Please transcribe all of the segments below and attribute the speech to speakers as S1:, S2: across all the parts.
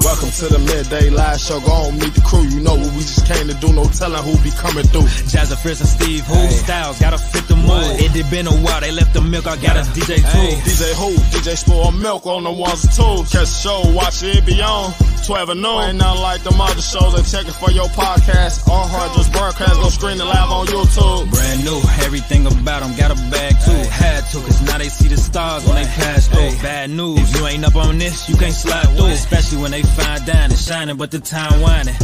S1: Welcome to the midday live show. Go on, meet the crew. You know what we just came to do. No telling who be coming through.
S2: Jazza Fritz and Steve Who Styles gotta fit the mold. It did been a while, they left the milk. I got a DJ too.
S1: DJ who? DJ Spoil Milk on the ones and twos. Catch the show, watch it, it be on. 12 and noon. Ain't nothing like them other shows. They check it for your podcast. All hard just broadcast. Go screen it live on YouTube.
S2: Brand new, everything about 'em got a bag too. Had to, cause now they see the stars when they pass through. Bad news, if you ain't up on this, you can't slide through. Especially when they find dining, shining, but the time whining.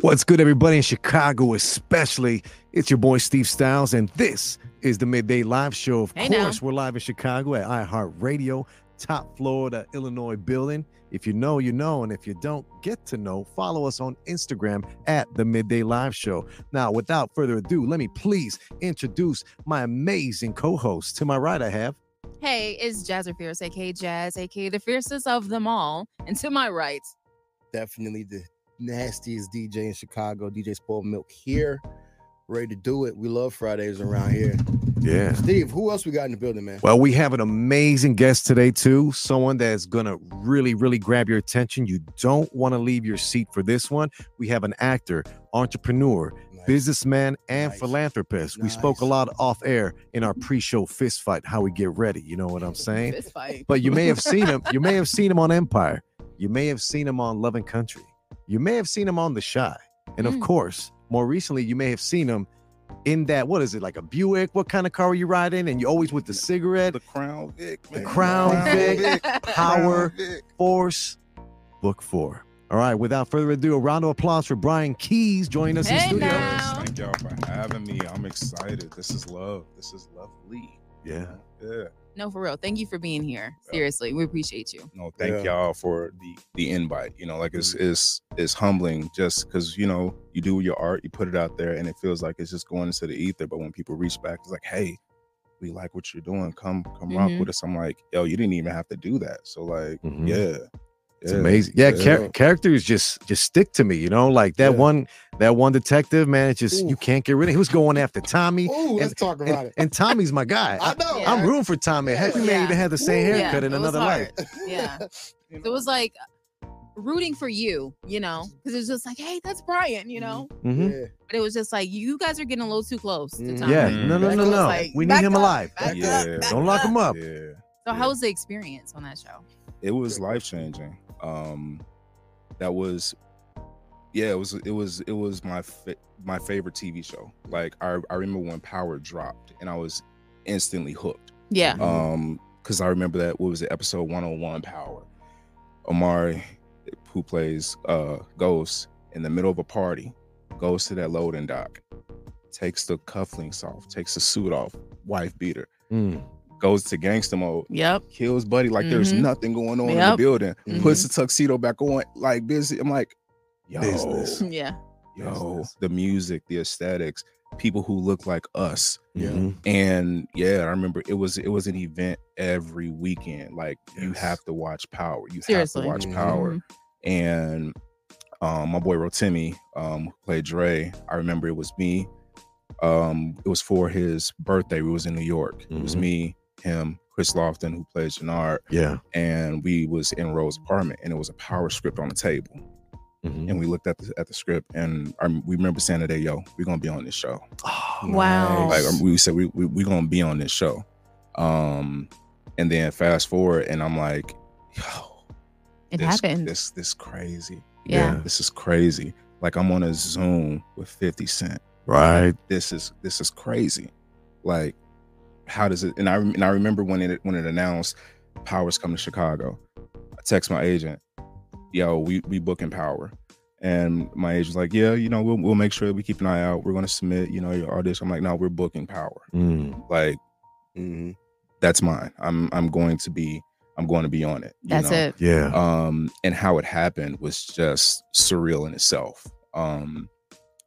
S3: What's good, everybody in Chicago, especially? It's your boy Steve Styles, and this is the Midday Live Show. Of
S4: Hey, now.
S3: course, we're live in Chicago at iHeartRadio, top floor of the Illinois building. If you know, you know, and if you don't get to know, follow us on Instagram at the Midday Live Show. Now, without further ado, let me please introduce my amazing co-host. To my right, I have
S4: Hey, it's Jazzer Fierce, aka Jazz, aka the fiercest of them all. And to my right,
S5: definitely the nastiest DJ in Chicago, DJ Spoiled Milk here. Ready to do it. We love Fridays around here.
S3: yeah.
S5: Steve, who else we got in the building, man?
S3: Well, we have an amazing guest today, too. Someone that's going to really, really grab your attention. You don't want to leave your seat for this one. We have an actor, entrepreneur,
S5: Nice.
S3: businessman, and
S5: Nice.
S3: philanthropist. We spoke a
S5: Nice.
S3: lot off air in our pre show fist fight, how we get ready. You know what I'm saying?
S4: fist fight.
S3: But you may have seen him. You may have seen him on Empire. You may have seen him on Love and Country. You may have seen him on The Shy. And of
S5: Hmm.
S4: Mm.
S3: course, more recently, you may have seen him in that, what is it, like a Buick? What kind of car were you riding? And you always with the cigarette.
S6: The Crown Vic.
S3: The
S6: man.
S3: Crown Vic.
S6: Crown
S3: Power
S6: Vic.
S3: Force, Book Four. All right, without further ado, a round of applause for Brian Keys joining us in
S4: Hey,
S3: studio.
S4: now.
S6: Yes, Thank y'all for having me. I'm excited. This is love. This is lovely.
S3: Yeah.
S6: Yeah.
S4: no, for real. Thank you for being here. Seriously, we appreciate you.
S6: No, thank
S5: Yeah.
S6: y'all for the the invite. You know, like it's it's it's humbling just because you know you do your art, you put it out there, and it feels like it's just going into the ether. But when people reach back, it's like, hey, we like what you're doing. Come come rock
S4: Mhm.
S6: with us. I'm like, yo, you didn't even have to do that. So like,
S3: Mhm.
S6: yeah,
S3: It's
S6: yeah.
S3: amazing. Yeah, char-
S5: Yeah.
S3: characters just just stick to me, you know. Like that
S5: Yeah.
S3: one that one detective, man, it's just you
S5: Oof.
S3: can't get rid of. He was going after Tommy,
S5: Ooh, let's
S3: and-
S5: talk about
S3: and,
S5: it.
S3: and Tommy's my guy.
S5: I know.
S4: Yeah.
S3: I, am rooting for Tommy. Heck, we may
S4: Yeah.
S3: even have the same
S5: Ooh.
S4: Yeah,
S3: haircut in
S4: it was
S3: another
S4: hard.
S3: life.
S4: Yeah. So it was like rooting for you, you know, because it was just like, hey, that's Brian, you know.
S3: Mhm.
S5: Yeah.
S4: But it was just like you guys are getting a little too close to
S5: Mhm.
S4: Tommy.
S3: Mm, Yeah,
S6: Mhm.
S3: no, no,
S4: Back
S3: no,
S4: up,
S3: no.
S4: like,
S3: we
S4: back
S3: need him
S4: up,
S3: alive.
S4: back
S6: Yeah.
S4: up, back
S3: Don't lock him up.
S6: yeah.
S4: So how was the experience on that show?
S6: it was life changing um that was yeah it was it was it was my fa- my favorite tv show like I, I remember when power dropped and i was instantly hooked
S4: Yeah.
S6: um because i remember that what was it episode 101 power amari who plays uh ghost in the middle of a party goes to that loading dock takes the cufflinks off takes the suit off wife beater
S3: Mm.
S6: goes to gangster mode
S4: Yep.
S6: kills Buddy like there's
S4: Mhm.
S6: nothing going on in the
S4: Yep.
S6: building.
S5: Mhm.
S6: Puts the tuxedo back on, like busy. I'm like, yo,
S3: Business.
S4: Yeah.
S6: yo, the music, the aesthetics, people who look like us,
S5: Yeah.
S3: Mhm.
S6: and yeah, I remember it was it was an event every weekend. Like you
S3: Yes.
S6: have to watch Power, you
S4: Seriously.
S6: have
S5: Mhm.
S6: to watch Power, and um, my boy Rotimi, um, who played Dre. I remember it was me. Um, it was for his birthday. We was in New York. It was
S3: Mhm.
S6: me, him, Chris Lofton, who played Jannard,
S3: Yeah.
S6: and we was in Rose's apartment, and it was a power script on the table,
S3: Mhm.
S6: and we looked at the at the script, and I, rem- we remember saying today, "Yo, we're gonna be on this show."
S3: Oh,
S4: Wow.
S6: Like um, we said, we we we gonna be on this show, um, and then fast forward, and I'm like, "Yo,
S4: It
S6: this,
S4: happened.
S6: This this crazy.
S4: yeah.
S6: This is crazy. Like I'm on a Zoom with 50 Cent.
S3: Right.
S6: This is this is crazy. Like, how does it? And I rem- and I remember when it when it announced Powers come to Chicago. I text my agent, "Yo, we we booking Power," and my agent's like, "Yeah, you know, we'll we'll make sure we keep an eye out. We're gonna submit, you know, your audition." I'm like, "No, we're booking Power.
S3: Mm.
S6: Like,
S5: Mhm.
S6: that's mine. I'm I'm going to be I'm going to be on it. you
S4: That's
S6: know?
S4: it.
S3: Yeah.
S6: um, and how it happened was just surreal in itself. Um,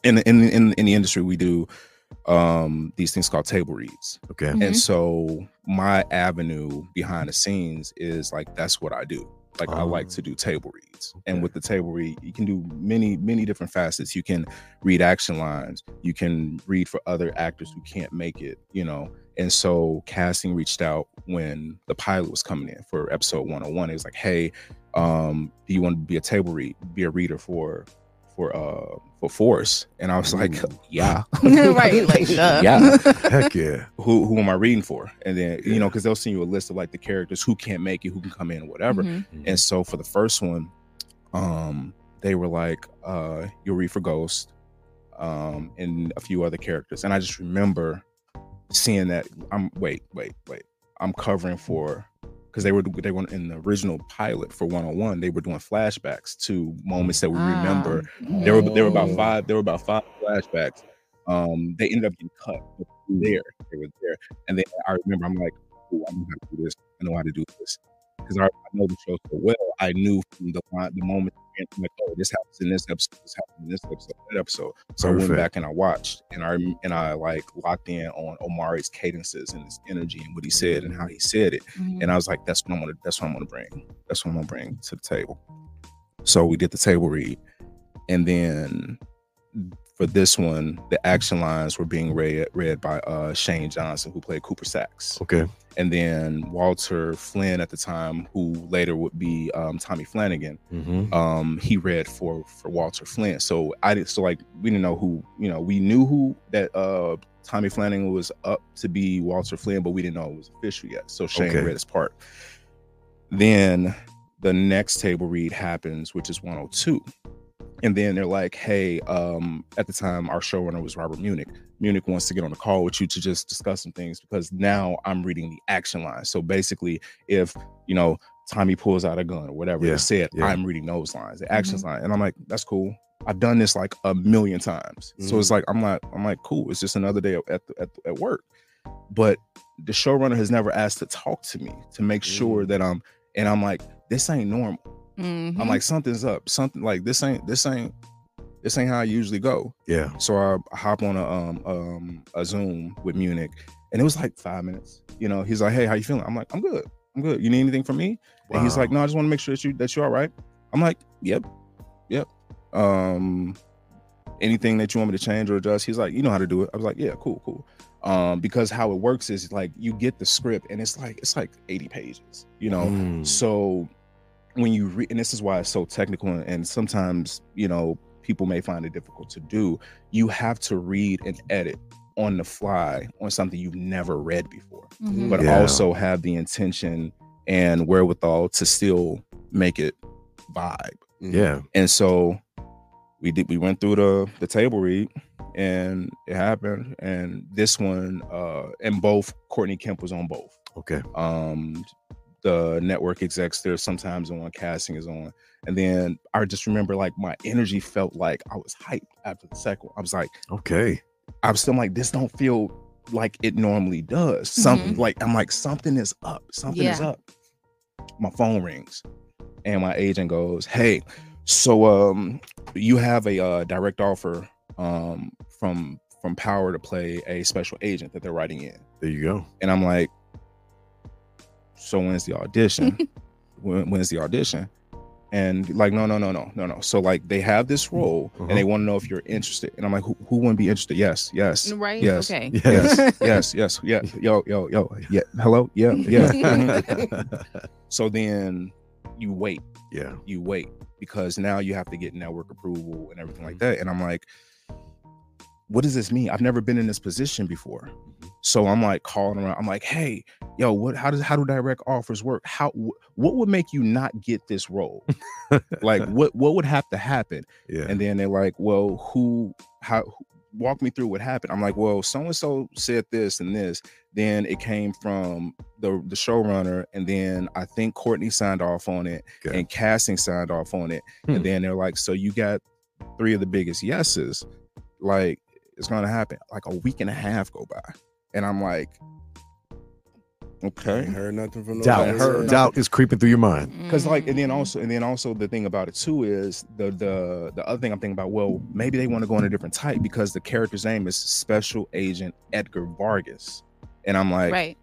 S6: in, in in in the industry, we do um, these things called table reads,
S3: Okay.
S4: Mhm.
S6: and so my avenue behind the scenes is like that's what I do. Like I like
S3: Oh,
S6: to do table reads, and
S3: okay.
S6: with the table read, you can do many many different facets. You can read action lines. You can read for other actors who can't make it. You know. And so casting reached out when the pilot was coming in for episode 101. It was like, hey, um, do you want to be a table read, be a reader for for uh for Force? And I was like,
S3: Ooh.
S6: yeah.
S4: right, like duh. Mm-hmm.
S6: Yeah.
S3: Heck yeah.
S6: who who am I reading for? And then you know, because they'll send you a list of like the characters who can't make it, who can come in, whatever.
S4: Mhm.
S6: And so for the first one, um, they were like, uh, you'll read for Ghost, um, and a few other characters. And I just remember seeing that I'm wait, wait, wait. I'm covering for because they were they were in the original pilot for 101, they were doing flashbacks to moments that we
S4: Ah.
S6: remember there were there were about
S5: Oh.
S6: five. There were about five flashbacks. Um, they ended up getting cut but they were there. They were there, and then I remember I'm like, "Ooh, I know how to do this. I know how to do this because I, I know the show so well. I knew from the line, the moment I'm like, oh, this happens in this episode. This happens in this episode. That episode. So I went
S3: Perfect.
S6: back and I watched, and I rem- and I like locked in on Omari's cadences and his energy and what he said and how he said it.
S4: Mhm.
S6: And I was like, that's what I'm gonna that's what I'm gonna bring. That's what I'm gonna bring to the table. So we did the table read. And then for this one, the action lines were being read read by uh Shane Johnson, who played Cooper Sacks.
S3: Okay.
S6: And then Walter Flynn at the time, who later would be um Tommy Flanagan,
S3: Mm-hmm.
S6: um he read for for Walter Flynn. So I did so like we didn't know who, you know, we knew who that uh Tommy Flanagan was up to be Walter Flynn, but we didn't know it was official yet. So Shane
S3: Okay.
S6: read his part. Then the next table read happens, which is 102. And then they're like, hey, um, at the time our showrunner was Robert Munich. Munich wants to get on a call with you to just discuss some things because now I'm reading the action line. So basically, if you know Tommy pulls out a gun or whatever
S3: Yeah,
S6: they said,
S3: yeah.
S6: I'm reading those lines, the actions line. And I'm like, that's cool. I've done this like a million times. So
S3: Mm-hmm.
S6: it's like I'm like, I'm like, cool. It's just another day at the, at, at work. But the showrunner has never asked to talk to me to make
S3: Mm.
S6: sure that I'm and I'm like, this ain't normal.
S4: Mhm.
S6: I'm like, something's up. Something like this ain't this ain't this ain't how I usually go.
S3: Yeah.
S6: So I hop on a um um a Zoom with Munich, and it was like five minutes. You know, he's like, "Hey, how you feeling?" I'm like, "I'm good. I'm good. You need anything from me?" And he's
S3: Wow.
S6: like, "No, I just want to make sure that you that you're all right." I'm like, "Yep, yep." Um, anything that you want me to change or adjust? He's like, "You know how to do it." I was like, "Yeah, cool, cool." Um, because how it works is like you get the script, and it's like it's like 80 pages. You know,
S3: Mm.
S6: so when you read, and this is why it's so technical, and- and sometimes you know people may find it difficult to do. You have to read and edit on the fly on something you've never read before,
S4: Mhm.
S6: but
S3: Yeah.
S6: also have the intention and wherewithal to still make it vibe.
S5: Mm-hmm.
S3: Yeah.
S6: And so we did we went through the the table read and it happened. And this one uh and both Courtney Kemp was on both
S3: Okay.
S6: um the network execs there sometimes on casting is on and then i just remember like my energy felt like i was hyped after the second one i was like
S3: Okay.
S6: i'm still like this don't feel like it normally does something like i'm like something is up something is
S4: Yeah.
S6: up my phone rings and my agent goes hey so um you have a uh, direct offer um from from power to play a special agent that they're writing in
S3: There you go.
S6: and I'm like, so when's the audition? when, when's the audition? And like, no, no, no, no, no, no. So like, they have this role,
S3: Uh-huh.
S6: and they want to know if you're interested. And I'm like, who, who wouldn't be interested? Yes, yes,
S4: right?
S6: Yes.
S4: Okay.
S6: yes, yes, yes, yeah, yo, yo, yo, yeah. Hello, yeah, yeah. mhm. so then you wait,
S3: yeah.
S6: you wait, because now you have to get network approval and everything like that. And I'm like, what does this mean? I've never been in this position before. So I'm like calling around. I'm like, hey, yo, what? How does how do direct offers work? How wh- what would make you not get this role? like what what would have to happen?
S3: Yeah.
S6: And then they're like, well, who? How? Walk me through what happened. I'm like, well, so and so said this and this. Then it came from the the showrunner, and then I think Courtney signed off on it,
S3: Okay.
S6: and casting signed off on it.
S3: Hmm.
S6: And then they're like, so you got three of the biggest yeses. Like it's gonna happen. Like a week and a half go by, and I'm like,
S5: I
S6: okay.
S5: ain't heard nothing from
S3: doubt.
S5: nobody.
S6: her-
S3: doubt is creeping through your mind.
S6: because like and
S4: Mm.
S6: then also and then also the thing about it too is the the the other thing i'm thinking about well maybe they want to go in a different type because the character's name is special agent edgar vargas and i'm like
S4: right.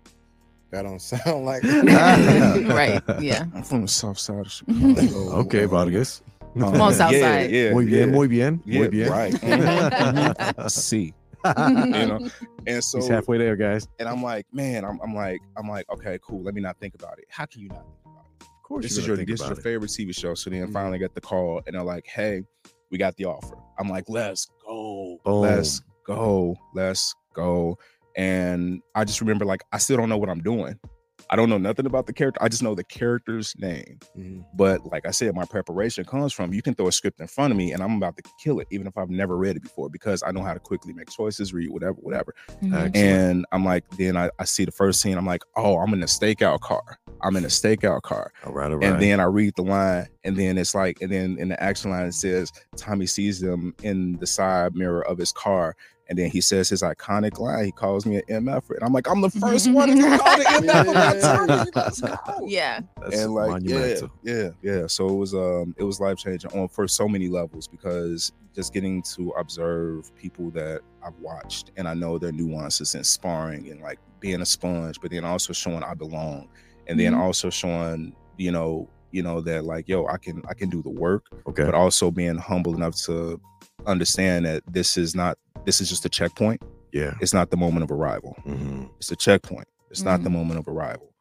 S5: I don't sound like.
S4: Right, yeah.
S6: I'm from the south side of Chicago.
S5: Oh,
S3: Okay, Vargas.
S6: Um,
S4: on, south
S6: yeah,
S4: side.
S6: Yeah,
S3: muy bien,
S6: yeah,
S3: muy bien,
S6: yeah,
S3: muy bien.
S6: Right. Mm-hmm. See. You know? And so
S3: He's halfway there, guys.
S6: and I'm like, man, I'm, I'm like, I'm like, okay, cool. Let me not think about it. How can you not think about it?
S3: Of course,
S6: This
S3: you
S6: is
S3: gotta
S6: your
S3: think
S6: this is your
S3: about it. Mm-hmm.
S6: favorite TV show. So then
S5: Mhm.
S6: finally got the call and they're like, hey, we got the offer. I'm like, let's go.
S3: Boom.
S6: Let's go. Let's go. And I just remember like I still don't know what I'm doing. I don't know nothing about the character. I just know the character's name.
S5: Mhm.
S6: But like I said, my preparation comes from you can throw a script in front of me and I'm about to kill it, even if I've never read it before, because I know how to quickly make choices, read whatever, whatever.
S4: Mm-hmm.
S6: And I'm like, then I, I see the first scene. I'm like, oh, I'm in a stakeout car. I'm in a stakeout car.
S3: All right, all right.
S6: And then I read the line, and then it's like, and then in the action line, it says Tommy sees them in the side mirror of his car. And then he says his iconic line. He calls me an MF. And I'm like, I'm the first one to call the MF. about Tommy. Let's go.
S4: yeah.
S3: That's
S6: and like, yeah,
S3: monumental.
S6: yeah, yeah. So it was, um, it was life changing on for so many levels because just getting to observe people that I've watched and I know their nuances and sparring and like being a sponge, but then also showing I belong, and then
S3: Mm-hmm.
S4: Mhm.
S6: also showing you know, you know that like, yo, I can, I can do the work,
S3: Okay.
S6: but also being humble enough to understand that this is not, this is just a checkpoint.
S3: Yeah.
S6: It's not the moment of arrival
S3: Mhm.
S6: it's a checkpoint. It's not the moment of arrival.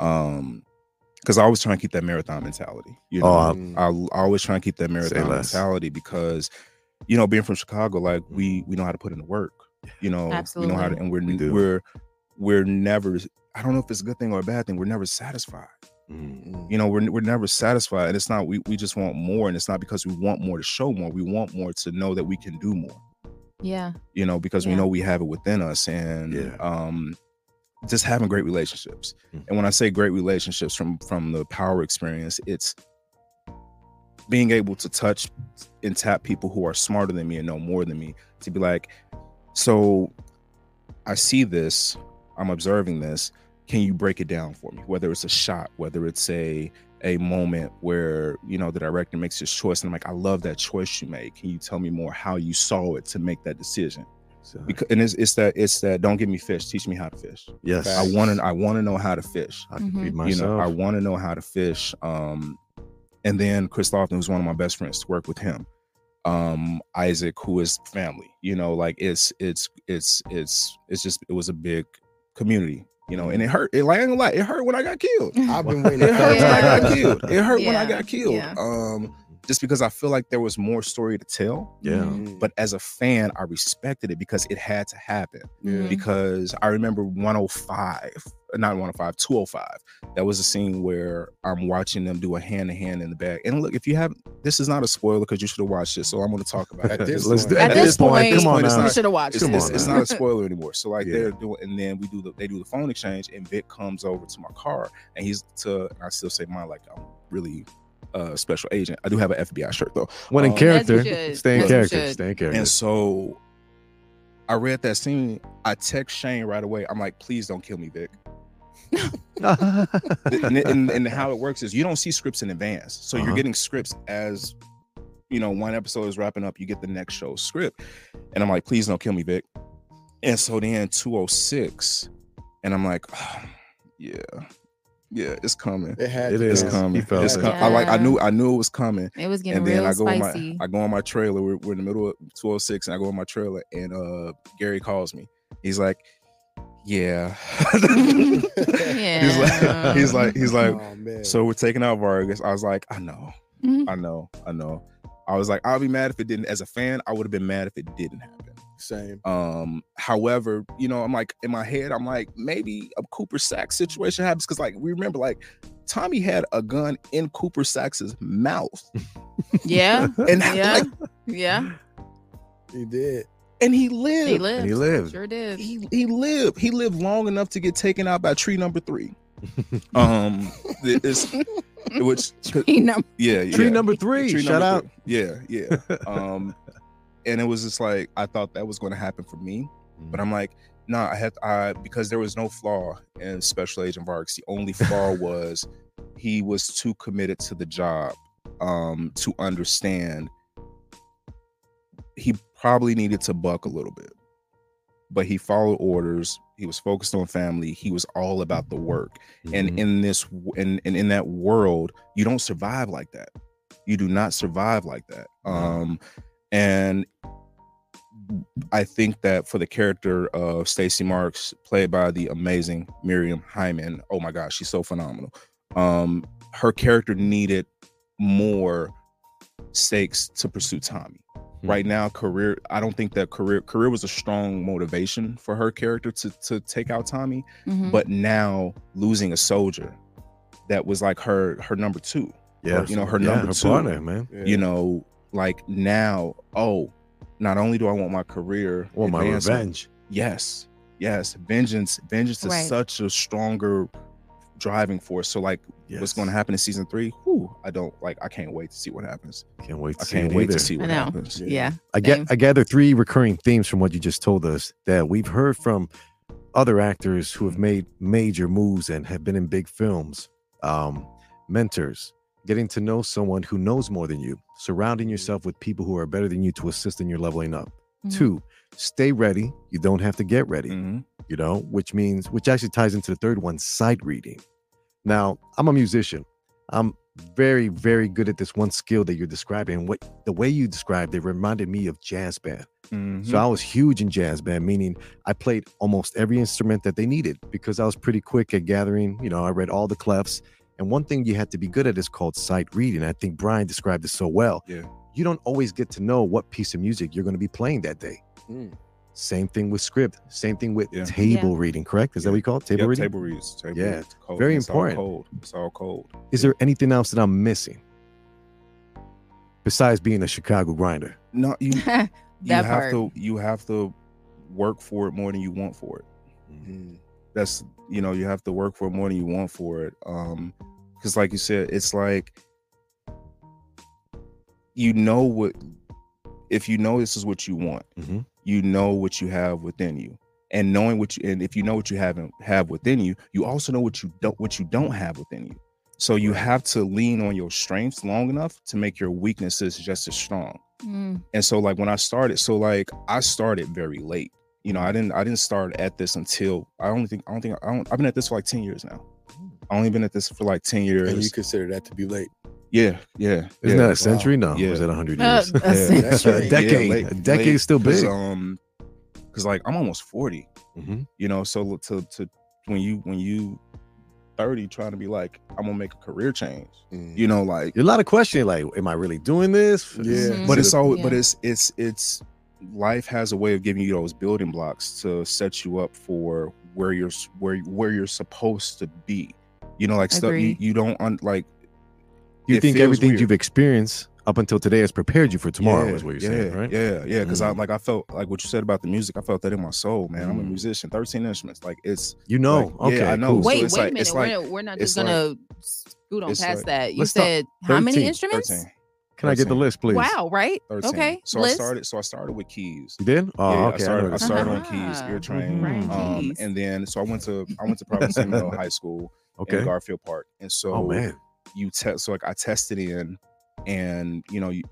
S6: Um, because I always try and keep that marathon mentality. You know,
S3: Oh, I-
S5: Mm.
S6: I, I always try and keep that marathon
S3: less.
S6: mentality because, you know, being from Chicago, like we we know how to put in the work. You know, we know how
S4: Absolutely.
S6: to, and we're
S3: We do.
S6: we're we're never. I don't know if it's a good thing or a bad thing. We're never satisfied.
S3: Mhm.
S5: Mm.
S6: You know, we're we're never satisfied, and it's not. We we just want more, and it's not because we want more to show more. We want more to know that we can do more
S4: Yeah.
S6: you know, because
S4: Yeah.
S6: we know we have it within us and
S3: Yeah.
S6: um just having great relationships.
S3: Mhm.
S6: And when I say great relationships from from the power experience, it's being able to touch and tap people who are smarter than me and know more than me to be like, so I see this, I'm observing this. Can you break it down for me? Whether it's a shot, whether it's a a moment where you know the director makes his choice, and I'm like, I love that choice you made. Can you tell me more how you saw it to make that decision?
S3: So,
S6: because and it's, it's that it's that don't give me fish teach me how to fish
S3: yes.
S6: i want to i want to know how to fish
S3: I can
S4: Mhm.
S3: feed
S6: you know i
S3: myself.
S6: want to know how to fish um and then chris Lofton, who's one of my best friends to work with him um isaac who is family you know like it's it's it's it's it's just it was a big community you know and it hurt it like I ain't gonna lie, it hurt when i got killed
S5: I've been waiting.
S6: it hurt when I
S4: Yeah.
S6: got killed. It hurt when I
S4: Yeah.
S6: got killed.
S4: Yeah.
S6: Um, just because I feel like there was more story to tell.
S4: Mm-hmm.
S3: yeah.
S5: Mm.
S6: But as a fan, I respected it because it had to happen
S4: Mhm.
S6: because I remember 105, not 105, 205. That was a scene where I'm watching them do a hand to hand in the back. And look, if you have this is not a spoiler because you should have watched it. So I'm going to talk about
S5: At
S6: it.
S5: this
S3: Let's
S5: point.
S3: do-
S4: At this point,
S3: come on
S6: it's
S3: now.
S4: You
S6: not-
S4: should have watched
S6: It's,
S4: it.
S3: Come
S6: it's,
S3: on
S6: it's
S3: now.
S6: not a spoiler anymore. So like
S3: Yeah.
S6: they're doing, and then we do the they do the phone exchange, and Vic comes over to my car, and he's to and I still say mine like I'm really uh special agent. I do have an FBI shirt though.
S3: When in
S6: Um,
S3: character,
S4: As you should.
S3: stay in
S4: As you
S3: character.
S4: should.
S3: Stay in character.
S6: And so I read that scene. I text Shane right away. I'm like, please don't kill me, Vic. and, and, and how it works is you don't see scripts in advance. So
S3: Uh-huh.
S6: you're getting scripts as you know, one episode is wrapping up, you get the next show script. And I'm like, please don't kill me, Vic. And so then 206, and I'm like, "Oh, yeah, yeah, it's coming.
S5: It, had
S3: It
S5: to
S3: is
S6: It's
S5: come.
S6: coming.
S3: He felt
S6: It's
S3: it.
S6: com- I like I
S4: Yeah.
S6: knew I knew it was coming.
S4: It was getting
S6: And then
S4: real
S6: I go in my
S4: spicy.
S6: I go on my trailer. We're, we're in the middle of 206 and I go in my trailer and uh Gary calls me. He's like, Yeah. He's like he's like he's like
S5: oh, man.
S6: so we're taking out Vargas. I was like, I know,
S4: Mhm.
S6: I know, I know. I was like, I'll be mad if it didn't. As a fan, I would have been mad if it didn't happen.
S5: same.
S6: Um, however, you know, I'm like in my head, I'm like, maybe a Cooper Sacks situation happens because, like, we remember, like, Tommy had a gun in Cooper Sacks's mouth,
S4: yeah.
S6: and
S4: Yeah.
S6: like,
S4: Yeah.
S5: He did.
S6: and he lived.
S4: He
S3: And
S4: lived.
S3: he lived.
S4: Sure did.
S6: he he lived he lived long enough to get taken out by tree number three um th- it's, which
S4: He num-
S6: yeah
S3: Tree
S6: yeah.
S3: number three.
S6: Tree
S3: Shout
S6: number
S3: out.
S6: three. Yeah, yeah. um, and it was just like I thought that was going to happen for me,
S3: Mm.
S6: but I'm like, nah. I had I because there was no flaw in Special Agent Vargas. The only flaw was he was too committed to the job um, to understand. He probably needed to buck a little bit, but he followed orders. He was focused on family. He was all about the work. And
S3: Mhm.
S6: in this w- and and in that world, you don't survive like that. You do not survive like that. Um and I think that for the character of Stacey Marks, played by the amazing Miriam Hyman, oh my gosh, she's so phenomenal. Um, her character needed more stakes to pursue Tommy.
S3: Hmm.
S6: Right now, career, I don't think that career career was a strong motivation for her character to to take out Tommy.
S4: Mm-hmm.
S6: But now losing a soldier that was like her her number two.
S3: yeah,
S6: you know, her
S3: yeah,
S6: number
S3: her
S6: two.
S3: partner, man.
S5: Yeah.
S6: You know, like now, oh, not only do I want my career
S3: Or my
S6: advancement,
S3: revenge.
S6: yes yes vengeance vengeance
S4: Right.
S6: is such a stronger driving force so like what's going to happen in season three whew, i don't like i can't wait to see what happens
S3: happen? Can't wait. To
S6: i
S3: see it
S6: can't wait
S3: either.
S6: to see
S4: I
S6: what
S4: know.
S6: happens
S4: yeah.
S3: I get
S4: Same.
S3: I gather three recurring themes from what you just told us that we've heard from other actors who have made major moves and have been in big films. Um, mentors, getting to know someone who knows more than you, surrounding yourself with people who are better than you to assist in your leveling up.
S4: Mhm.
S3: Two, stay ready. You don't have to get ready
S6: Mhm.
S3: you know, which means, which actually ties into the third one, sight reading. Now, I'm a musician. I'm very, very good at this one skill that you're describing. What the way you described it reminded me of jazz band.
S6: Mhm.
S3: So I was huge in jazz band, meaning I played almost every instrument that they needed because I was pretty quick at gathering. You know, I read all the clefs. And one thing you had to be good at is called sight reading. I think Brian described it so well.
S6: Yeah.
S3: You don't always get to know what piece of music you're going to be playing that day.
S5: Mm.
S3: Same thing with script. Same thing with
S6: Yeah.
S3: table reading, correct? Is that
S6: Yeah.
S3: what you call it? Table
S6: Yep,
S3: reading?
S6: table reads table
S3: Yeah,
S6: reads, cold.
S3: very
S6: It's all
S3: important.
S6: cold it's all cold
S3: Is there anything else that I'm missing besides being a Chicago grinder?
S6: no you you
S4: that
S6: have
S4: part.
S6: to you have to work for it more than you want for it
S5: Mm.
S6: that's you know you have to work for it more than you want for it um because like you said it's like you know what if you know this is what you want
S3: Mhm.
S6: you know what you have within you and knowing what you and if you know what you haven't have within you you also know what you don't what you don't have within you so you have to lean on your strengths long enough to make your weaknesses just as strong
S4: Mm.
S6: and so like when i started so like i started very late you know i didn't i didn't start at this until i don't think i don't think i don't i've been at this for like 10 years now i only been at this for like 10
S5: And you
S6: years
S5: consider that to be late.
S6: yeah yeah
S3: Isn't
S6: yeah.
S3: that a century? No,
S6: Yeah.
S3: is that 100
S4: Uh,
S3: years?
S4: a
S6: Yeah,
S5: that's
S4: century.
S5: right.
S3: a decade.
S6: late-
S3: a decade's still
S6: Cause,
S3: big.
S6: um because like i'm almost 40
S3: Mhm.
S6: you know so to to when you when you 30 trying to be like i'm gonna make a career change
S5: Mm.
S6: you know like
S3: A lot of questioning, like, am I really doing this?
S5: Yeah.
S3: Is-
S4: Mhm.
S6: but it's all but
S4: Yeah.
S6: it's it's it's life has a way of giving you those building blocks to set you up for where you're s- where where you're supposed to be you know like stuff you,
S4: Agree.
S6: you don't un, like
S3: you
S6: it
S3: think
S6: feels
S3: everything
S6: weird.
S3: you've experienced up until today has prepared you for tomorrow,
S6: Yeah,
S3: is what you're
S6: yeah,
S3: saying, right?
S6: yeah yeah because
S3: Mhm.
S6: i like i felt like what you said about the music i felt that in my soul man
S3: Mm.
S6: i'm a musician 13 instruments like it's
S3: You know,
S6: Like, yeah,
S3: okay,
S6: I know.
S3: cool.
S6: So
S4: Wait, wait
S6: it's like-
S4: a minute.
S6: it's like-
S4: we're, not- we're not
S6: it's
S4: just gonna scoot on
S6: it's
S4: past
S6: like-
S4: that. You
S3: let's stop.
S4: said how many
S3: 13,
S4: instruments?
S6: 13
S3: Can I get the
S6: 13,
S3: list, please?
S4: Wow, right?
S6: 13.
S4: Okay.
S6: so i
S4: list.
S6: started so i started with keys
S3: You did? Oh,
S6: yeah,
S3: okay.
S6: I started, I
S3: know this.
S6: started on
S4: Uh-huh.
S6: keys, ear train,
S4: Right,
S6: um,
S4: keys.
S6: and then so I went to I went to Providence Seminole High School in
S3: Okay.
S6: Garfield Park, and so
S3: Oh, man.
S6: you test so like I tested in and you know you,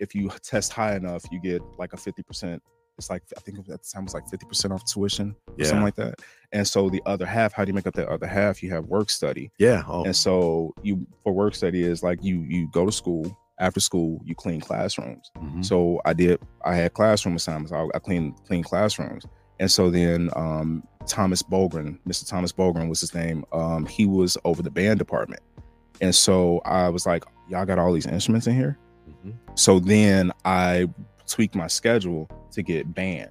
S6: if you test high enough you get like a 50% it's like I think at the time it was like 50% off tuition or
S3: Yeah.
S6: something like that and so the other half how do you make up that other half you have work study
S3: yeah. Oh,
S6: and so you for work study is like you you go to school after school you clean classrooms
S3: mhm.
S6: so I did. I had classroom assignments. I, I cleaned cleaned classrooms. And so then um, Thomas Bogren, Mr. Thomas Bogren was his name. Um, he was over the band department. And so I was like, y'all got all these instruments in here.
S3: Mhm.
S6: So then I tweaked my schedule to get band.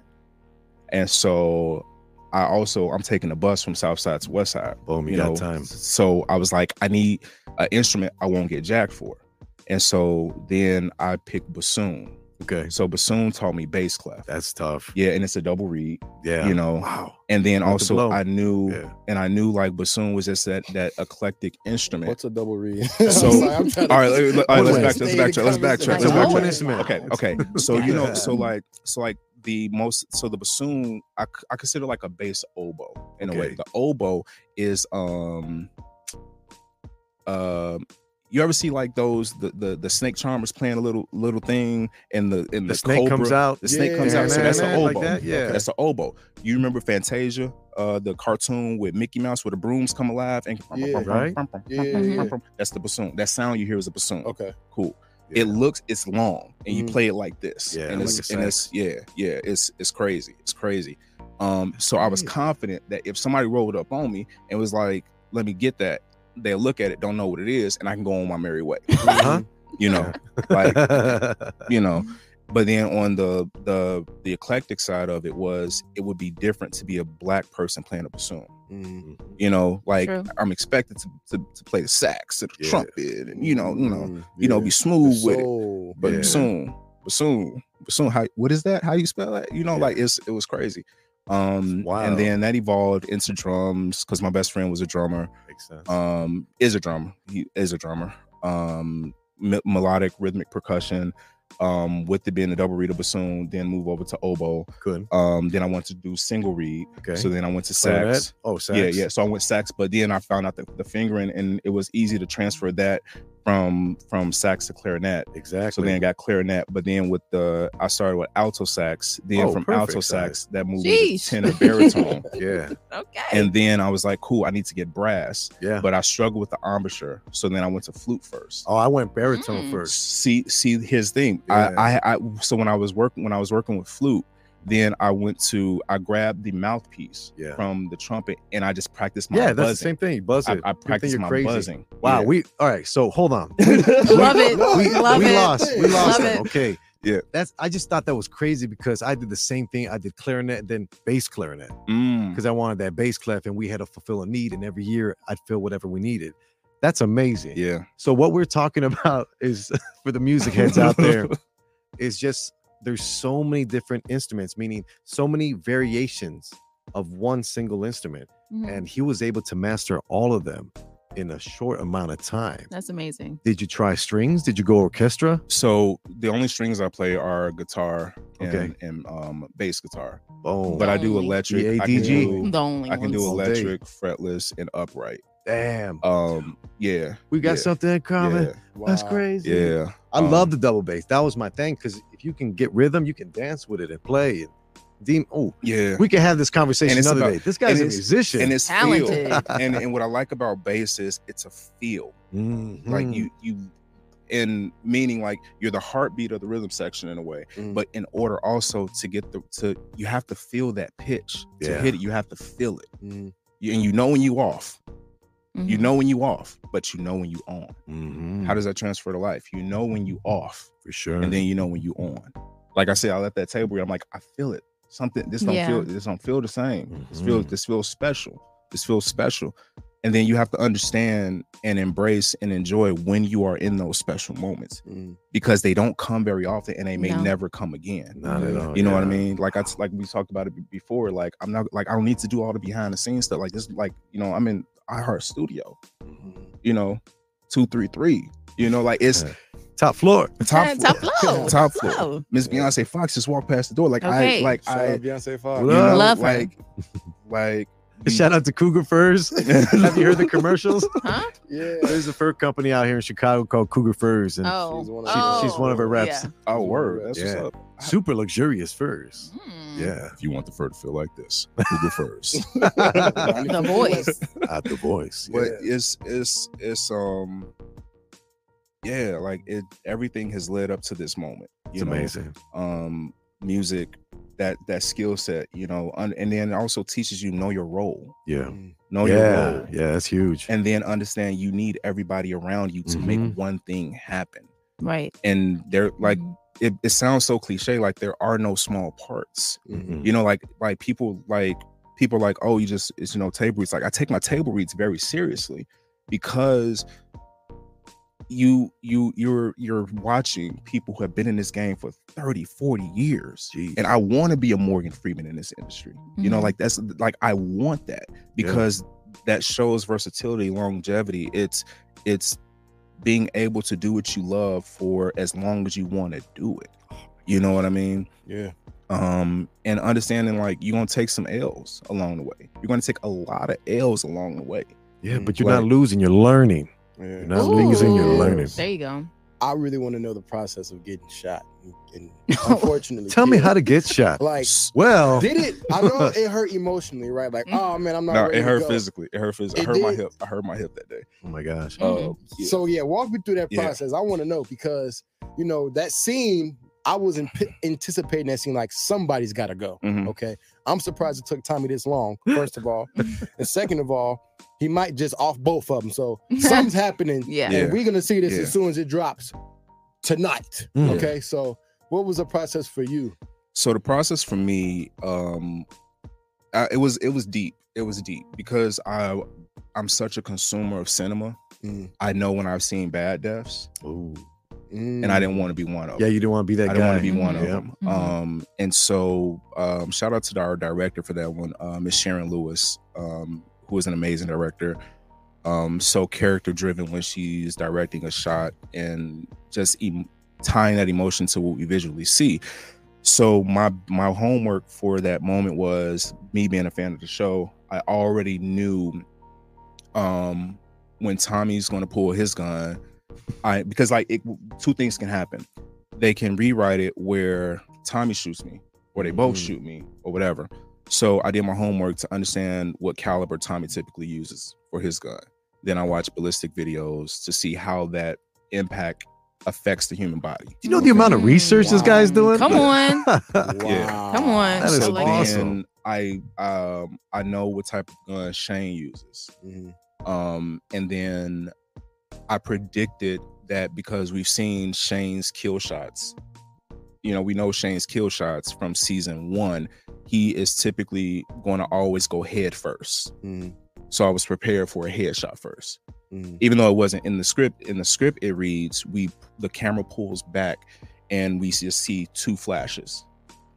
S6: And so I also I'm taking a bus from South Side to West Side
S3: boom, you,
S6: you
S3: got
S6: know,
S3: time.
S6: So I was like, I need an instrument I won't get jacked for. And so then I picked bassoon.
S3: Okay.
S6: So bassoon taught me bass clef.
S3: That's tough.
S6: Yeah, and it's a double reed,
S3: Yeah.
S6: you know.
S3: wow.
S6: And then
S3: Not to
S6: also
S3: blow.
S6: I knew
S3: Yeah.
S6: and I knew like bassoon was just that that eclectic instrument.
S5: What's a double read?
S6: So- all right, let- let- all right, let's backtrack, let's backtrack, let's backtrack,
S4: let's backtrack.
S6: Okay, okay. So
S4: Yeah.
S6: you know, so like so like the most so the bassoon I, c- I consider like a bass oboe in a way.
S3: Okay.
S6: The oboe is um um you ever see like those the the, the snake charmers playing a little little thing and the and
S3: The,
S6: the,
S3: snake
S6: cobra,
S3: comes out.
S6: the snake comes
S5: Yeah,
S6: out so that's the
S5: man,
S6: oboe
S3: Like that? Yeah.
S6: that's the oboe you remember fantasia uh the cartoon with Mickey Mouse where the brooms come alive and
S5: Yeah.
S3: Right?
S5: Yeah, yeah, yeah.
S6: that's the bassoon. That sound you hear is a bassoon.
S5: Okay.
S6: Cool.
S3: Yeah.
S6: It looks it's long and you
S5: Mhm.
S6: play it like this.
S3: Yeah,
S6: And
S3: like
S6: it's
S3: a
S6: and it's yeah, yeah, it's it's crazy. It's crazy. Um so I was
S3: Crazy.
S6: confident that if somebody rolled up on me and was like, let me get that, they look at it, don't know what it is, and I can go on my merry way.
S3: Uh-huh.
S6: You know, like you know but then on the the the eclectic side of it was it would be different to be a black person playing a bassoon
S5: Mhm.
S3: Mm-hmm.
S6: you know like
S4: True.
S6: i'm expected to, to, to play the sax and the
S3: Yeah. Mm-hmm.
S6: trumpet and you know you know
S5: Mhm.
S6: you know
S5: Yeah.
S6: be smooth
S5: The
S6: with it
S5: soul.
S6: but
S3: Yeah.
S6: bassoon bassoon bassoon how what is that how you spell that you know
S3: Yeah.
S6: like it's it was crazy um
S3: wild.
S6: and then that evolved into drums because my best friend was a drummer
S3: Makes sense.
S6: um is a drummer he is a drummer um me- melodic rhythmic percussion um with it being the double reed of bassoon then move over to oboe
S3: Good.
S6: um then i went to do single reed
S3: Okay.
S6: so then i went to
S3: Clarinet?
S6: sax
S3: Oh, sax.
S6: yeah yeah so i went sax but then i found out the, the fingering and it was easy to transfer that from from sax to clarinet
S3: Exactly.
S6: so then I got clarinet, but then with the I started with alto sax. Then
S3: Oh,
S6: from
S3: perfect
S6: alto
S3: size.
S6: sax, that moved to
S4: Sheesh.
S6: tenor baritone.
S3: yeah.
S4: Okay.
S6: and then I was like, cool, I need to get brass
S3: Yeah.
S6: but I struggled with the embouchure. So then I went to flute first.
S3: oh, I went baritone
S4: Mm.
S3: first.
S6: See, see, his thing.
S3: Yeah.
S6: I, I, I, so when I was working, when I was working with flute, then I went to, I grabbed the mouthpiece
S3: Yeah.
S6: from the trumpet, and I just practiced my
S3: Yeah, that's the
S6: buzzing.
S3: same thing. Buzz it.
S6: I, I
S3: Good thing
S6: practiced
S3: you're
S6: my
S3: crazy.
S6: buzzing.
S3: Wow,
S6: Yeah.
S3: we all right. So hold on.
S4: Love it.
S3: we,
S4: Love
S3: we
S4: it.
S3: lost. We lost
S4: Love
S3: him.
S4: it.
S3: Okay.
S6: Yeah.
S3: That's I just thought that was crazy because I did the same thing. I did clarinet, then bass clarinet.
S6: Mm.
S3: Because I wanted that bass clef and we had to fulfill a need, and every year I'd fill whatever we needed. That's amazing.
S6: yeah,
S3: So what we're talking about is for the music heads out there is just there's so many different instruments, meaning so many variations of one single instrument.
S4: Mhm.
S3: And he was able to master all of them in a short amount of time.
S4: That's amazing.
S3: Did you try strings? Did you go orchestra?
S6: So the only strings I play are guitar and,
S3: Okay.
S6: and um, bass guitar,
S3: Oh, E
S6: but I do
S4: Only.
S6: electric. I can
S3: EADG.
S6: do,
S4: The only
S6: I can do
S4: ones.
S3: All day.
S6: electric, fretless, and upright.
S3: damn,
S6: Um, yeah,
S3: we got
S6: yeah,
S3: something in common.
S6: yeah,
S3: That's
S5: Wow.
S3: crazy.
S6: yeah. Um,
S3: I love the double bass. That was my thing because if you can get rhythm, you can dance with it and play. And deem, oh,
S6: Yeah.
S3: we can have this conversation
S6: And it's
S3: another
S6: about-
S3: day. This guy's a
S6: it's-
S3: musician.
S6: And it's
S4: Talented.
S6: feel. and and what I like about bass is it's a feel. Like
S3: Mhm.
S6: you you and meaning like you're the heartbeat of the rhythm section in a way.
S5: Mm.
S6: But in order also to get the to you have to feel that pitch to
S3: Yeah.
S6: hit it. You have to feel it.
S5: Mm.
S6: You- and you know when you off. You
S4: Mhm.
S6: know when you off, but you know when you on.
S3: Mhm.
S6: How does that transfer to life? You know when you off,
S3: for sure.
S6: and then you know when you on. Like I said, I left that table. I'm like, I feel it. Something this don't
S4: Yeah.
S6: feel this don't feel the same. This feels
S3: Mhm.
S6: this feels special. This feels special. And then you have to understand and embrace and enjoy when you are in those special moments
S5: Mm.
S6: because they don't come very often and they may
S4: No.
S6: never come again.
S3: Not at
S4: Mhm.
S3: all.
S6: You know what I
S3: yeah.
S6: mean? Like I like we talked about it be- before. Like I'm not like I don't need to do all the behind the scenes stuff. Like this, like you know, I'm in iHeart Studio.
S5: Mm-hmm.
S6: You know, two three three. You know, like it's
S3: Yeah. Top floor.
S6: top
S4: Yeah,
S6: floor.
S4: top flow.
S6: Top floor.
S4: Flow.
S6: Miss
S5: Yeah.
S6: Beyonce Fox just walked past the door. Like
S4: Okay.
S6: I like
S5: Shout
S6: I
S5: out Beyonce Fox.
S6: you
S3: Love-
S6: know,
S4: Love her.
S6: like like
S3: Shout out to Cougar Furs. Have you heard the commercials?
S4: Huh?
S5: Yeah.
S3: There's a fur company out here in Chicago called Cougar Furs, and
S4: Oh.
S5: she's one of-
S4: oh.
S3: She- she's one of her reps.
S6: Oh word, that's
S3: Yeah.
S6: what's up.
S3: super luxurious furs.
S4: Yeah. Mm.
S3: Yeah,
S6: If you want the fur to feel like this, Google first.
S4: The voice.
S3: at the voice.
S6: But
S3: yeah.
S6: it's it's it's um yeah, like it everything has led up to this moment. You
S3: It's
S6: know?
S3: amazing.
S6: Um music, that that skill set, you know, un- and then it also teaches you know your role.
S3: Yeah,
S5: Mm,
S6: Oh, Know your
S3: yeah,
S6: role.
S3: yeah. That's huge.
S6: And then understand you need everybody around you to
S3: Mhm.
S6: make one thing happen.
S4: Right. Mm-hmm.
S6: And they're like it, it sounds so cliche, like there are no small parts.
S3: Mhm.
S6: you know like like people like people like oh you just it's you know table reads like i take my table reads very seriously because you you you're you're watching people who have been in this game for 30 40 years
S3: Jeez.
S6: and i want to be a morgan freeman in this industry you know
S4: Mhm.
S6: like that's like i want that because that shows versatility longevity it's it's being able to do what you love for as long as you want to do it you know what i mean
S5: Yeah.
S6: um and understanding like you're gonna take some l's along the way you're gonna take a lot of l's along the way
S3: yeah,
S5: Mm,
S3: but you're not
S6: like-
S3: losing. You're learning.
S5: Yeah.
S3: You're not losing. You're
S4: Ooh.
S3: learning.
S4: There you go.
S5: I really want to know the process of getting shot. and- And unfortunately,
S3: Tell me
S5: killed.
S3: how to get shot.
S5: like
S3: Well,
S5: did it? I know it hurt emotionally, right?
S4: Mm.
S5: Like, oh man, I'm not.
S6: No,
S5: ready
S6: it
S5: to
S6: hurt
S5: go.
S6: physically. It hurt physically.
S5: It
S6: I hurt my
S5: did.
S6: hip. I hurt my hip that day.
S3: oh my gosh.
S4: Mhm.
S6: Uh, yeah.
S5: So yeah, walk me through that
S6: Yeah.
S5: process. I want to know because you know that scene. I was in, anticipating that scene like somebody's got to go.
S6: Mhm.
S5: Okay, I'm surprised it took Tommy this long. First of all, and second of all, he might just off both of them. So something's happening,
S4: Mm-hmm. yeah.
S6: Yeah.
S5: and we're gonna see this
S6: Yeah.
S5: as soon as it drops tonight.
S3: Mm.
S5: Okay, so what was the process for you?
S6: so the process for me um I, it was it was deep it was deep because i i'm such a consumer of cinema
S5: Mm.
S6: i know when i've seen bad deaths
S3: Ooh.
S6: and
S5: Mm.
S6: i didn't want to be one of
S3: Yeah,
S6: them
S3: you don't want to be that
S6: Oh.
S3: guy.
S6: i didn't want to be one of
S3: Yep. Mm-hmm.
S6: them
S4: Mhm.
S6: um and so um shout out to our director for that one uh, miss sharon lewis um who is an amazing director um so character driven when she's directing a shot and just em- tying that emotion to what we visually see so my my homework for that moment was me being a fan of the show i already knew um when tommy's going to pull his gun i because like it, two things can happen they can rewrite it where tommy shoots me or they both
S5: Mhm.
S3: Mm-hmm.
S6: shoot me or whatever so i did my homework to understand what caliber tommy typically uses for his gun then i watched ballistic videos to see how that impact affects the human body
S3: You know the amount of research
S6: Mm-hmm.
S3: this guy's doing?
S4: Come on.
S6: Yeah.
S4: Come on.
S3: That is
S6: so
S4: like-
S3: awesome.
S6: then I um I know what type of gun Shane uses.
S5: Mhm.
S6: Um and then I predicted that because we've seen Shane's kill shots. You know, we know Shane's kill shots from season 1. He is typically going to always go head first.
S5: Mhm.
S6: So I was prepared for a headshot first.
S5: Mhm.
S6: Even though it wasn't in the script, in the script it reads we the camera pulls back and we just see two flashes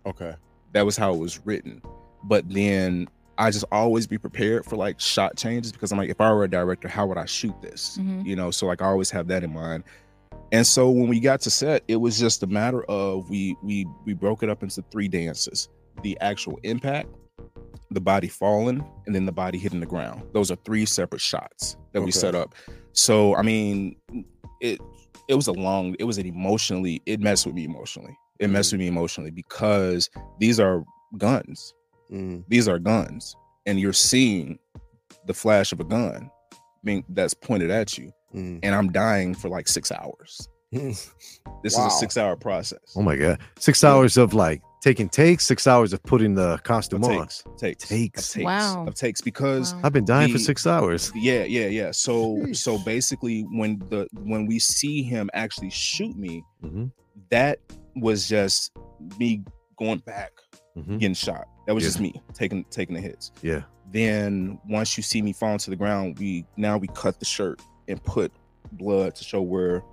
S5: Okay.
S6: that was how it was written. But then I just always be prepared for like shot changes because I'm like, if I were a director, how would I shoot this?
S4: Mhm.
S6: You know, so like I always have that in mind. And so when we got to set, it was just a matter of we we we broke it up into three dances: the actual impact, the body falling, and then the body hitting the ground. Those are three separate shots that
S5: Okay.
S6: we set up. So I mean, it it was a long, it was an emotionally, it messed with me emotionally. It messed with me emotionally because these are guns.
S5: Mhm.
S6: These are guns, and you're seeing the flash of a gun being that's pointed at you,
S5: Mhm.
S6: and I'm dying for like six hours. This
S5: Wow.
S6: is a six-hour process.
S3: Oh my god. Six hours of like taking takes, six hours of putting the costume
S6: Of
S3: on.
S6: takes, takes,
S3: Takes.
S6: of takes,
S4: Wow.
S6: of takes, because
S4: Wow.
S3: I've been dying for
S6: The-
S3: six hours.
S6: yeah, yeah, yeah. So, so
S5: Sheesh.
S6: basically, when the when we see him actually shoot me,
S3: Mhm,
S6: that was just me going back,
S3: mhm.
S6: getting shot. That was
S3: Yeah.
S6: just me taking taking the hits.
S3: Yeah.
S6: Then once you see me falling to the ground, we now we cut the shirt and put blood to show where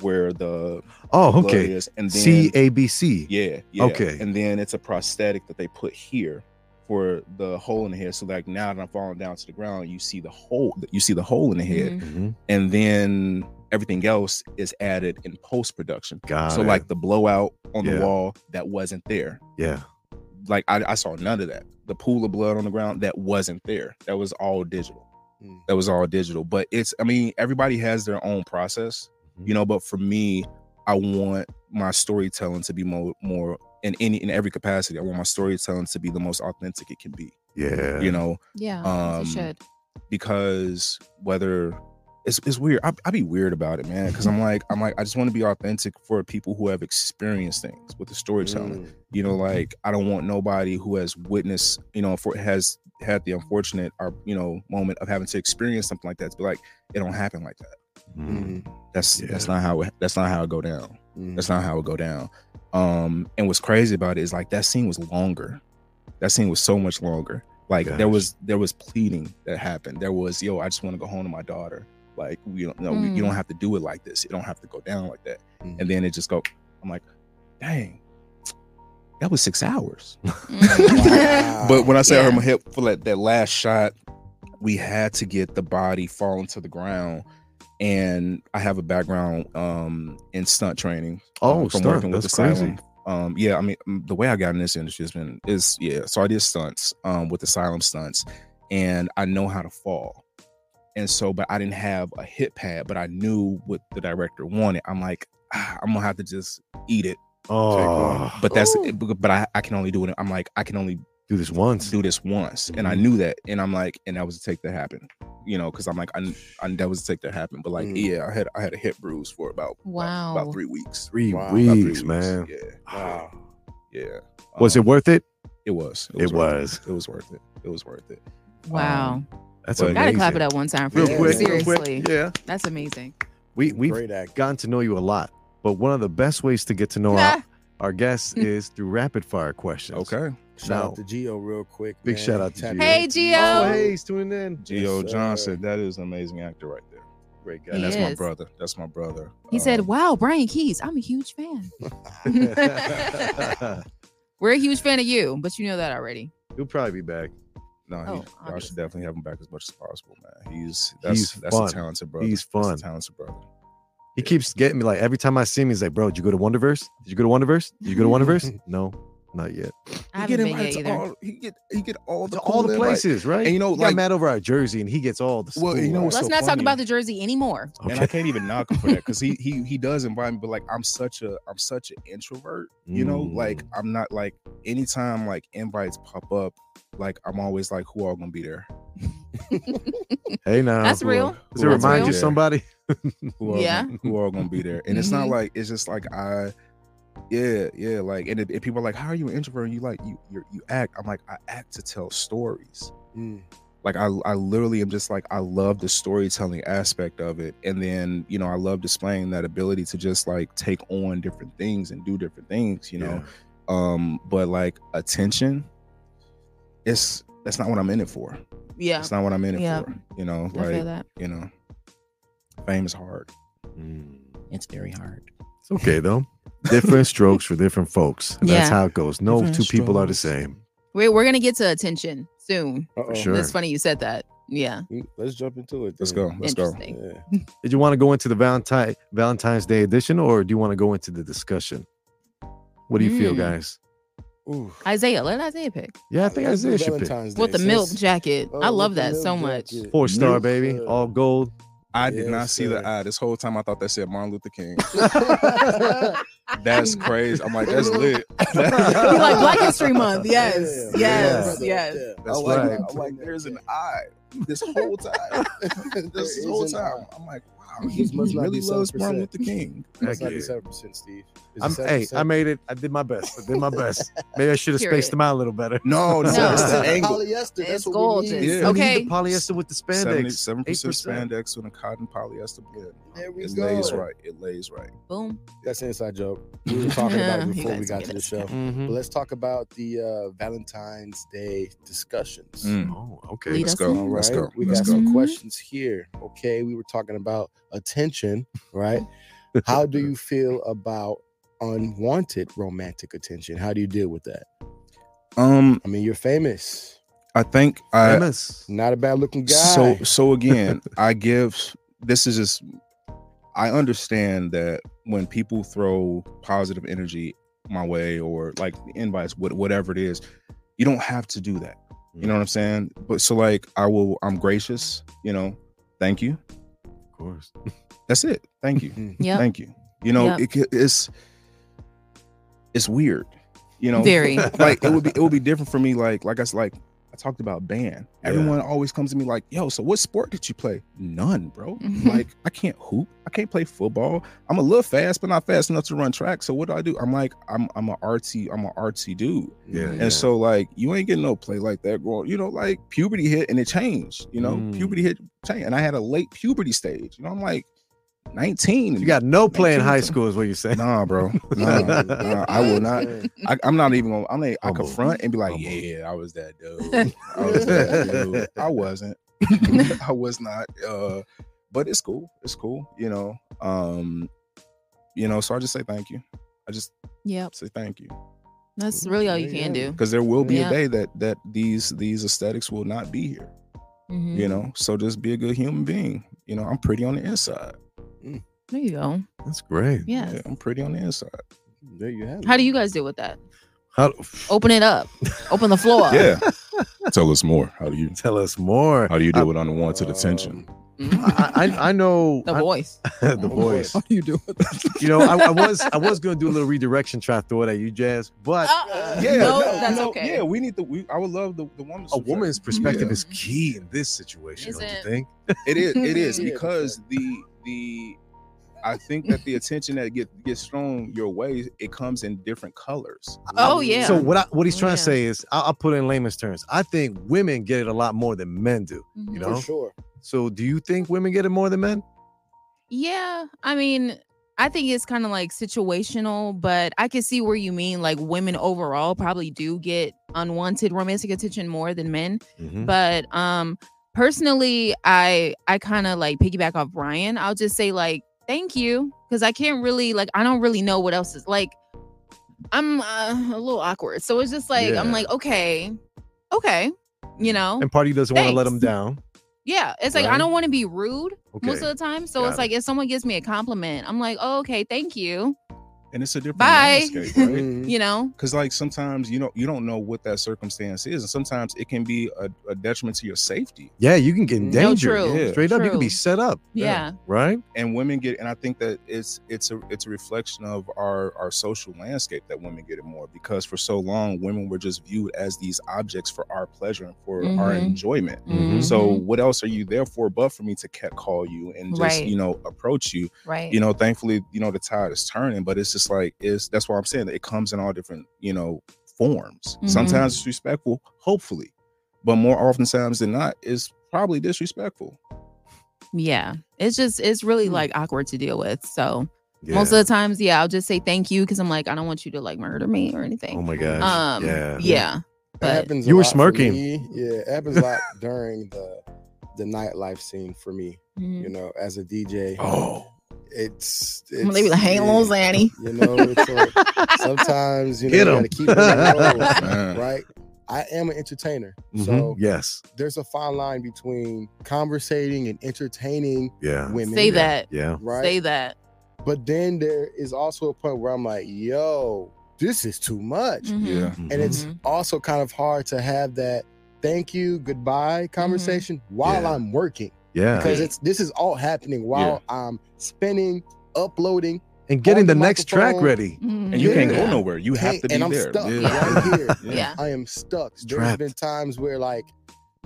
S6: where the
S3: Oh,
S6: blood
S3: okay.
S6: is, and then
S3: C A B C.
S6: yeah, yeah.
S3: Okay.
S6: And then it's a prosthetic that they put here for the hole in the head. So like now that I'm falling down to the ground, you see the hole. You see the hole in the head,
S4: Mhm.
S3: Mhm,
S6: and then everything else is added in post production.
S3: Got
S6: So
S3: it.
S6: like the blowout on
S3: Yeah.
S6: the wall that wasn't there.
S3: yeah.
S6: Like I, I saw none of that. The pool of blood on the ground that wasn't there. That was all digital.
S5: Mm.
S6: That was all digital. But it's I mean everybody has their own process,
S3: Mhm.
S6: you know. But for me, I want my storytelling to be more more in any in every capacity. I want my storytelling to be the most authentic it can be.
S3: Yeah.
S6: You know,
S4: Yeah.
S6: Um,
S4: you should.
S6: because whether it's, it's weird I, I be weird about it man because i'm like i'm like i just want to be authentic for people who have experienced things with the storytelling
S5: Mm.
S6: you know like i don't want nobody who has witnessed you know for has had the unfortunate or you know moment of having to experience something like that to be like it don't happen like that
S3: Mhm.
S6: Mm-hmm.
S5: Mhm.
S6: that's that's
S3: Yeah.
S6: not how it that's not how it go down
S5: Mhm.
S6: that's not how it go down um and what's crazy about it is like that scene was longer that scene was so much longer like
S3: Gosh.
S6: there was there was pleading that happened there was yo i just want to go home to my daughter like we don't no, we- you
S4: Mm.
S6: don't have to do it like this it don't have to go down like that
S5: Mm.
S6: and then it just go i'm like dang that was six hours
S3: Mm-hmm.
S4: Mhm.
S6: but when i say i hurt
S4: Yeah.
S6: my hip for that, that last shot we had to get the body falling to the ground and i have a background um in stunt training
S3: Oh,
S6: um, from
S3: stunt.
S6: working with
S3: That's
S6: Asylum.
S3: crazy.
S6: Um, yeah, I mean mm, the way I got in this industry has been is yeah. So I did stunts um, with Asylum stunts, and I know how to fall. And so, but I didn't have a hit pad, but I knew what the director wanted. I'm like, "Ah, I'm gonna have to just eat it.
S3: Oh,
S6: But that's,
S4: Ooh.
S6: but I, I can only do it. I'm like, I can only
S3: do this once.
S6: do this once and i knew that and i'm like and that was a take that happened you know because i'm like I, kn- I kn- that was a take that happened but like
S5: Mm.
S6: yeah i had i had a hip bruise for about about-
S4: Wow.
S6: about three weeks
S3: Three
S5: Wow.
S6: About three
S3: weeks, man.
S6: yeah
S5: Wow.
S6: yeah
S3: Was it
S6: Um,
S3: worth it?
S6: it was
S3: It
S6: worth it. it was worth it it was worth it
S4: Wow.
S3: That's
S6: But-
S4: Gotta
S3: amazing.
S4: clap it up one time for
S3: Real
S4: you.
S3: quick, real
S4: Seriously.
S3: quick. Yeah,
S4: That's amazing.
S3: we we've
S5: great act.
S3: gotten to know you a lot, but one of the best ways to get to know our, our guests is through rapid fire questions.
S6: okay
S5: Shout out to Gio real quick.
S3: Big
S5: man.
S3: shout out to Gio.
S5: Tap in.
S4: hey,
S3: Oh,
S4: Gio.
S3: hey, he's tuning in.
S6: Gio
S5: Yes, sir.
S6: johnson that is an amazing actor right there
S3: Great guy.
S6: and
S4: He
S6: that's my
S4: is.
S6: brother that's my brother
S4: He said,
S6: Um,
S4: Wow, Brian Keys, I'm a huge fan. We're a huge fan of you, but you know that already.
S3: He'll probably be back.
S6: no
S4: Oh,
S6: he, y'all
S4: obviously.
S6: should definitely have him back as much as possible man he's that's
S3: He's
S6: that's
S3: fun.
S6: a talented brother
S3: He's
S6: That's a
S3: fun.
S6: talented brother
S3: He keeps getting me like every time I see him, he's like, "Bro, did you go to Wonderverse? Did you go to Wonderverse? Did you go to Wonderverse? no, not yet.
S4: I haven't been yet
S6: to
S4: either.
S6: all- he get he get all
S3: To
S6: the
S3: all
S6: cool
S3: the
S6: invite.
S3: places, right?
S6: And you know,
S3: He got
S6: like-
S3: mad over our jersey, and he gets all the.
S6: Well, you
S3: school
S6: know
S3: out.
S6: what's
S4: Let's
S6: so
S4: not talk
S6: funny-
S4: about the jersey anymore.
S6: And I can't even knock him for that because he he he does invite me, but like I'm such a I'm such an introvert, you know.
S3: Mm.
S6: Like I'm not like anytime like invites pop up, like I'm always like, who all gonna be there?
S3: hey, now
S4: That's
S3: who-
S4: real.
S3: Does it
S6: Who all
S3: remind
S6: gonna
S3: you
S6: be there?
S3: somebody?
S6: Who all
S4: Yeah. Mm-hmm.
S6: gonna- who all gonna be there? And it's not like it's just like I, yeah, yeah. Like and if, if people are like, how are you an introvert? And you like you you you act. I'm like I act to tell stories.
S5: Mm.
S6: like I, I literally am just like i love the storytelling aspect of it and then you know i love displaying that ability to just like take on different things and do different things you know um but like attention it's that's not what i'm in it for
S4: Yeah.
S6: it's not what i'm in it
S4: Yeah.
S6: for you know
S4: I feel
S6: like
S4: that.
S6: you know fame is hard
S7: It's very hard.
S3: Mm. It's okay though. Different strokes for different folks. And That's
S4: Yeah.
S3: how it goes. No
S6: Different
S3: two people are the
S6: strokes.
S3: same.
S4: Wait, we're gonna get to attention soon.
S5: Uh-oh.
S3: sure.
S4: That's funny you said that. Yeah.
S5: Mm, Let's jump into it.
S6: let's
S5: then.
S6: go let's go
S4: Interesting.
S5: Yeah.
S3: Did you want to go into the Valentine Valentine's Day edition, or do you want to go into the discussion? What do you feel,
S4: Mm.
S3: guys?
S5: Oof.
S4: Isaiah, let Isaiah pick.
S3: Yeah, I think
S5: Let's do
S3: Isaiah should pick
S5: Valentine's
S4: With
S5: Day.
S4: the milk
S5: Since-
S4: jacket.
S5: Oh,
S4: I
S5: with
S4: love
S5: the
S4: that
S5: milk
S4: so much.
S5: jacket.
S3: four star,
S5: Milk,
S3: baby,
S5: uh,
S3: all gold.
S6: i did not
S5: Yes,
S6: see the
S5: sir.
S6: eye this whole time i thought that said martin luther king that's crazy i'm like that's lit
S4: We like Black History Month. Yes.
S5: Yeah,
S4: Yes.
S5: yeah.
S4: Yes.
S6: That's
S5: I
S6: like,
S5: like-
S3: right.
S5: I
S6: I'm like, there's an eye this whole time. this
S5: There
S6: whole
S5: is an
S6: time.
S5: eye.
S6: I'm like, wow, he
S5: This must not
S6: really
S5: be
S6: loves
S5: 7%.
S6: Martin Luther King.
S5: That's
S3: Heck
S5: not
S3: yeah.
S5: seven percent, Steve. Is it
S3: I'm, hey,
S5: 7%?
S3: I made it. I did my best. I did my best. Maybe I should have
S4: Period.
S3: spaced them out a little better.
S6: No, no,
S4: No.
S6: it's the
S5: It's
S6: angle.
S5: Polyester.
S4: It's
S5: That's what we
S4: gorgeous.
S5: need.
S6: Yeah.
S3: We need the
S4: Okay.
S3: polyester with the spandex.
S6: 77%
S3: 8%.
S6: spandex with a cotton polyester blend.
S5: There we
S6: it
S5: go.
S6: lays right. It lays right.
S4: Boom.
S5: That's an inside joke. We were talking about it
S4: You
S5: before we
S4: guys
S5: got
S4: get
S5: to the
S4: it.
S5: show.
S6: Mm-hmm.
S5: But
S3: Mhm.
S5: let's talk about the uh, Valentine's Day discussions.
S3: Oh, okay.
S4: Lead
S6: Let's
S4: us
S6: go.
S4: in.
S5: Mm. All
S6: Mm, Let's
S5: right,
S6: go.
S5: We
S6: Let's
S5: got
S6: go.
S5: some
S4: Mhm.
S5: questions here. Okay, we were talking about attention, right? How do you feel about unwanted romantic attention? How do you deal with that?
S6: Um,
S5: I mean, you're famous,
S6: I think I
S3: MS.
S5: not a bad looking guy.
S6: so so again, I give this is just I understand that when people throw positive energy my way or like invites, what whatever it is, you don't have to do that. You know what I'm saying? But so like I will I'm gracious, you know, thank you.
S3: Of course.
S6: That's it. Thank you.
S5: Hmm.
S4: Yep.
S6: Thank you. You know,
S4: Yep.
S6: it ca- it's it's weird. You know,
S4: Very.
S6: like it would be it would be different for me. Like like I s- like I talked about band.
S3: Yeah.
S6: Everyone always comes to me like, "Yo, so what sport did you play?" None, bro. like I can't hoop. I can't play football. I'm a little fast, but not fast enough to run track. So what do I do? I'm like I'm I'm a artsy I'm a artsy dude.
S3: Yeah.
S5: Hmm.
S6: And so like you ain't getting no play like that growing. You know, like puberty hit and it changed. You know,
S3: Mm.
S6: puberty hit changed, and I had a late puberty stage. You know, I'm like 19.
S3: You got no play in
S6: Nineteen
S3: high
S6: something.
S3: school, is what you're saying.
S6: Nah, bro. Nah, nah, I will not. I, I'm not even gonna. I'm not, I
S3: Humble.
S6: confront and be like,
S3: Humble.
S6: yeah, I was that dude. I, was that dude. Oh, I wasn't. I was not. Uh, but it's cool. It's cool. You know. Um, you know. So I just say thank you. I just
S4: Yep.
S6: say thank you
S4: That's really all you
S5: Yeah,
S4: can
S5: yeah.
S4: do.
S6: because there will be
S4: Yeah.
S6: a day that that these these aesthetics will not be here.
S4: Mhm.
S6: You know. So just be a good human being. You know. I'm pretty on the inside.
S4: There you go.
S3: That's great.
S4: Yes.
S6: Yeah, I'm pretty on the inside.
S5: there you have it.
S4: How do you guys deal with that?
S3: How,
S4: Open it up. Open the floor.
S6: Yeah. Tell us more. How do you?
S3: tell us more.
S6: How do you
S3: deal
S6: with unwanted
S5: Um, oh,
S3: I, I, I know
S4: The voice.
S3: I, the voice.
S6: How do you do it?
S3: You know, I, I was I was gonna do a little redirection, try to throw it at you, Jazz, but
S4: Uh,
S6: Yeah,
S4: no, that's okay.
S6: Yeah, we need the. We, I would love the the woman's
S4: Oh.
S3: a woman's perspective
S6: Yeah.
S3: is key in this situation.
S4: Is
S3: don't you
S4: it?
S3: think?
S6: It is. It is
S5: Yeah,
S6: because the the. I think that the attention that get, gets thrown your way, it comes in different colors.
S4: Oh yeah.
S3: So what I, what he's trying
S4: Yeah.
S3: to say is, I'll, I'll put it in layman's terms. I think women get it a lot more than men do.
S4: Mhm.
S3: You
S5: For
S3: know.
S5: sure.
S3: So do you think women get it more than men?
S4: Yeah, I mean, I think it's kind of like situational, but I can see where you mean. Like women overall probably do get unwanted romantic attention more than men.
S3: Mm-hmm.
S4: But um personally, I I kind of like piggyback off Brian. I'll just say like thank you because I can't really like I don't really know what else is like. I'm uh, a little awkward, so it's just like I'm
S3: Yeah.
S4: like okay, okay, you know,
S3: And party doesn't want to let them
S4: Thanks.
S3: down.
S4: yeah. It's like I
S3: Right.
S4: don't want to be rude
S3: Okay.
S4: most of the time. So
S3: Got
S4: it's
S3: it.
S4: like if someone gives me a compliment, I'm like, oh, okay, thank you.
S6: And it's a different
S4: Bye.
S6: landscape, right?
S3: Mm.
S5: Mhm.
S4: You know,
S6: because like sometimes you know you don't know what that circumstance is and sometimes it can be a, a detriment to your safety
S3: yeah, you can get in
S5: No,
S3: danger.
S4: true,
S3: yeah. Straight up, you can be
S4: true.
S3: set up.
S4: yeah,
S3: Right.
S6: and women get and i think that it's it's a it's a reflection of our our social landscape that women get it more because for so long women were just viewed as these objects for our pleasure and for our
S4: Mhm.
S6: enjoyment
S3: Mhm.
S6: so
S5: Mm-hmm.
S6: what else are you there for but for me to cat call you and just
S4: Right.
S6: you know approach you
S5: Eh
S4: right,
S6: you know thankfully you know the tide is turning but it's just like it's that's why i'm saying that it comes in all different you know forms
S5: Mm-hmm.
S4: Mhm.
S6: sometimes it's respectful hopefully but more often times than not it's probably disrespectful
S4: yeah. It's just it's
S3: Mm.
S4: really like awkward to deal with. So
S3: Yeah.
S4: most of the times, yeah, I'll just say thank you because I'm like, I don't want you to like murder me or
S3: oh
S4: anything.
S3: my gosh.
S4: um,
S3: yeah.
S4: yeah,
S5: That
S4: but-
S5: happens. a
S3: You were
S5: lot for
S3: smirking.
S5: me. Yeah, it happens a lot during the the nightlife scene for me.
S4: Mhm.
S5: You know, as a DJ,
S6: oh
S5: it's, it's
S4: When they be like, hey,
S5: yeah,
S4: little Zanny.
S5: You know, it's like, sometimes you know
S3: Get 'em.
S5: you gotta keep it in control,
S6: man.
S5: right? I am an entertainer,
S3: Mhm.
S5: so
S3: yes.
S5: there's a fine line between conversating and entertaining
S3: Yeah.
S5: women.
S4: Say that.
S3: Yeah.
S5: right?
S4: Say that.
S5: But then there is also a point where I'm like, yo, this is too much.
S4: Mhm.
S6: yeah
S3: Mm-hmm.
S5: And it's
S4: Mhm.
S5: also kind of hard to have that thank you, goodbye conversation while
S3: Yeah.
S5: I'm working.
S3: yeah.
S5: Because it's this is all happening while I'm spinning, uploading,
S3: and getting
S5: on
S3: the
S5: the
S3: next track
S5: microphone.
S3: ready.
S4: Mhm.
S6: and you can't go
S5: Yeah.
S6: nowhere you have
S5: can't-
S6: to be
S5: and I'm
S6: there
S5: stuck
S6: yeah.
S5: right here.
S6: Yeah.
S4: Yeah.
S5: I am stuck. There's
S3: Trapped.
S5: been times where like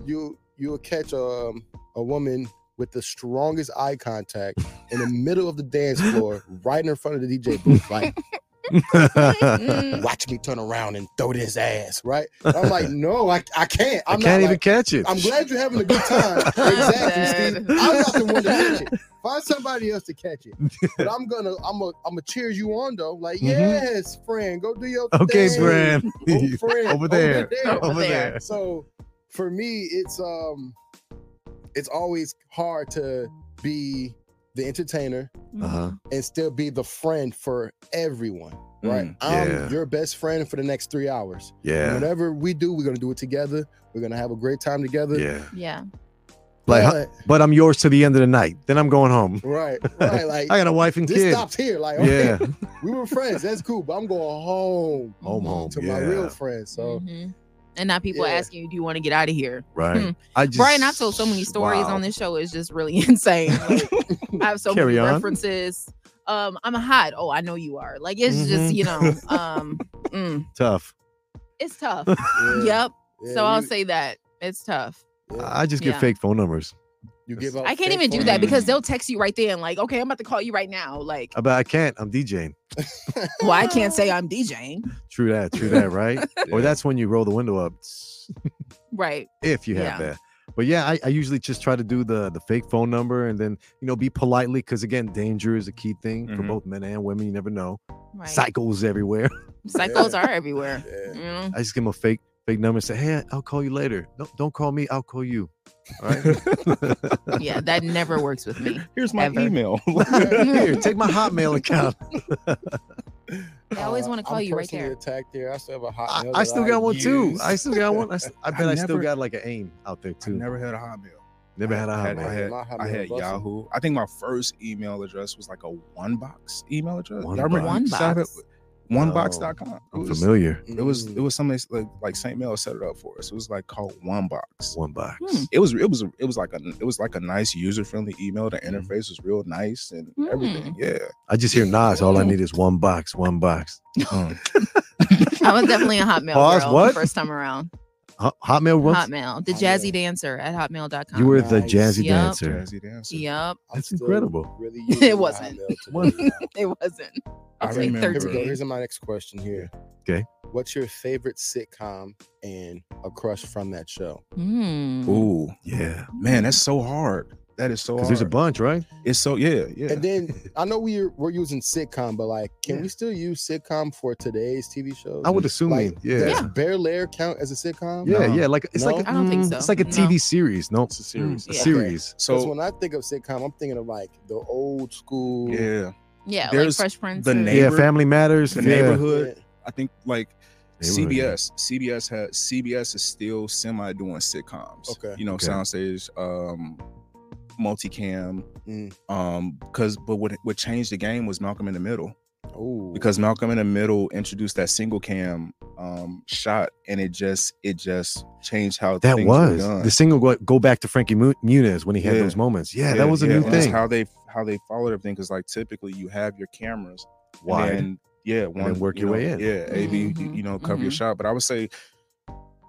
S5: you you'll catch a, a woman with the strongest eye contact in the middle of the dance floor, right in front of the DJ booth, like
S3: Uh-huh.
S4: Mhm.
S5: watch me turn around and throw this ass, right? And I'm like, no, I, I can't.
S3: I
S5: I'm
S3: can't
S5: not
S3: even
S5: like,
S3: catch it.
S5: I'm glad you're having a good time. exactly, Steve. I'm not the one to catch it. Find somebody else to catch it. But I'm gonna, I'm gonna, I'm gonna cheer you on though. Like,
S3: Mhm.
S5: yes, friend, go do your
S3: Okay,
S5: thing.
S3: friend.
S5: Oh, friend,
S3: Over there.
S4: Over there.
S5: So for me, it's um, it's always hard to be the entertainer
S3: Uh-huh.
S4: Mm-hmm.
S5: and still be the friend for everyone. Right,
S6: Mm,
S5: I'm
S3: yeah.
S5: your best friend for the next three hours. And
S3: Yeah.
S5: Whatever we do, we're gonna do it together. We're gonna have a great time together.
S3: Yeah.
S4: Yeah.
S3: Like, huh,
S5: But-
S3: but I'm yours to the end of the night. Then I'm going home.
S5: right, right. Like
S3: I got a wife and
S5: this
S3: kids.
S5: stops here. Like, okay,
S3: Yeah.
S5: we were friends. That's cool. But I'm going home
S3: Home, home.
S5: to my
S3: yeah.
S5: real friends. So
S4: Mhm. Mm-hmm. And now people
S5: Yeah.
S4: asking you, do you want to get out of here?
S3: Right.
S4: Hmm.
S3: I just,
S4: Brian, I've told so many stories
S3: Wow.
S4: on this show. It's just really insane. Like, I have so
S3: Carry
S4: many
S3: on.
S4: references. Um, I'm hot. Oh, I know you are. Like it's
S3: Mhm.
S4: just, you know, um, mm,
S3: Tough.
S4: it's tough.
S5: yeah,
S4: Yep.
S5: yeah,
S4: so I'll
S5: you-
S4: say that it's tough.
S5: yeah,
S3: I just get
S4: Yeah.
S3: fake phone numbers.
S5: you give up.
S4: I can't even do that because they'll text you right there and like, okay, I'm about to call you right now. Like,
S3: I- But I can't. I'm DJing.
S4: well, I can't say I'm DJing.
S3: True that. True that. Right. Or
S6: Yeah.
S3: that's when you roll the window up.
S4: Right.
S3: if you have
S4: Yeah.
S3: that. But yeah, I, I usually just try to do the the fake phone number and then you know be politely because again, danger is a key thing for
S6: Mhm.
S3: both men and women. You never know.
S4: Right.
S3: Cycles everywhere.
S4: Cycles are everywhere.
S5: Yeah.
S4: You know?
S3: I just give them a fake fake number and say, hey, I'll call you later. No, don't call me. I'll call you. All right.
S4: Mm-hmm. Yeah, that never works with me.
S6: here's my
S4: Ever.
S6: email
S3: Here, take my Hotmail account.
S4: They always
S5: Uh,
S4: wanna call
S5: I'm
S4: you right
S5: personally
S4: there.
S5: Attacked there. I still have a hot.
S3: I, I still got one too. I still got one. I, s- I bet I, still
S6: never-
S3: got like an aim out there
S6: i
S3: too. Never,
S6: never had a hotmail
S3: had a
S6: I had-
S3: Hotmail.
S6: I had Yahoo. I think my first email address was like a one box email address.
S3: One
S6: Y'all remember
S4: box.
S6: Shout out- Onebox.com.
S3: I'm
S6: It was-
S3: familiar.
S6: It was
S5: Mm-hmm. Mm.
S6: it was something like like Saint Mel set it up for us. It was like called One Box.
S3: One box.
S4: Hmm.
S6: It was it was it was like a it was like a nice user friendly email.
S5: Mm-hmm.
S6: The interface was real nice and everything. Yeah,
S3: I just hear Nas. All I need is one box. One box.
S5: Oh,
S4: I was definitely a Hotmail
S3: Pause,
S4: girl
S3: what?
S4: the first time around.
S3: Hot- Hotmail. What?
S4: Hotmail, the
S5: Hotmail.
S4: jazzy dancer at hotmail.com.
S3: You were the
S5: Nice.
S3: jazzy
S4: Yup.
S3: dancer.
S6: Jazzy dancer.
S4: Yep,
S5: I'm
S3: That's
S5: still
S3: incredible.
S5: Really using
S4: wasn't.
S5: Hotmail today.
S3: What?
S4: it wasn't.
S6: I
S4: It's like
S6: remember.
S5: Here we go.
S4: 13.
S5: Here's my next question here.
S3: Okay.
S5: What's your favorite sitcom and a crush from that show?
S4: Hmm.
S6: Ooh,
S3: Yeah.
S6: man, that's so hard. That is so hard.
S3: Because there's a bunch, right?
S6: It's so yeah, yeah.
S5: And then I know we're we're using sitcom, but like, can we still use sitcom for today's TV shows?
S3: I would assume.
S5: Like,
S3: yeah.
S5: Does Bear Lair count as a sitcom?
S3: Yeah,
S6: No.
S3: yeah. Like it's like
S5: No?
S4: I don't think
S3: mm,
S4: so.
S3: It's like a
S4: No.
S3: TV series. No,
S6: it's a series.
S3: a
S4: Mm, Yeah.
S3: series.
S5: Because
S6: So
S5: when I think of sitcom, I'm thinking of like the old school.
S6: yeah,
S4: Yeah,
S6: There's
S4: like Fresh Prince.
S6: the
S4: and-
S6: name-
S3: yeah,
S6: Neighbor-
S3: Family Matters.
S6: the
S3: yeah.
S6: neighborhood. I think like
S3: Neighborhood, yeah.
S6: CBS. CBS has CBS is still semi doing sitcoms.
S5: Okay.
S6: You know,
S3: Okay.
S6: soundstage, um, multicam.
S5: Mm.
S6: Um, because but what what changed the game was Malcolm in the Middle.
S5: Oh.
S6: Because Malcolm in the Middle introduced that single cam um shot and it just it just changed how
S3: That
S6: things were
S3: was
S6: done.
S3: the single. Go, go back to Frankie Mu- Muniz when he had
S6: Yeah.
S3: those moments. Yeah, that was a new
S6: and that's
S3: thing.
S6: How they how they followed everything because like typically you have your cameras
S3: Why?
S6: And yeah, one
S3: then work
S6: you
S3: your
S6: know,
S3: way in.
S6: Yeah, AB, you,
S4: Mhm,
S6: you know, cover your
S4: mhm.
S6: shot. But I would say,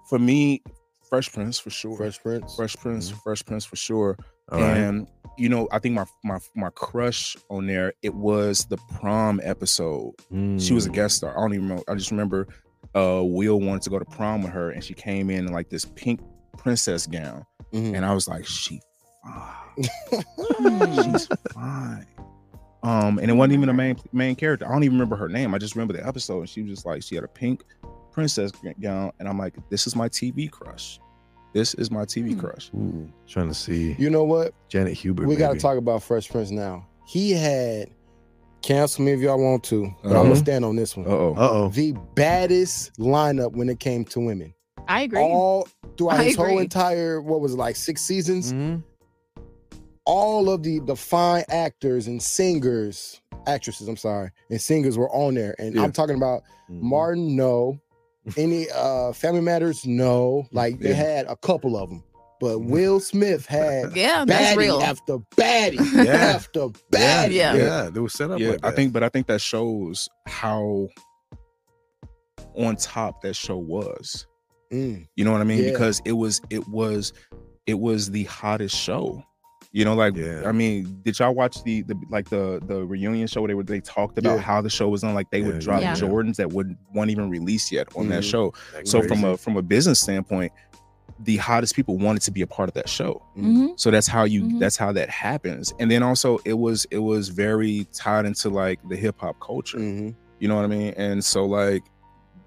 S6: for me, Fresh Prince for sure. Fresh,
S5: Fresh Prince.
S6: Prince, Fresh Prince for sure.
S3: Mm-hmm. All right.
S6: and you know, I think my my my crush on there it was the prom episode. She was a
S3: Mm.
S6: guest star. I don't even know. I just remember uh Will wanted to go to prom with her, and she came in in like this pink princess gown,
S3: Mm-hmm.
S5: Mhm.
S6: and I was like, she fine.
S4: Hmm.
S6: She's fine. Um, and it wasn't even the main main character. I don't even remember her name. I just remember the episode, and she was just like she had a pink princess gown, and I'm like, this is my TV crush. This is my TV
S4: Hmm.
S6: crush.
S3: Ooh, trying to see
S5: You know what?
S3: Janet Hubert.
S5: We got to
S3: maybe.
S5: talk about Fresh Prince now. He had, cancel me if y'all want to, but I'm
S6: Uh-huh.
S5: gonna stand on this one.
S6: Uh oh.
S3: Uh oh.
S5: The baddest lineup when it came to women.
S4: I agree.
S5: All throughout
S4: I
S5: his whole
S4: agree.
S5: entire, what was it, like six seasons,
S3: Mm-hmm.
S5: all of the the fine actors and singers, actresses, I'm sorry, and singers were on there. And
S6: Yeah.
S5: I'm talking about
S3: Mm-hmm.
S5: Martin, no. Any uh Family Matters, no. Like they
S6: Yeah.
S5: had a couple of them, but Will Smith had
S4: yeah, that's real.
S5: baddie after baddie
S6: Yeah.
S5: after baddie.
S4: Yeah.
S3: Yeah, they were set up.
S6: Yeah,
S3: like
S6: I
S3: that.
S6: think, but I think that shows how on top that show was.
S5: Mm,
S6: You know what I mean?
S5: Yeah.
S6: Because it was it was it was the hottest show. You know, like
S3: Yeah.
S6: I mean, did y'all watch the the like the the reunion show where they were they talked about
S5: Yeah.
S6: how the show was on? Like they
S3: Yeah,
S6: would drop
S4: yeah.
S6: Jordans that wouldn't won't even release yet on that
S5: Mhm.
S6: show.
S3: That
S6: So from
S3: crazy.
S6: a from a business standpoint, the hottest people wanted to be a part of that show.
S4: hmm
S6: So that's how you
S4: Mhm.
S6: that's how that happens. And then also it was it was very tied into like the hip hop culture.
S3: Mm.
S5: mhm.
S6: You know what I mean? And so like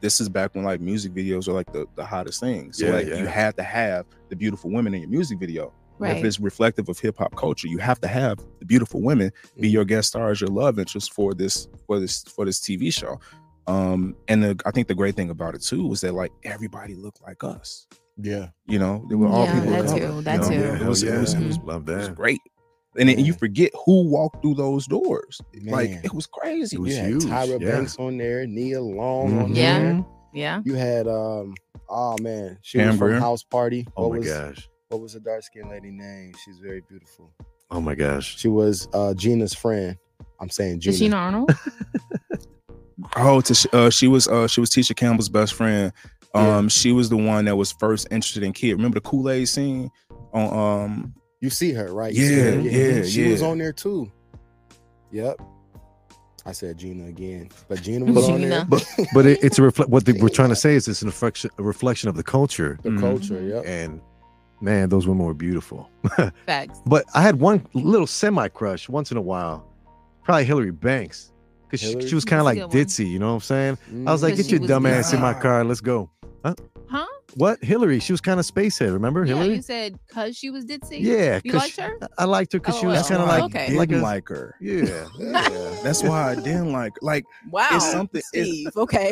S6: this is back when like music videos are like the, the hottest thing. So
S3: Yeah,
S6: like
S3: yeah.
S6: you have to have the beautiful women in your music video. And If
S4: Right.
S6: it's reflective of hip hop culture, you have to have the beautiful women be your guest stars, your love interest for this for this for this TV show. Um and the, I think the great thing about it too was that like everybody looked like us.
S5: Yeah.
S6: You know, they were all
S4: Yeah,
S6: people of
S4: that
S6: color,
S4: too,
S6: you
S4: that
S6: know?
S4: too.
S3: Yeah,
S6: It was,
S3: hell
S6: it was, it
S3: yeah.
S6: was
S3: Love
S6: it was
S3: that.
S6: great. And then
S5: Yeah.
S6: you forget who walked through those doors. Like
S5: Man.
S6: it was crazy.
S3: It was
S5: you had
S3: huge,
S5: Tyra
S3: yeah.
S5: Banks on there, Nia Long on
S3: Mhm.
S4: Yeah.
S5: there.
S4: Yeah.
S5: You had um oh man, she
S6: Pam
S5: was from
S6: Grier.
S5: House Party.
S3: Oh
S5: what
S3: my
S5: was
S3: gosh.
S5: what was the dark skinned lady name? She's very beautiful.
S3: Oh my gosh.
S5: She was uh Gina's friend. I'm saying Gina.
S4: Is she Arnold?
S6: Oh, to, uh, she was uh, she was Tisha Campbell's best friend. Um, she was the one that was first interested in Kid. Remember the Kool Aid scene? On um,
S5: You see her, right? You see
S6: Yeah,
S5: her.
S6: yeah,
S5: She was
S6: yeah.
S5: on there too. Yep. I said Gina again, but Gina was on there.
S4: Gina.
S3: But but it, it's a reflect. What they, we're trying to say is it's an reflection, a reflection of the culture.
S5: The
S6: Mhm.
S5: culture, yep.
S3: Mm-hmm. And man, those women were beautiful.
S4: Facts.
S3: But I had one little semi crush once in a while, probably Hillary Banks, because she,
S5: Hillary?
S3: she was kind of
S4: That's
S3: like
S4: a good one. Mm-hmm.
S3: ditzy. You know what I'm saying?
S5: Mm-hmm.
S3: I was like,
S4: Because
S3: get
S4: she
S3: your
S4: was
S3: dumb ass in my
S6: ditzy.
S3: car. Let's go. Huh?
S4: Huh?
S3: What? Hillary? She was kind of spacehead. Remember
S4: Yeah,
S3: Hillary?
S4: you said because she was ditzy.
S3: yeah.
S4: You
S3: 'cause
S4: liked
S3: she-
S4: her?
S3: I- I liked her because she was
S4: LOL.
S3: kind of
S6: why I
S3: like,
S4: Oh, okay.
S6: didn't
S3: like
S6: like,
S3: a-
S6: her.
S3: yeah.
S6: Yeah, that's why I didn't like her. like
S4: Wow.
S6: It's something- it's-
S4: Steve, okay.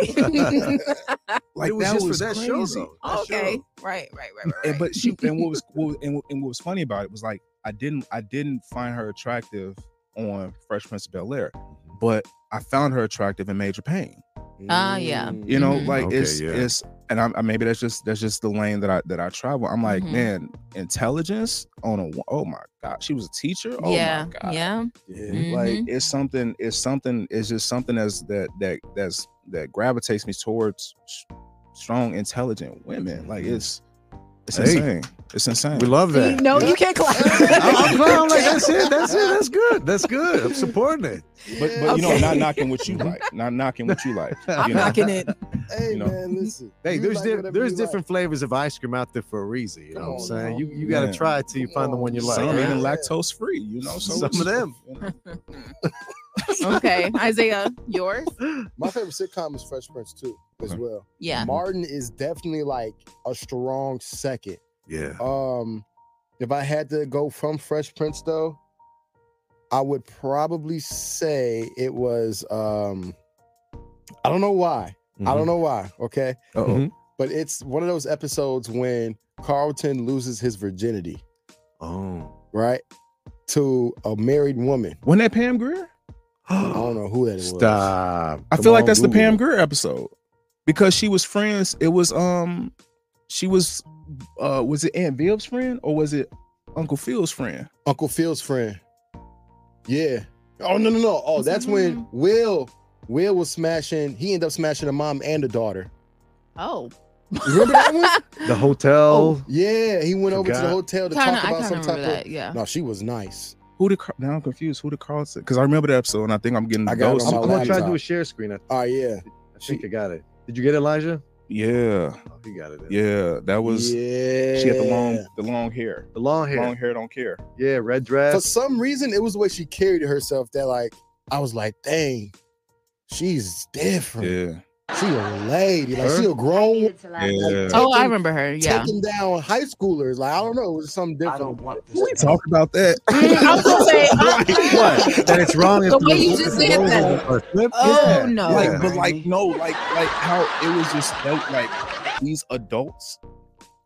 S6: like
S3: It was
S6: that
S3: just for
S6: was
S3: that
S6: crazy.
S3: show, though. That
S4: okay.
S3: show.
S4: Right, right, right, right.
S6: And,
S4: right.
S6: but she and what was what was- and, what- and what was funny about it was like I didn't I didn't find her attractive on Fresh Prince of Bel Air, but I found her attractive in Major Pain.
S4: Ah, yeah.
S5: Mm-hmm.
S6: You know,
S4: Mhm.
S6: like
S3: Mm, Okay,
S6: it's
S3: yeah.
S6: it's and I'm I- maybe that's just that's just the lane that I that I travel. I'm like,
S4: Mhm.
S6: man, intelligence on a wo- oh my god, she was a teacher. Oh
S4: yeah.
S6: my god.
S4: Yeah.
S5: Yeah.
S4: Mhm.
S6: Like it's something, it's something, it's just something that's that that that's that gravitates me towards s- strong, intelligent women. Like it's it's
S3: Hey.
S6: insane. It's insane.
S3: We love that.
S4: No, you can't clap.
S3: I'm, I'm glad. I'm like, that's it. That's it. That's good. That's good. I'm supporting it.
S6: but but you know,
S4: Okay.
S6: not knocking what you like, not knocking what you like.
S3: I'm
S6: you know?
S4: knocking it.
S5: Hey
S6: You know.
S5: man, listen.
S3: Hey,
S5: You
S3: there's
S5: like
S3: di-
S5: whatever
S3: there's
S5: you like.
S3: different flavors of ice cream out there for a reason. You know
S5: Come
S3: what I'm
S5: on
S3: saying?
S5: now.
S3: You you got to
S6: Man.
S3: try till you
S5: Come
S3: find the
S5: on.
S3: one you like.
S6: Some
S5: Yeah.
S6: even lactose free, you know. So
S3: Some of
S6: it's-
S3: them.
S6: you know.
S4: okay, Isaiah, yours.
S5: My favorite sitcom is Fresh Prince too, as
S3: Uh-huh.
S6: Okay.
S5: well.
S4: Yeah.
S5: Martin is definitely like a strong second.
S3: Yeah.
S5: Um, if I had to go from Fresh Prince though, I would probably say it was um I don't know why. I
S3: Mm-hmm.
S5: don't know why, okay?
S6: Uh-oh.
S3: Mhm.
S5: But it's one of those episodes when Carlton loses his virginity,
S3: Oh.
S5: right? To a married woman.
S6: Wasn't that Pam Greer?
S5: I don't know who that was.
S3: Stop.
S6: I
S5: Come
S6: feel like
S5: on,
S6: that's the
S5: Google.
S6: Pam Greer episode because she was friends. It was um, she was uh, was it Aunt Bib's friend or was it Uncle Phil's friend?
S5: Uncle Phil's friend. Yeah. Oh no no no. Oh,
S4: Is
S5: that's
S4: that
S5: when
S4: him?
S5: Will Will was smashing. He ended up smashing a mom and a daughter.
S4: Oh.
S5: Remember that one?
S3: Oh. The hotel.
S5: Yeah, he went over to the
S3: Forgot.
S5: hotel to
S4: Kinda-
S5: talk
S4: I
S5: about
S4: kind
S5: some
S4: of
S5: type
S4: remember
S5: of.
S4: that. Yeah.
S5: No, she was nice.
S6: Who did Car- now I'm confused? Who did Carl say? Because I remember the episode and I think I'm getting
S5: I got it
S6: those.
S5: on
S3: I'm,
S5: my
S3: I'm gonna try to
S5: laptop.
S3: do a share screen. I,
S5: Oh yeah,
S3: I think I got it. Did you get it, Elijah?
S6: yeah,
S3: Oh, you got it. then.
S6: yeah, that was
S5: yeah.
S6: she had the long the long hair.
S3: The long hair.
S6: Long hair don't care.
S3: Yeah. Red
S5: For
S3: dress.
S5: some reason, it was the way she carried herself that like I was like, dang, she's different.
S6: Yeah,
S5: She a lady. Like she
S3: Her?
S5: a grown woman.
S6: yeah.
S4: Oh, I remember her. Yeah.
S5: Taking down high schoolers. Like I don't know, it was something different.
S7: want
S6: We talk about that.
S4: I was gonna say.
S3: What? That it's wrong. if
S4: The way
S3: you-
S4: you just said that.
S3: Or flip?
S4: Oh
S3: Yeah.
S4: no.
S6: like
S3: Yeah.
S6: but like no like like how it was just that, like these adults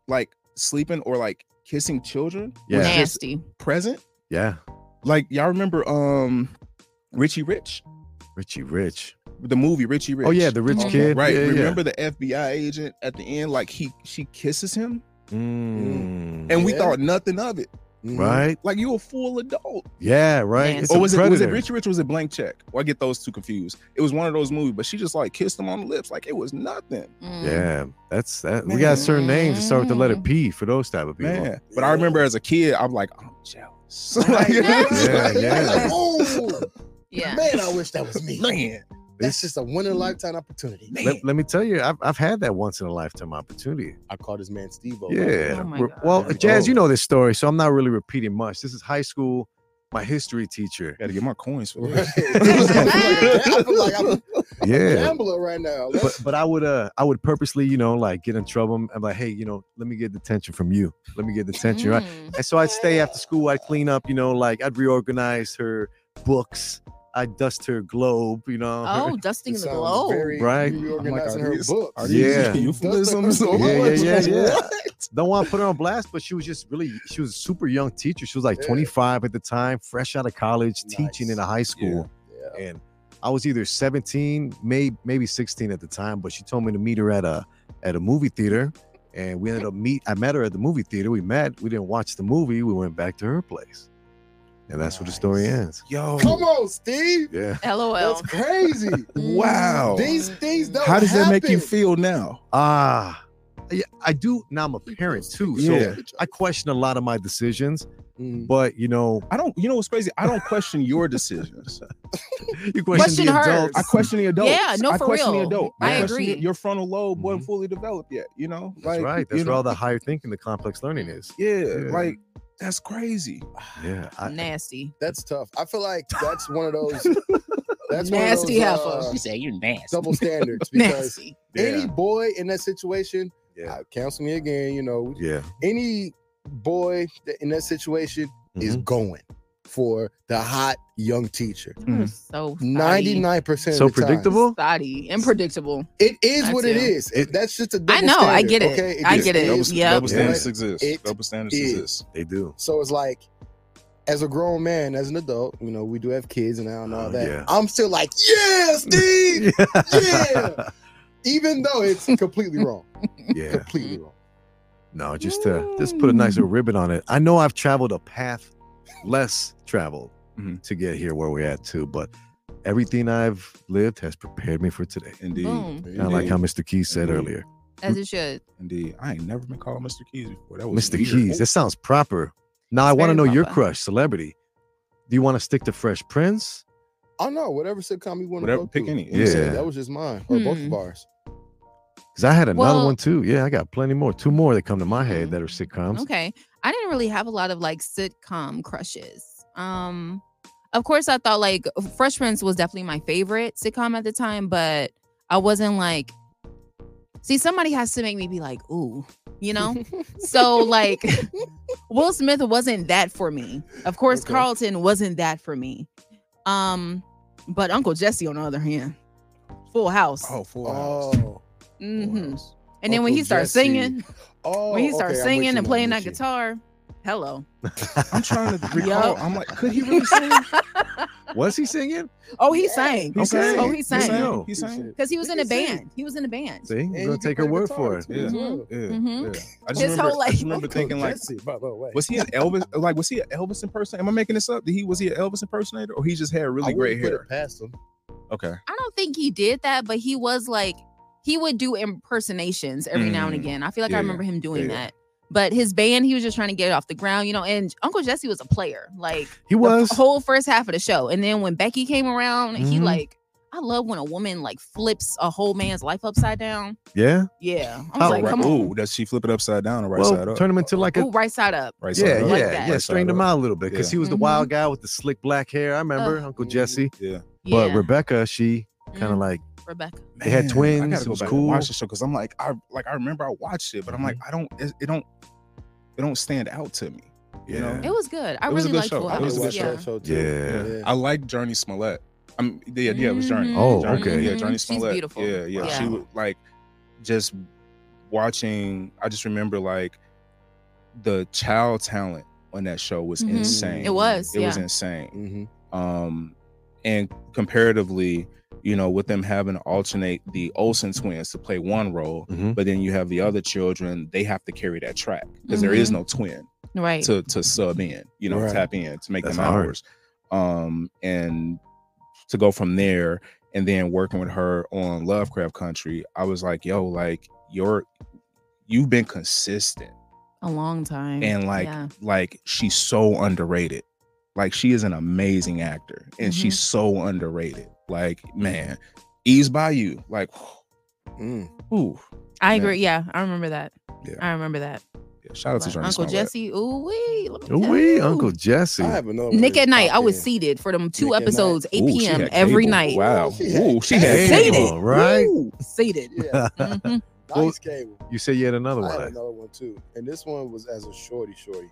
S6: like sleeping or like kissing children
S3: Yeah.
S6: was just
S4: Nasty.
S6: present
S3: Yeah.
S6: like y'all remember um richie rich
S3: Richie Rich.
S6: the movie richie rich Mm-hmm.
S3: Oh yeah, the rich
S4: Mhm.
S3: kid.
S6: right
S3: Yeah, yeah.
S6: remember the fbi agent at the end like he she kisses him
S3: Mm.
S6: and we
S5: Yeah.
S6: thought nothing of it
S5: Mhm.
S3: Right.
S6: like you a full adult
S3: Yeah. Right.
S4: Man.
S3: It's
S6: or
S3: a
S6: was it was it
S3: predator.
S6: richie rich or was it blank check well i get those two confused it was one of those movies but she just like kissed him on the lips like it was nothing
S4: Mm.
S3: Yeah, that's that. We got certain names that start with the letter
S4: Mm.
S3: P for those type of people.
S6: Man, but I remember as a kid, I'm like, I'm jealous. like,
S3: Yeah, yeah.
S5: Oh,
S4: Yeah.
S5: man, I wish that was me.
S6: man,
S5: That's just a one in a lifetime opportunity.
S6: man.
S3: Let, let me tell you, I've, I've had that once in a lifetime opportunity.
S5: I call this man Steve.
S3: Yeah.
S4: Oh my
S3: We're-
S4: God.
S3: well,
S5: There we
S3: Jazz,
S5: go.
S6: Oh.
S3: you know this story, so I'm not really repeating much. This is high school. My history teacher.
S6: gotta get my coins for
S5: Right.
S6: this.
S5: I feel like I'm a
S3: Yeah.
S5: gambler right now.
S3: But but I would uh I would purposely you know like get in trouble. I'm like hey you know let me get detention from you. Let me get detention right.
S4: Mm.
S3: And so I'd stay after school. I'd clean up, you know, like I'd reorganize her books. I'd dust her globe, you know. her-
S4: Oh, dusting
S5: It
S4: the
S5: sounds
S4: globe.
S5: very
S3: Right.
S5: reorganizing
S6: I'm like, are
S5: her
S6: these-
S5: books.
S6: are these
S3: Yeah.
S6: euphemisms or
S3: Yeah,
S6: what?
S3: yeah, yeah, yeah.
S6: What?
S3: Don't want to put her on blast, but she was just really, she was a super young teacher. She was like
S5: Yeah.
S3: 25 at the time, fresh out of college, teaching in
S5: Nice.
S3: a high school.
S5: Yeah.
S3: And I was either 17, may, maybe 16 at the time, but she told me to meet her at a at a movie theater. And we ended up meet. I met her at the movie theater. We met. We didn't watch the movie. We went back to her place, and that's where the story ends.
S6: Yo,
S5: Come on, Steve.
S3: Yeah.
S4: LOL.
S5: That's crazy.
S6: wow.
S5: These things don't
S6: How does that make you
S5: happen.
S6: feel now?
S3: Ah, yeah, I do. Now I'm a parent too, so
S6: Yeah.
S3: I question a lot of my decisions.
S5: Mm.
S3: But you know,
S6: I don't. You know what's crazy? I don't question your decisions.
S3: you question,
S4: Question
S3: the
S4: hers.
S3: adults.
S6: I question the adult.
S4: Yeah, no,
S6: I
S4: for
S6: question
S4: real.
S6: the adult.
S4: I
S6: question
S4: agree.
S6: your- Your frontal lobe wasn't
S3: Mhm.
S6: fully developed yet. You know,
S3: That's right. That's
S6: you
S3: where all
S6: know,
S3: the higher thinking, the complex learning is.
S6: yeah,
S3: Yeah.
S6: like that's crazy.
S3: Yeah, I,
S4: Nasty.
S5: That's tough. I feel like that's one of those. That's
S4: Nasty
S5: one of
S4: heifer.
S5: those, uh,
S7: She said you're nasty.
S5: double standards because
S4: Nasty.
S5: any boy in that situation,
S3: Yeah.
S5: uh, counsel me again. You know,
S3: yeah.
S5: any boy that in that situation
S3: mm-hmm.
S6: Mm-hmm.
S5: is going for the hot young teacher.
S4: Y'all are So
S5: Ninety
S4: nine.
S5: nine percent.
S3: So
S5: of the time.
S3: predictable?
S4: Soddy and predictable.
S5: It is
S4: I
S5: what it
S4: do.
S5: is. It- that's just a double
S4: I know, I
S5: standard,
S4: get it.
S5: Okay?
S4: I
S5: just
S4: get it.
S5: is
S6: Double,
S4: Yep.
S6: double
S3: Yeah.
S6: standards exist.
S5: It
S6: double standards
S5: is.
S6: exist.
S3: They do.
S5: So it's like as a grown man, as an adult, you know, we do have kids and all,
S3: Oh,
S5: all that.
S3: yeah.
S5: I'm still like, yeah, Steve, Yeah. even though it's completely wrong,
S3: yeah.
S5: completely wrong.
S3: No, just to just put a nice little ribbon on it. I know I've traveled a path less traveled
S6: Mhm.
S3: to get here where we're at too, but everything I've lived has prepared me for today.
S6: Indeed.
S4: Boom.
S3: Kind of like how Mr. Keys said
S6: Indeed.
S3: earlier.
S4: As it should.
S6: Indeed. I ain't never been called Mr. Keys before. That was
S3: Mr.
S6: weird. Oh,
S3: Keys, that sounds proper. Now I
S4: It's
S3: want to know
S4: very
S3: your
S4: proper.
S3: crush celebrity. Do you want to stick to Fresh Prince?
S5: Oh no, whatever sitcom you want to
S6: Whatever,
S5: go
S6: pick
S5: to.
S6: any.
S5: You said
S3: Yeah.
S5: that was just mine or both
S4: Hmm.
S5: of ours.
S3: Because I had another
S4: Well-
S3: one too. Yeah, I got plenty more. Two more that come to my head
S4: Mhm.
S3: that are sitcoms.
S4: Okay. I didn't really have a lot of like sitcom crushes. Um of course I thought like Fresh Prince was definitely my favorite sitcom at the time, but I wasn't like See, somebody has to make me be like, "Ooh," you know? so like Will Smith wasn't that for me. Of course
S5: Okay.
S4: Carlton wasn't that for me. Um but Uncle Jesse on the other hand, Full House.
S6: Oh, full house.
S5: Oh,
S4: Mhm.
S6: Full house.
S4: And then when
S5: Uncle
S4: he starts
S5: Jesse.
S4: singing,
S5: oh,
S4: when he starts
S5: okay, I'm with you,
S4: singing
S5: I'm
S4: and playing
S5: with
S4: that
S5: you.
S4: guitar, hello.
S6: I'm trying to recall. I'm like, could he really sing?
S3: Was he singing?
S4: Oh, he
S5: Yeah.
S4: sang.
S3: He sang.
S4: Oh, he
S3: He
S4: sang.
S3: sang.
S6: He sang.
S4: Because he was
S5: He
S4: in a
S5: can sing.
S4: band. He was in a band.
S3: See,
S5: And
S3: we're
S5: you
S3: gonna
S5: can
S3: take
S5: play
S3: her word
S5: guitar
S3: for it.
S5: too
S6: Yeah.
S5: as
S4: Mhm.
S5: well.
S6: Yeah,
S4: Mhm.
S6: yeah. I just
S4: His
S6: remember,
S4: whole,
S6: I
S4: like-
S6: just remember
S5: Uncle
S6: thinking like,
S5: Jesse, by the way.
S6: was he an Elvis? uh, Like, was he an Elvis impersonator? Am I making this up? Did he was he an Elvis impersonator, or he just had
S5: I
S6: really
S5: wouldn't
S6: great
S5: put
S6: hair?
S5: it Past him.
S6: Okay.
S4: I don't think he did that, but he was like, he would do impersonations every now and
S6: Mm.
S4: again. I feel like I
S6: Yeah, yeah.
S4: remember him doing
S6: Yeah, yeah.
S4: that. But his band, he was just trying to get it off the ground, you know. And Uncle Jesse was a player, like
S3: He
S4: the
S3: was.
S4: whole first half of the show. And then when Becky came around, he
S6: Mm-hmm.
S3: Mhm.
S4: like, I love when a woman like flips a whole man's life upside down.
S3: yeah.
S4: Yeah, I
S3: Oh,
S4: was like,
S3: right.
S4: come on,
S6: Ooh, does she flip it upside down or right side
S3: well,
S6: up?
S3: turn him into like a
S4: Ooh, right side up.
S6: right side
S3: yeah,
S6: up.
S3: yeah,
S4: like that.
S3: yeah.
S6: Right
S3: Straighten
S6: side
S3: him
S6: up.
S3: out a little bit because
S6: Yeah.
S3: he was the wild guy with the slick black hair. I remember Uncle
S5: Mhm.
S3: Jesse,
S6: Yeah.
S3: but
S4: Yeah.
S3: Rebecca, she kind
S4: Mm,
S3: of like
S4: Rebecca.
S3: They had twins,
S6: I gotta
S3: it
S6: go
S3: was
S6: back
S3: cool. Mm-hmm.
S6: and watch the show because I'm like, I like I remember I watched it, but I'm like, I don't, it, it don't, it don't stand out to me.
S3: yeah,
S6: You know?
S4: It was good. I
S6: It was a
S4: really
S6: good
S4: liked
S6: show.
S4: Full
S6: It
S5: I
S6: was
S4: House,
S6: a good
S5: watched
S4: yeah.
S5: that show too.
S3: Yeah.
S6: I like Journey Smollett. I'm yeah, yeah, it was Journey.
S4: Mhm.
S3: Oh,
S6: Journey,
S3: okay.
S6: Yeah,
S4: Mhm.
S6: Journey
S4: She's
S6: Smollett.
S4: beautiful.
S6: Yeah, yeah. She
S4: Wow.
S6: would like just watching. I just remember like the child talent on that show was
S4: Mhm.
S6: insane.
S4: It was.
S6: It
S4: yeah.
S6: was insane.
S5: Mm-hmm.
S6: Um, and comparatively, you know, with them having to alternate the Olsen twins to play one role,
S3: Mhm.
S6: but then you have the other children. They have to carry that track because there is
S4: Mhm.
S6: no twin
S4: right.
S6: to to sub in, you know,
S5: Right.
S6: tap in to make
S3: That's
S6: them
S3: hard.
S6: hours. Um, and to go from there and then working with her on Lovecraft Country, I was like, yo, like you're you've been consistent
S4: a long time.
S6: and like
S4: yeah.
S6: like she's so underrated. Like she is an amazing actor
S4: Mm-hmm.
S6: and she's so underrated. Like, man, ease by you. Like,
S5: Mm.
S6: ooh.
S4: I
S6: yeah.
S4: agree. Yeah, I remember that.
S6: Yeah.
S4: I remember that.
S6: Yeah, shout out to
S4: Like,
S6: Johnny
S4: Uncle
S6: Smollett.
S4: Jesse. Ooh wee. let me tell
S3: Ooh-wee,
S4: you.
S3: Uncle Jesse.
S5: I have another. one
S4: Nick
S5: that
S4: at night. I
S5: popped
S4: was
S5: in.
S4: seated for them two
S5: Nick at Night.
S4: episodes,
S6: Ooh,
S4: 8
S6: she
S4: p.m.
S6: had
S4: every
S6: cable.
S4: night.
S6: Wow.
S5: She had
S6: Ooh, she had
S4: cable,
S6: cable.
S3: right?
S6: Ooh.
S4: Seated.
S5: Yeah,
S4: Mhm.
S3: Well,
S5: nice cable.
S3: You said you had another
S5: I had
S3: one.
S5: another one too, and this one was as a shorty, shorty.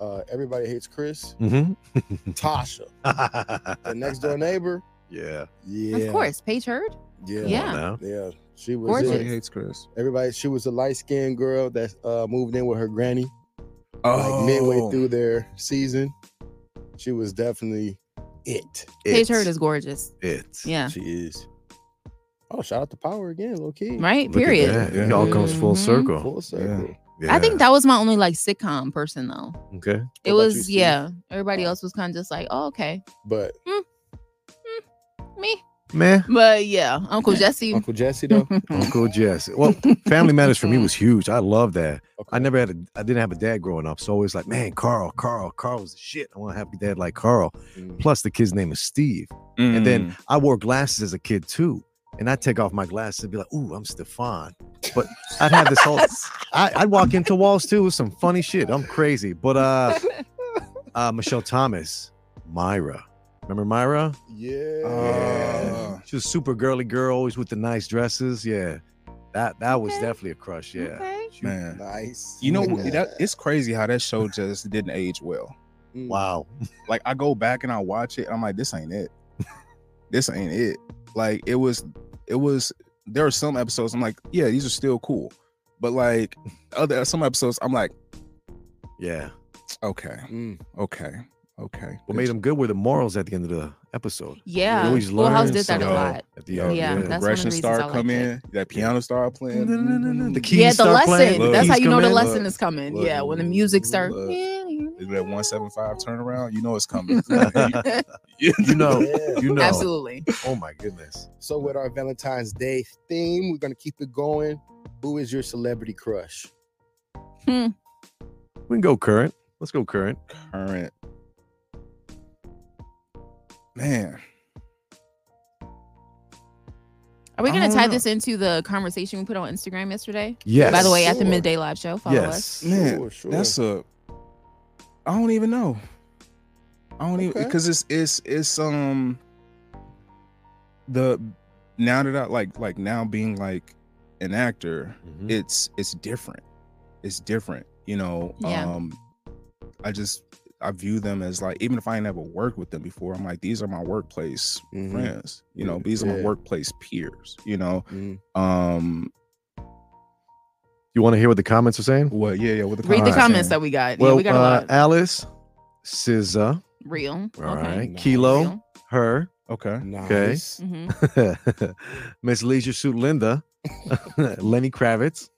S5: Uh, everybody hates Chris. Tasha,
S3: Mm-hmm.
S5: the next door neighbor.
S3: yeah.
S5: Yeah,
S4: Of course. Paige Heard.
S5: Yeah,
S3: Come on
S4: Yeah.
S3: now.
S5: yeah. She was
S4: Gorgeous.
S5: it.
S6: Everybody hates Chris.
S5: everybody. She was a light skinned girl that uh, moved in with her granny.
S6: Oh.
S5: Like midway through their season, she was definitely it.
S3: It.
S4: Paige Heard is gorgeous.
S3: it.
S4: Yeah.
S5: She is. Oh, shout out to Power again, low key.
S4: Right?
S3: Look at
S4: Period.
S3: that. It all comes full
S4: Mhm.
S3: circle.
S5: Full circle.
S4: I think
S3: Yeah.
S4: that was my only like sitcom person though.
S3: Okay.
S4: It
S5: about you,
S4: was
S5: Steve?
S4: yeah. Everybody
S5: Uh,
S4: else was kind of just like, oh okay,
S5: But
S4: me.
S3: Man,
S4: But yeah, Uncle Jesse.
S5: Uncle Jesse though,
S3: Uncle Jesse. Well, Family Matters for me was huge. I love that. I
S5: Okay.
S3: never had a, I didn't have a dad growing up, so always like, man, Carl, Carl, Carl was the shit. I want to have a dad like Carl.
S5: Mm.
S3: Plus, the kid's name is Steve. And then I wore glasses as a kid too. And I'd take off my glasses and be like, ooh, I'm Stefan. But I'd have this whole I, I'd walk into walls too with some funny shit. I'm crazy. But uh uh Michelle Thomas, Myra. Remember Myra?
S5: Yeah.
S6: Uh,
S3: She was a super girly girl, always with the nice dresses. Yeah. That that was
S4: Okay.
S3: definitely a crush. Yeah.
S4: Okay.
S3: She-
S6: man,
S5: nice.
S6: you know
S5: Yeah.
S6: that it's crazy how that show just didn't age well.
S5: Mm.
S3: Wow.
S6: Like I go back and I watch it, and I'm like, this ain't it. this ain't it. Like it was, it was. There are some episodes I'm like, yeah, these are still cool, but like other some episodes I'm like,
S3: Yeah.
S6: okay,
S5: Mm.
S6: okay, Okay.
S3: What made them good were the morals at the end of the episode.
S4: Yeah.
S3: always
S4: Full House
S3: learn
S4: did that a
S3: something.
S4: lot.
S3: At the end, yeah.
S4: Yeah, that's- one of the
S6: Russian
S4: reasons I
S6: star
S4: like
S6: come
S4: it.
S6: in, that piano star playing. mm,
S3: No, no, no, no, the key-
S4: yeah,
S3: keys
S4: the
S3: start
S4: lesson.
S3: playing.
S6: Look,
S4: That's how
S3: keys
S4: you know
S3: come
S4: the
S3: in.
S4: lesson
S6: Look,
S4: is coming.
S6: look,
S4: yeah, when the music starts.
S6: look. Is that one seven five turnaround? You know it's coming. you,
S3: You know,
S5: Yeah.
S3: you know.
S4: Absolutely.
S3: Oh my goodness.
S5: So with our Valentine's Day theme, we're gonna keep it going. Who is your celebrity crush?
S3: We can go current. Let's go current.
S6: current. Man,
S4: Are we
S6: I
S4: going
S6: don't
S4: to tie
S6: know.
S4: this into the conversation we put on Instagram yesterday?
S3: Yes.
S4: By the way, at the
S5: Sure.
S4: midday live show, follow
S3: yes.
S4: us.
S3: Mm-hmm.
S6: man,
S5: Sure, sure.
S6: that's a. I don't even know. I don't even
S5: Okay.
S6: because it's it's it's um. The now that I like like now being like an actor,
S5: Mm-hmm.
S3: Mhm.
S6: it's it's different it's different you know
S4: Yeah.
S6: um i just i view them as like even if i ain't ever worked with them before i'm like these are my workplace
S5: Mhm.
S6: friends you know
S5: Yeah.
S6: these are my
S5: Yeah.
S6: workplace peers you know
S5: Mhm.
S6: um
S3: You want to hear what the comments are saying?
S6: what yeah yeah with the
S4: Read the
S6: comments,
S4: comments
S6: man.
S4: that we got. yeah,
S3: Well,
S4: we got a lot.
S3: uh, Alice, SZA,
S4: real.
S3: all
S4: okay.
S3: right,
S6: Nice.
S3: Kilo, her,
S6: okay
S5: Nice.
S4: hmm
S3: Miss Leisure Suit Linda, Lenny Kravitz,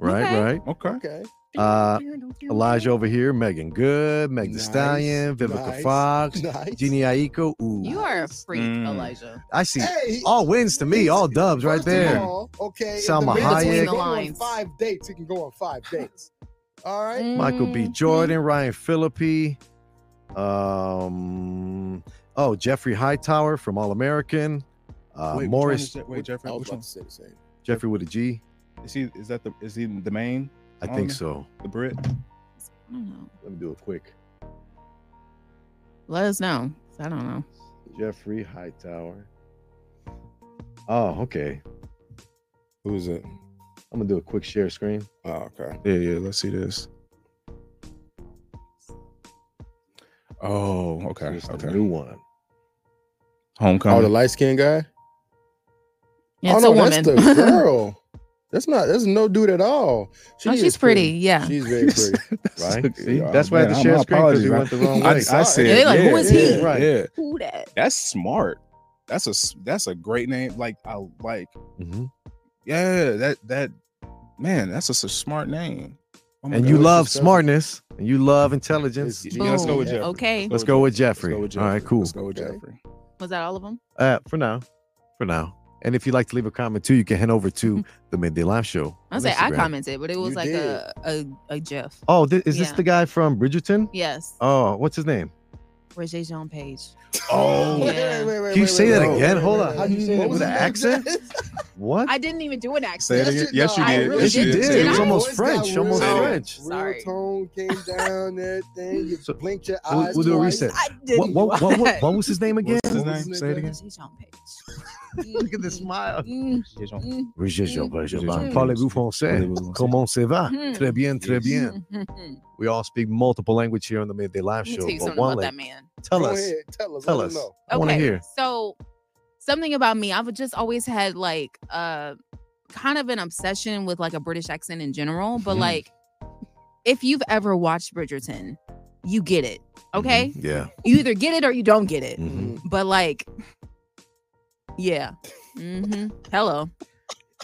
S3: right,
S4: Okay.
S3: right.
S6: okay
S5: Okay.
S3: Uh, Elijah over here, Megan Good, Meg The
S5: Nice,
S3: Stallion, Vivica
S5: nice.
S3: Fox,
S5: Nice.
S3: Jeannie Aiko. Ooh,
S4: You are a freak,
S6: Mm.
S4: Elijah.
S3: I see
S5: Hey,
S3: all wins to me, all dubs right
S5: first of
S3: there.
S5: all, okay. if
S3: Salma
S5: the man
S3: Hayek.
S5: can
S3: Between
S5: Go
S4: the
S5: on
S4: lines.
S5: five dates. He can go on five dates. All right.
S3: Michael B.
S4: Mhm.
S3: Jordan, Ryan Philippi, um, oh Jeffrey Hightower from All American, uh,
S6: Wait, which one is
S3: Morris
S6: that? wait jeffrey
S5: I was
S6: which
S5: about
S6: one?
S5: to say the same.
S3: Jeffrey with a G,
S6: is he is that the is he the main
S3: I
S6: All
S3: think
S6: Amer-
S3: so.
S6: the brit
S4: I don't know.
S3: Let me do it quick.
S4: Let us know. I don't know.
S3: Jeffrey Hightower. Oh, okay.
S5: Who is it?
S3: I'm gonna do a quick share screen.
S5: Oh, okay.
S6: yeah yeah let's see this oh
S3: So
S6: okay
S3: it's the
S6: okay
S3: new one.
S5: Oh, the
S6: homecoming
S5: light skinned guy.
S4: Yeah,
S5: oh
S4: it's
S5: no,
S4: a woman.
S5: that's the girl. That's not. That's no dude at all. She
S4: No,
S5: is
S4: Oh, she's pretty. Yeah.
S5: She's very pretty.
S3: Right? See, that's why I had to
S6: man,
S3: share
S6: my
S3: screen because we
S6: apologies, I-
S3: went the wrong
S6: I,
S3: way.
S6: I said,
S4: They're like,
S6: yeah,
S4: who is he?
S6: yeah, Right. Yeah,
S4: Who that?
S6: that's smart. That's a s- that's a great name. Like I like.
S3: Mhm.
S4: Mm-hmm.
S6: Yeah, that that man, that's just a smart name. Oh my
S3: And
S6: God,
S3: you
S6: it's
S3: love
S6: just-
S3: smartness and you love intelligence.
S5: It's-
S6: Yeah, let's go with
S4: Boom.
S6: Jeffrey.
S4: Okay.
S3: Let's go with Jeffrey.
S6: Let's go with
S3: All right,
S6: Jeffrey.
S3: cool.
S6: Let's go with
S5: Okay.
S6: Jeffrey.
S4: Was that all of them?
S3: Uh, for now, for now. And if you'd like to leave a comment too, you can head over to the Midday Live Show.
S4: Mm-hmm. I
S3: on
S4: was like, I
S3: Instagram.
S4: commented, but it was
S5: You
S4: like
S5: did.
S4: a, a a GIF.
S3: Oh, thi- is this
S4: Yeah.
S3: the guy from Bridgerton?
S4: Yes.
S3: Oh, what's his name?
S4: Roger Jean Page.
S3: Oh,
S5: Wait,
S4: Yeah.
S5: wait, wait,
S3: Can you
S5: wait,
S3: say
S5: wait,
S3: that
S5: wait,
S3: again?
S5: wait,
S3: Hold
S5: wait,
S3: on.
S5: wait.
S3: How'd you say
S5: What
S3: that?
S5: was
S3: With an
S5: his name?
S3: accent? What?
S4: I didn't even do an accent.
S6: Say it
S5: Yes,
S6: again.
S5: you-
S6: Yes, you
S5: no, I
S6: did.
S4: really
S6: Yes, you
S4: did.
S6: did.
S4: Did I?
S3: It's
S4: Your
S3: almost
S5: voice
S3: French.
S5: got
S3: You're almost
S4: real-
S3: French.
S5: Real
S4: Sorry.
S5: tone came down, everything. You
S3: So,
S5: blinked your
S3: we'll-
S5: eyes.
S3: we'll do a
S5: twice.
S3: reset.
S4: I
S3: What,
S4: didn't.
S3: what, what, what, what was his name again?
S6: What's his
S5: What was
S6: name?
S5: his
S6: Say it
S5: name?
S6: again.
S4: Roger Jean Page.
S3: Look at the smile.
S4: Mm,
S6: Jean-
S4: mm,
S3: Roger, Roger,
S6: Mm.
S3: Parlez-vous français?
S6: Parlez-vous français?
S3: Comment ça va?
S4: Mm.
S3: Très bien, très
S6: Yes.
S3: bien.
S4: mm, mm, mm.
S3: We all speak multiple language here on the Midday Live
S4: Let me
S3: Show.
S4: tell you
S3: But
S4: something
S3: one,
S4: about
S3: lang-
S4: that man.
S3: tell
S5: Go
S3: us,
S5: ahead, Tell us.
S3: tell
S5: let
S3: us.
S5: know.
S3: I want to hear.
S4: So something about me, I've just always had like uh kind of an obsession with like a British accent in general, but
S3: Mm-hmm.
S6: Mhm.
S4: like if you've ever watched Bridgerton, you get it. Okay?
S3: Mhm. Yeah.
S4: You either get it or you don't get it.
S5: Mm-hmm.
S3: Mhm.
S4: But like yeah. hmm Hello.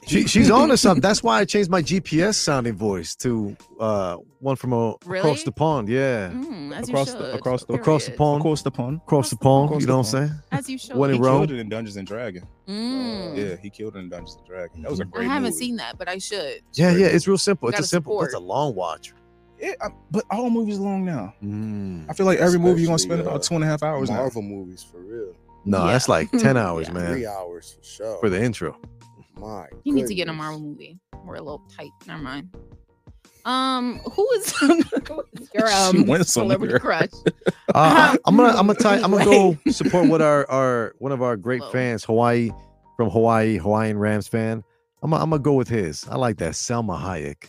S3: She, she's on to something. That's why I changed my GPS sounding voice to uh, one from a, across
S4: Really?
S3: the pond. Yeah.
S4: Mm, as
S6: Across
S4: you
S6: the-
S4: should,
S6: across the-
S3: Across the
S4: period.
S3: pond.
S6: Course the pun.
S3: Across the pond. you know what I'm saying?
S4: As you should.
S3: When
S6: He
S3: it Rome.
S6: killed it in Dungeons and Dragons.
S4: Mm.
S6: Yeah, he killed it in Dungeons and Dragons. That was a
S4: I
S6: great
S4: haven't
S6: movie.
S4: seen that, but I should.
S3: Yeah, yeah.
S6: Great movie.
S3: It's real simple. It's a
S4: Gotta
S3: simple. It's a
S4: support.
S3: long watch.
S6: Yeah, I- but all movies long now.
S3: Mm.
S6: I feel like every movie you're gonna spend
S5: Especially,
S6: about
S5: uh,
S6: two and a half hours now.
S5: Marvel movies for real.
S3: No,
S4: Yeah.
S3: that's like ten hours,
S4: Yeah.
S3: man,
S5: Three hours for sure.
S3: for the intro.
S5: My
S4: You need to get a
S5: goodness.
S4: Marvel movie. We're a little tight. Never mind. Um, who is, who is your
S6: She
S4: um
S6: went
S4: celebrity crush?
S6: somewhere.
S3: Uh, I'm gonna, I'm gonna, tie, I'm gonna
S4: Anyway.
S3: go support what our, our one of our great
S4: Whoa.
S3: fans, Hawaii from Hawaii, Hawaiian Rams fan. I'm, gonna- I'm gonna go with his. I like that Selma Hayek.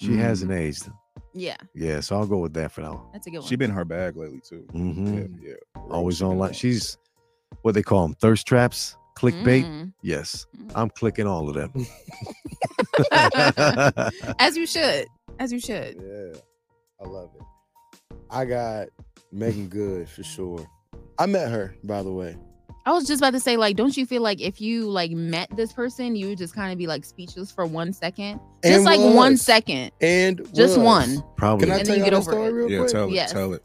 S3: She
S6: Mhm.
S3: hasn't
S5: Mm.
S3: aged.
S4: Yeah,
S3: Yeah, so I'll go with that for now.
S4: that's a good one.
S6: She been in her bag lately too.
S3: Mm-hmm.
S6: Yeah, yeah.
S3: always
S6: She been
S3: online. She's what they call them thirst traps, clickbait.
S4: Mm.
S3: Yes,
S4: Mm.
S3: I'm clicking all of
S4: Mm.
S3: them.
S4: As you should. As you should.
S5: Yeah, I love it. I got Megan Good for sure. I met her, by the way.
S4: I was just about to say, like, don't you feel like if you like met this person, you would just kind of be like speechless for one second, just
S5: And
S4: like one
S5: was.
S4: second.
S5: And
S4: Just
S5: was.
S4: one.
S3: Probably.
S5: Can I
S4: And
S5: tell
S4: then
S5: you
S4: you
S5: that
S4: get over
S5: story
S4: it.
S5: real
S6: Yeah,
S5: quick?
S6: tell it,
S4: Yes.
S6: tell it.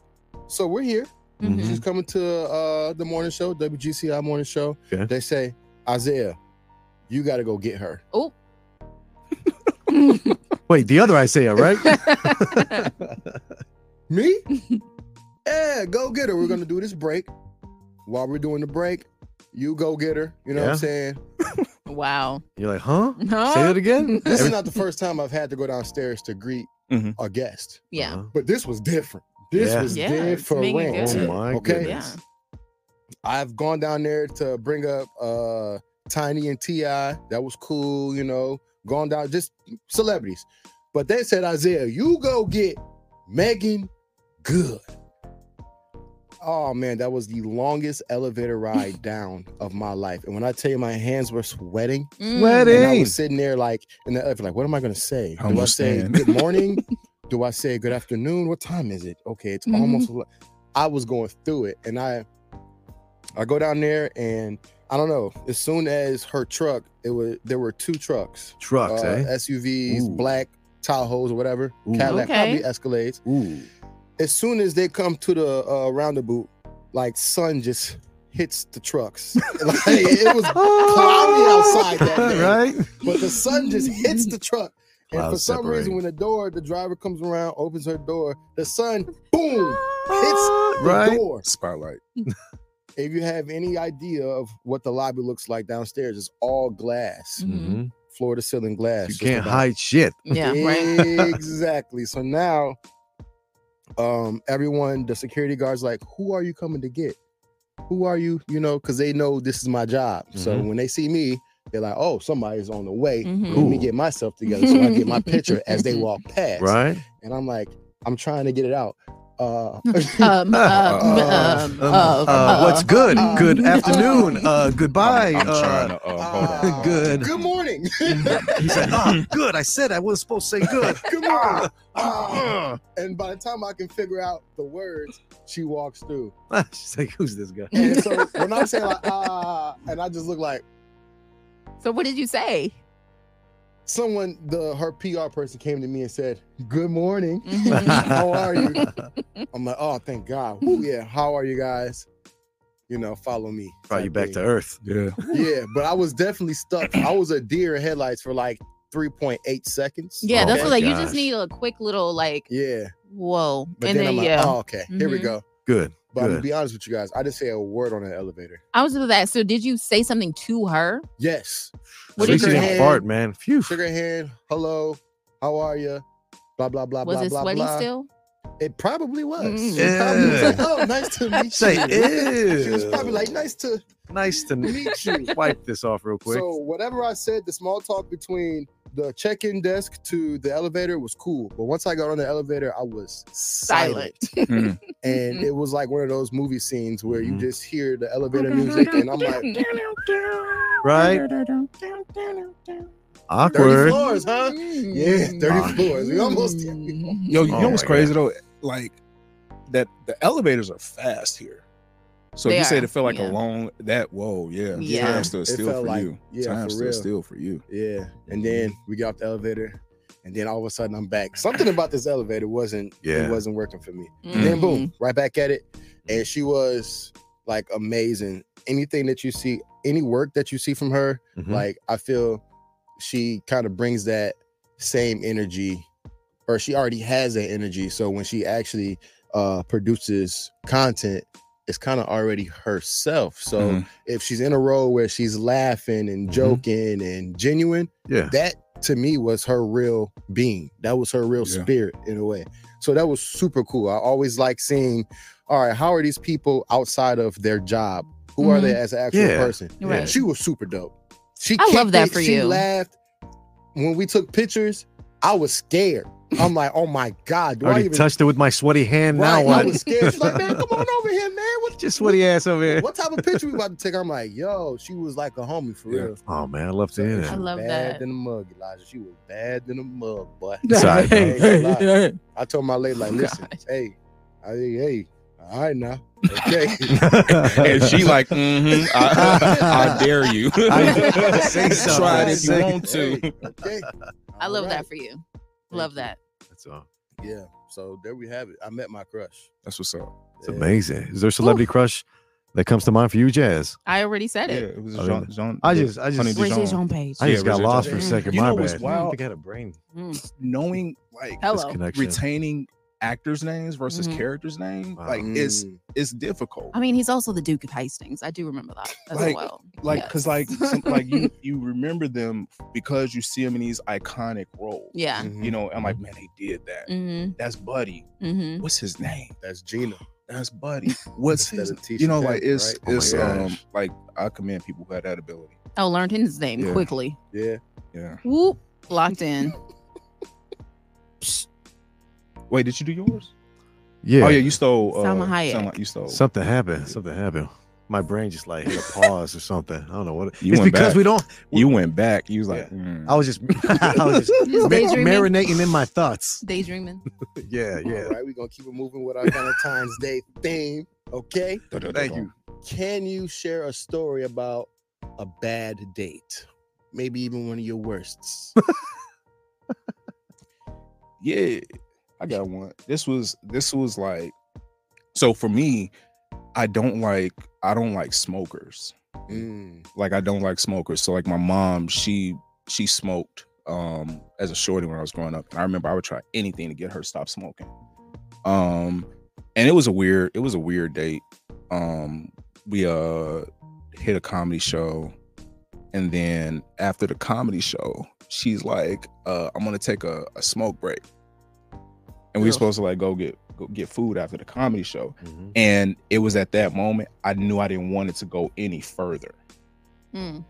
S5: So we're here.
S4: Mhm.
S3: Mm-hmm.
S5: She's coming to uh the morning show, WGCI morning show.
S3: Okay.
S5: They say, Isaiah, you got to go get her.
S3: Wait, the other Isaiah, right?
S5: Me? yeah, go get her. We're gonna do this break. While we're doing the break, you go get her. You know what
S3: Yeah.
S5: I'm saying?
S4: wow.
S3: You're like, huh?
S4: Huh?
S3: Say that again?
S5: This
S3: Every-
S5: is not the first time I've had to go downstairs to greet
S6: Mhm.
S5: a guest,
S4: Yeah.
S3: Uh-huh.
S5: but this was different. This
S3: Mm-hmm. Yeah.
S5: was
S4: Yeah, it's making good.
S5: different.
S3: Oh my
S5: Okay.
S3: goodness.
S4: Yeah.
S5: I've gone down there to bring up uh Tiny and Ti. That was cool, you know. Gone down just celebrities, but they said Isaiah, you go get Megan Good. Oh man, that was the longest elevator ride down of my life, and when I tell you my hands were sweating,
S4: Mm.
S3: Wedding.
S5: and I
S3: Dang.
S5: was sitting there like in the elevator, like, what am I gonna say? Do I
S6: Almost
S5: say
S6: there.
S5: good morning? Do I say good afternoon? What time is it? Okay, it's
S3: Mm-hmm.
S5: almost. ele- I was going through it, and I, I go down there, and I don't know. As soon as her truck, it was there were two trucks,
S3: Trucks,
S5: uh,
S3: eh?
S5: SUVs,
S3: Ooh.
S5: black Tahoes or whatever,
S3: Ooh.
S5: Cadillac,
S4: Okay.
S5: probably Escalades.
S3: Ooh.
S5: As soon as they come to the uh, roundabout, like sun just hits the trucks. like, it was cloudy outside that day.
S3: Oh. right?
S5: but the sun just hits the truck. And
S3: Clouds
S5: for some
S3: separate.
S5: reason, when the door, the driver comes around, opens her door, the sun, boom, hits the
S3: Right?
S5: door.
S6: Spotlight.
S5: If you have any idea of what the lobby looks like downstairs, it's all glass,
S4: Mhm.
S3: Mhm.
S5: floor to ceiling glass.
S3: You
S5: just
S3: can't
S5: about.
S3: hide shit.
S4: Yeah. Right.
S5: Exactly. So now, um, everyone, the security guards, like, who are you coming to get? Who are you? You know, because they know this is my job. So
S6: Mm-hmm.
S3: Mhm.
S5: when they see me, they're like, oh, somebody's on the way.
S4: Mhm.
S5: Let me
S3: Ooh.
S5: get myself together so I get my picture as they walk past.
S3: Right?
S5: And I'm like, I'm trying to get it out. Uh,
S4: Um, um,
S5: Uh,
S4: um,
S3: Um,
S4: uh,
S3: uh, what's good?
S5: uh,
S3: good
S4: uh,
S3: afternoon. Uh, goodbye.
S6: I'm, I'm
S3: uh,
S6: trying to. Uh, hold on.
S5: uh,
S3: Good.
S5: Good morning.
S3: he said, "Ah, good. I said I wasn't supposed to say good.
S5: good morning. Uh,
S3: Ah.
S5: and by the time I can figure out the words, she walks through.
S3: She's like, who's this guy?
S5: And so when I'm saying like ah, and I just look like
S4: uh. So what did you say?
S5: someone, the her PR person came to me and said, "Good morning,
S4: Mhm.
S5: how are you?" I'm like, "Oh, thank God. Ooh, yeah, how are you guys?" You know, follow me.
S3: Brought you
S5: type
S3: back to
S5: thing.
S3: earth.
S6: Yeah.
S5: Yeah, but I was definitely stuck. I was a deer in headlights for like 3.8 seconds.
S4: Yeah,
S3: Oh
S4: that's
S3: my
S4: what, like you
S3: gosh.
S4: just need a quick little like
S5: Yeah,
S4: whoa,
S5: but
S4: and
S5: then,
S4: then,
S5: I'm like,
S4: yeah.
S5: "Oh, okay, here we
S4: Mhm.
S5: go."
S3: Good.
S5: But I'm gonna
S3: Good.
S5: be honest with you guys, I didn't say a word on that elevator.
S4: I was with that. So did you say something to her?
S5: Yes,
S3: At
S4: What did
S3: least
S5: Sugar
S3: you
S4: you
S3: didn't
S5: hand.
S3: fart, man. Phew.
S5: shook her hand. Hello, how are you? Blah blah blah
S4: Was
S5: blah
S4: it
S5: blah
S4: sweaty
S5: blah.
S4: still?
S5: It probably was.
S4: Mm.
S5: She probably was
S3: Mm-hmm. Yeah.
S5: like, oh, nice to meet you.
S3: Say,
S5: She was probably like,
S3: "Ew."
S5: nice to
S3: Nice to
S5: meet you.
S3: wipe this off real quick.
S5: So whatever I said, the small talk between the check-in desk to the elevator was cool. But once I got on the elevator, I was silent.
S4: Silent.
S6: Mm.
S5: and
S3: Mm-hmm.
S5: it was like one of those movie scenes where
S3: Mhm.
S5: you just hear the elevator
S3: Mm-hmm.
S5: music and I'm like, 30
S3: right? Awkward.
S5: floors, huh?
S4: Mm.
S5: Yeah, 30
S3: Ah.
S5: floors. We almost
S4: Mm-hmm.
S6: Yo, you
S3: Oh
S6: know what's
S3: my
S6: crazy though? Like that the elevators are fast here. So if
S4: They
S6: you say
S4: are,
S6: it felt like
S4: yeah.
S6: a long that whoa, yeah.
S4: Yeah.
S6: Time stood
S5: It
S6: still
S5: felt
S6: for
S5: like-
S6: you.
S5: yeah,
S6: Time
S5: for
S6: stood
S5: real.
S6: still for you.
S5: Yeah. And then we got off the elevator. And then all of a sudden I'm back. Something about this elevator wasn't
S3: Yeah.
S5: it wasn't working for me.
S4: Mm.
S5: Then boom, right back at it. And she was like amazing. Anything that you see, any work that you see from her,
S3: Mhm.
S5: like I feel she kind of brings that same energy, or she already has that energy. So when she actually uh produces content, it's kind of already herself. So
S6: Mhm.
S5: if she's in a role where she's laughing and
S3: Mhm.
S5: joking and genuine,
S3: yeah.
S5: that to me was her real being. That was her real
S6: Yeah.
S5: spirit in a way. So that was super cool. I always like seeing, all right, how are these people outside of their job? Who are they as an actual
S3: Yeah.
S5: person?
S4: Right.
S5: She was super dope. She
S4: Mm-hmm. I love
S5: kicked
S4: that
S5: it,
S4: for
S5: she
S4: you.
S5: laughed. When we took pictures, I was scared. I'm like, oh my God,
S3: I
S5: do I,
S3: already
S5: even
S3: touched it with my sweaty hand.
S5: Right,
S3: now what?
S5: I was scared. She's like, man, come on over here, man. What,
S3: Just sweaty ass over here.
S5: what type of picture we about to take? I'm like, yo, she was like a homie for
S6: Yeah.
S5: real.
S3: Oh man, I love to hear
S5: And she
S4: I
S3: that.
S5: was
S4: love
S5: bad
S4: that.
S5: than a mug, Elijah. She was bad than a mug, boy.
S3: Sorry,
S5: I ain't gonna lie. I told my lady, like, listen,
S4: God.
S5: hey, I, hey, I All right now. Okay.
S6: and she like, mm-hmm, I, I dare you.
S3: I- say something.
S6: Try it if you
S3: Say-
S6: want to.
S5: Hey, okay.
S4: I
S5: All
S4: love that
S5: right.
S4: for you. Love that.
S3: That's all.
S5: Yeah. So there we have it. I met my crush.
S6: That's what's up.
S3: It's amazing. Is there a celebrity crush that comes to mind for you, Jazz?
S4: I already said it.
S6: it was
S3: I
S6: Jean-
S3: mean,
S6: Jean-
S3: Oh, I just- I just-
S6: Honey
S3: Raise
S6: Dijon.
S4: page.
S3: I
S6: Yeah,
S3: just got
S6: Regina
S3: lost for a
S6: George.
S3: second.
S6: You
S3: My
S6: know what's
S3: bad.
S6: wild?
S3: I think I had a brain
S6: Knowing like
S4: Mm. Hello.
S3: connection.
S6: retaining actors' names versus
S4: Mhm.
S6: characters' name,
S3: Wow.
S6: like
S4: Mm-hmm.
S6: it's
S5: Mm.
S6: it's difficult.
S4: I mean, he's also the Duke of Hastings. I do remember that as
S6: Like-
S4: well.
S6: like because like
S4: Yes.
S6: some, like you you remember them because you see them in these iconic roles.
S4: yeah.
S3: Mm-hmm.
S6: You know, I'm like, man, they did that.
S4: Mm-hmm.
S6: That's Buddy.
S4: Mm-hmm.
S6: What's his name?
S5: that's Gina.
S6: That's Buddy. What's
S5: Instead
S6: his?
S5: of Tisha
S6: You know, like
S5: Campbell,
S6: it's
S5: right?
S6: it's
S3: Oh my
S6: um
S3: gosh.
S6: like I commend people who had that ability.
S4: Oh, learned his name
S6: Yeah.
S4: quickly.
S5: Yeah.
S6: Yeah.
S4: Whoop. Locked in.
S6: Wait, did you do yours?
S3: Yeah.
S6: Oh yeah, you stole. Uh,
S4: Salma Hayek.
S6: Salma- you stole.
S3: Something happened. Something happened. My brain just like hit a pause or something. I don't know what. It,
S6: You
S3: it's
S6: went
S3: because
S6: back.
S3: we don't.
S6: you went back. You was like,
S3: Yeah.
S6: mm.
S3: I was just, I was just
S4: Just
S3: ma-
S4: daydreaming.
S3: marinating in my thoughts.
S4: Daydreaming.
S3: Yeah, yeah.
S5: All right. We're going to keep it moving with our Valentine's Day theme. Okay.
S6: Thank you.
S5: Can you share a story about a bad date? Maybe even one of your worsts.
S6: Yeah, I got one. This was this was like, so for me, I don't like I don't like smokers.
S5: Mm.
S6: Like I don't like smokers. So like my mom, she she smoked um as a shorty when I was growing up, and I remember I would try anything to get her to stop smoking. Um, and it was a weird it was a weird date. Um, we uh hit a comedy show, and then after the comedy show, she's like, uh, "I'm gonna take a, a smoke break," and we were
S4: Ugh.
S6: supposed to like go get go get food after the comedy show.
S3: Mhm.
S6: And it was at that moment I knew I didn't want it to go any further,
S4: Mm.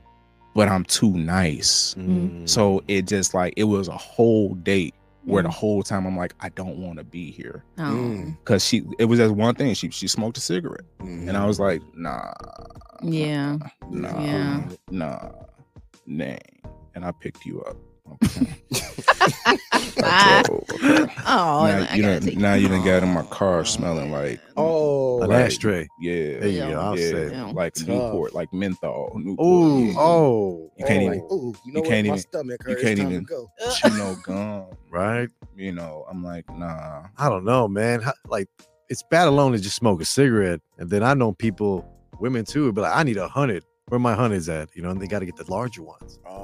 S6: but I'm too nice,
S4: Mhm.
S6: so it just like it was a whole date where the
S4: Mm.
S6: whole time I'm like, I don't want to be here
S4: Oh.
S5: Mm.
S6: because she it was just one thing she she smoked a cigarette and i was like nah
S4: Mm. Yeah.
S6: nah
S4: Yeah.
S6: nah nah and i picked you up okay. I
S4: Ah.
S6: drove, okay.
S4: Oh, and
S6: now,
S4: I gotta
S6: you done,
S4: take-
S6: now you done got in my
S4: Oh,
S6: car smelling like
S5: Oh,
S3: An
S6: Right.
S3: ashtray. There
S6: yeah
S3: you go. I'll
S6: yeah,
S3: say.
S4: Yeah.
S6: like
S5: Tough.
S6: newport like menthol newport
S3: Oh,
S6: Yeah.
S3: oh,
S6: You can't
S5: oh,
S6: even-
S5: ooh, you know what?
S6: can't
S5: my
S6: even-
S5: stomach
S6: you
S5: hurts.
S6: can't
S5: Time to
S6: even-
S5: go.
S6: chino gum
S3: right.
S6: you know i'm like nah
S3: I don't know, man. How- like, it's bad alone to just smoke a cigarette, and then I know people, women too, would be like, I need a hundred. Where my hundreds at? You know, and they got to get the larger ones.
S5: Oh.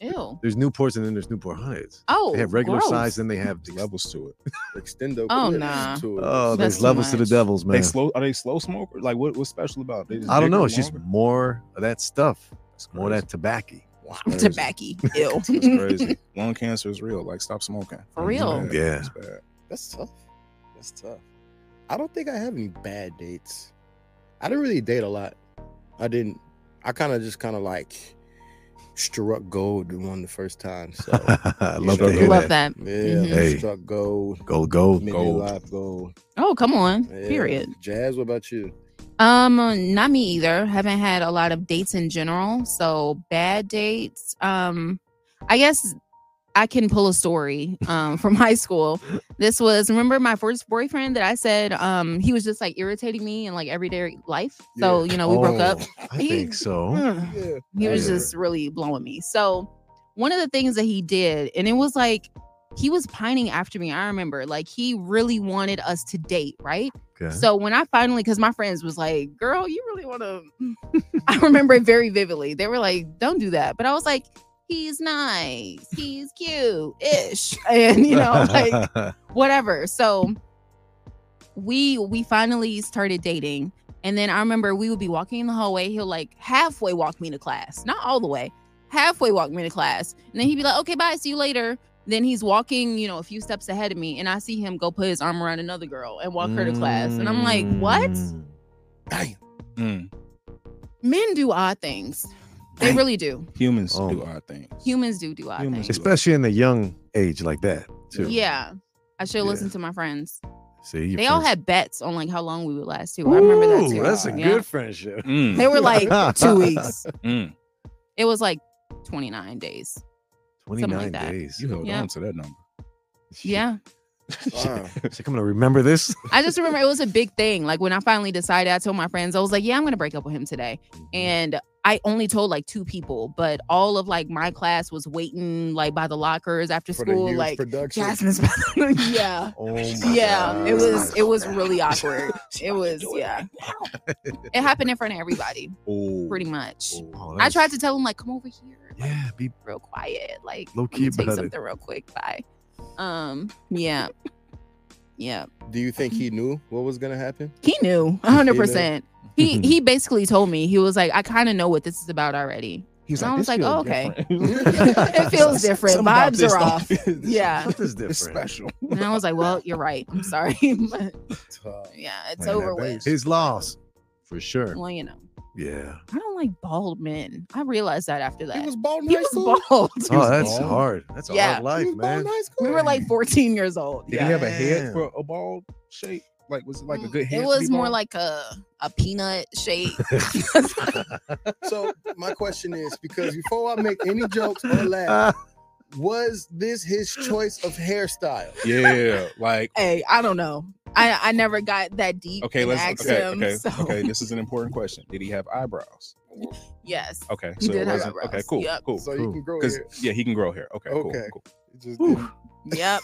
S4: Ew.
S3: There's Newports, and then there's Newport hundreds.
S4: Oh.
S3: They have regular
S4: gross.
S3: size, then they have the
S6: levels to it
S5: Extendo.
S4: Oh,
S5: clips
S4: nah.
S5: to it.
S3: Oh,
S4: That's
S3: there's
S4: too
S3: levels to the
S4: much.
S3: devils, man.
S6: they slow are they slow smoker like what, what's special about it? They just
S3: I don't
S6: bigger,
S3: know. It's just
S6: longer?
S3: more of that stuff,
S6: That's
S3: more of
S6: crazy.
S3: that tobacco.
S4: Wow.
S6: Crazy.
S4: Tobacco. Ew.
S6: It's crazy. Lung cancer is real. Like, stop smoking.
S4: For real.
S6: It's bad.
S3: Yeah.
S6: It's bad.
S5: That's tough. That's tough. I don't think I have any bad dates. I didn't really date a lot. I didn't. I kind of just kind of like struck gold and won the first time. So yeah,
S3: I love to
S6: Struggle.
S3: hear
S4: Love
S3: that.
S4: that.
S5: I
S3: Hey.
S5: struck gold.
S3: Gold, gold.
S5: Made
S6: Gold.
S5: me live gold.
S4: Oh, come on.
S5: Yeah.
S4: Period.
S5: Jazz, what about you?
S4: Um, not me either. Haven't had a lot of dates in general. So bad dates. Um, I guess I can pull a story um from high school. This was remember my first boyfriend that I said um he was just like irritating me in like everyday life. So you know we broke up.
S3: I think so.
S4: Mm.
S5: Yeah.
S4: He was
S3: Oh. Yeah.
S4: just really blowing me. So one of the things that he did, and it was like he was pining after me. I remember like he really wanted us to date, right?
S3: Okay.
S4: So when I finally, because my friends was like, "Girl, you really want to," I remember it very vividly. They were like, "Don't do that," but I was like, "He's nice, he's cute, ish," and you know, like whatever. So we we finally started dating, and then I remember we would be walking in the hallway. He'll like halfway walk me to class, not all the way, halfway walk me to class, and then he'd be like, "Okay, bye, see you later." Then he's walking, you know, a few steps ahead of me, and I see him go put his arm around another girl and walk her to class, and I'm like, "What?
S3: Mm.
S5: Damn.
S6: Mm.
S4: Men do odd things. They
S6: Dang.
S4: really do.
S6: Humans
S3: Oh.
S6: do odd things.
S4: Humans do do odd
S6: Humans
S4: things.
S3: Especially in a young age like that, too.
S4: Yeah." I should
S3: Yeah.
S4: listen to my friends.
S3: See, your
S4: they all
S3: friends-
S4: had bets on like how long we would last too. I remember that
S3: Ooh,
S4: too.
S3: That's a
S4: Yeah.
S3: good friendship.
S6: Mm,
S4: They were like two weeks.
S6: mm.
S4: It was like 29 days.
S3: Twenty nine
S4: that.
S3: days.
S6: You held
S4: Yeah.
S6: on to that number.
S4: Yeah.
S5: Wow.
S3: She's like, I'm gonna remember this.
S4: I just remember it was a big thing. Like when I finally decided, I told my friends, I was like, yeah, I'm going to break up with him today. And I only told like two people, but all of like my class was waiting like by the lockers after
S5: For the
S4: school.
S5: youth
S4: Like
S5: production.
S4: Jasmine's, yeah.
S3: Oh my
S4: Yeah, it
S3: God.
S4: was it was really awkward. It was yeah. It happened in front of everybody,
S6: Oh,
S4: pretty much.
S3: Oh,
S4: I
S3: that's-
S4: tried to tell him like, come over here, like,
S3: Yeah, be
S4: real quiet, like
S3: Low
S4: let me
S3: key
S4: take
S3: about it.
S4: something real quick. Bye. Um, yeah, yeah.
S5: Do you think
S4: Mm-hmm.
S5: he knew what was gonna happen?
S4: He knew a hundred percent. He he basically told me he was like, I kind of know what this is about already.
S6: He's
S4: I
S6: like,
S4: was like,
S6: "This feels
S4: oh, okay.
S6: different."
S4: It feels different.
S6: Something about
S4: Vibes
S6: this
S4: are
S6: don't-
S4: off.
S6: this-
S4: Yeah.
S3: Something's
S6: It's
S3: different.
S6: special.
S4: And I was like, well, you're right. I'm sorry, but yeah, it's
S6: Playing that
S4: over with.
S6: bass.
S3: His loss, for sure.
S4: Well, you know,
S3: Yeah.
S4: I don't like bald men. I realized that after that.
S5: He was bald in
S4: He
S5: high
S4: was
S5: school.
S4: bald.
S3: Oh, that's
S6: bald.
S3: hard. That's a
S4: Yeah.
S3: hard life, man.
S4: We were like 14 years old.
S6: Did
S4: Yeah.
S6: he have a head
S3: Damn.
S6: for a ball shape? Like, was it like a
S4: Mm,
S6: good head?
S4: It
S6: to
S4: was
S6: be
S4: more
S6: bald?
S4: like a a peanut shape.
S5: So my question is, because before I make any jokes or
S3: Oh,
S5: laugh, was this his choice of hairstyle?
S6: yeah, like
S4: hey, I don't know. I I never got that deep.
S6: okay,
S4: and
S6: let's
S4: asked
S6: okay,
S4: him,
S6: okay,
S4: so,
S6: okay. This is an important question. Did he have eyebrows?
S4: Yes.
S6: Okay,
S4: He
S6: so
S4: did
S6: it
S4: have
S6: wasn't. Okay,
S4: eyebrows.
S6: cool,
S4: Yep.
S6: cool.
S5: So you
S3: Ooh,
S5: can grow
S6: Because
S5: hair.
S6: yeah, he can grow hair. Okay,
S5: Okay.
S6: cool, cool.
S5: It just
S3: Ooh.
S5: didn't-
S4: Yep.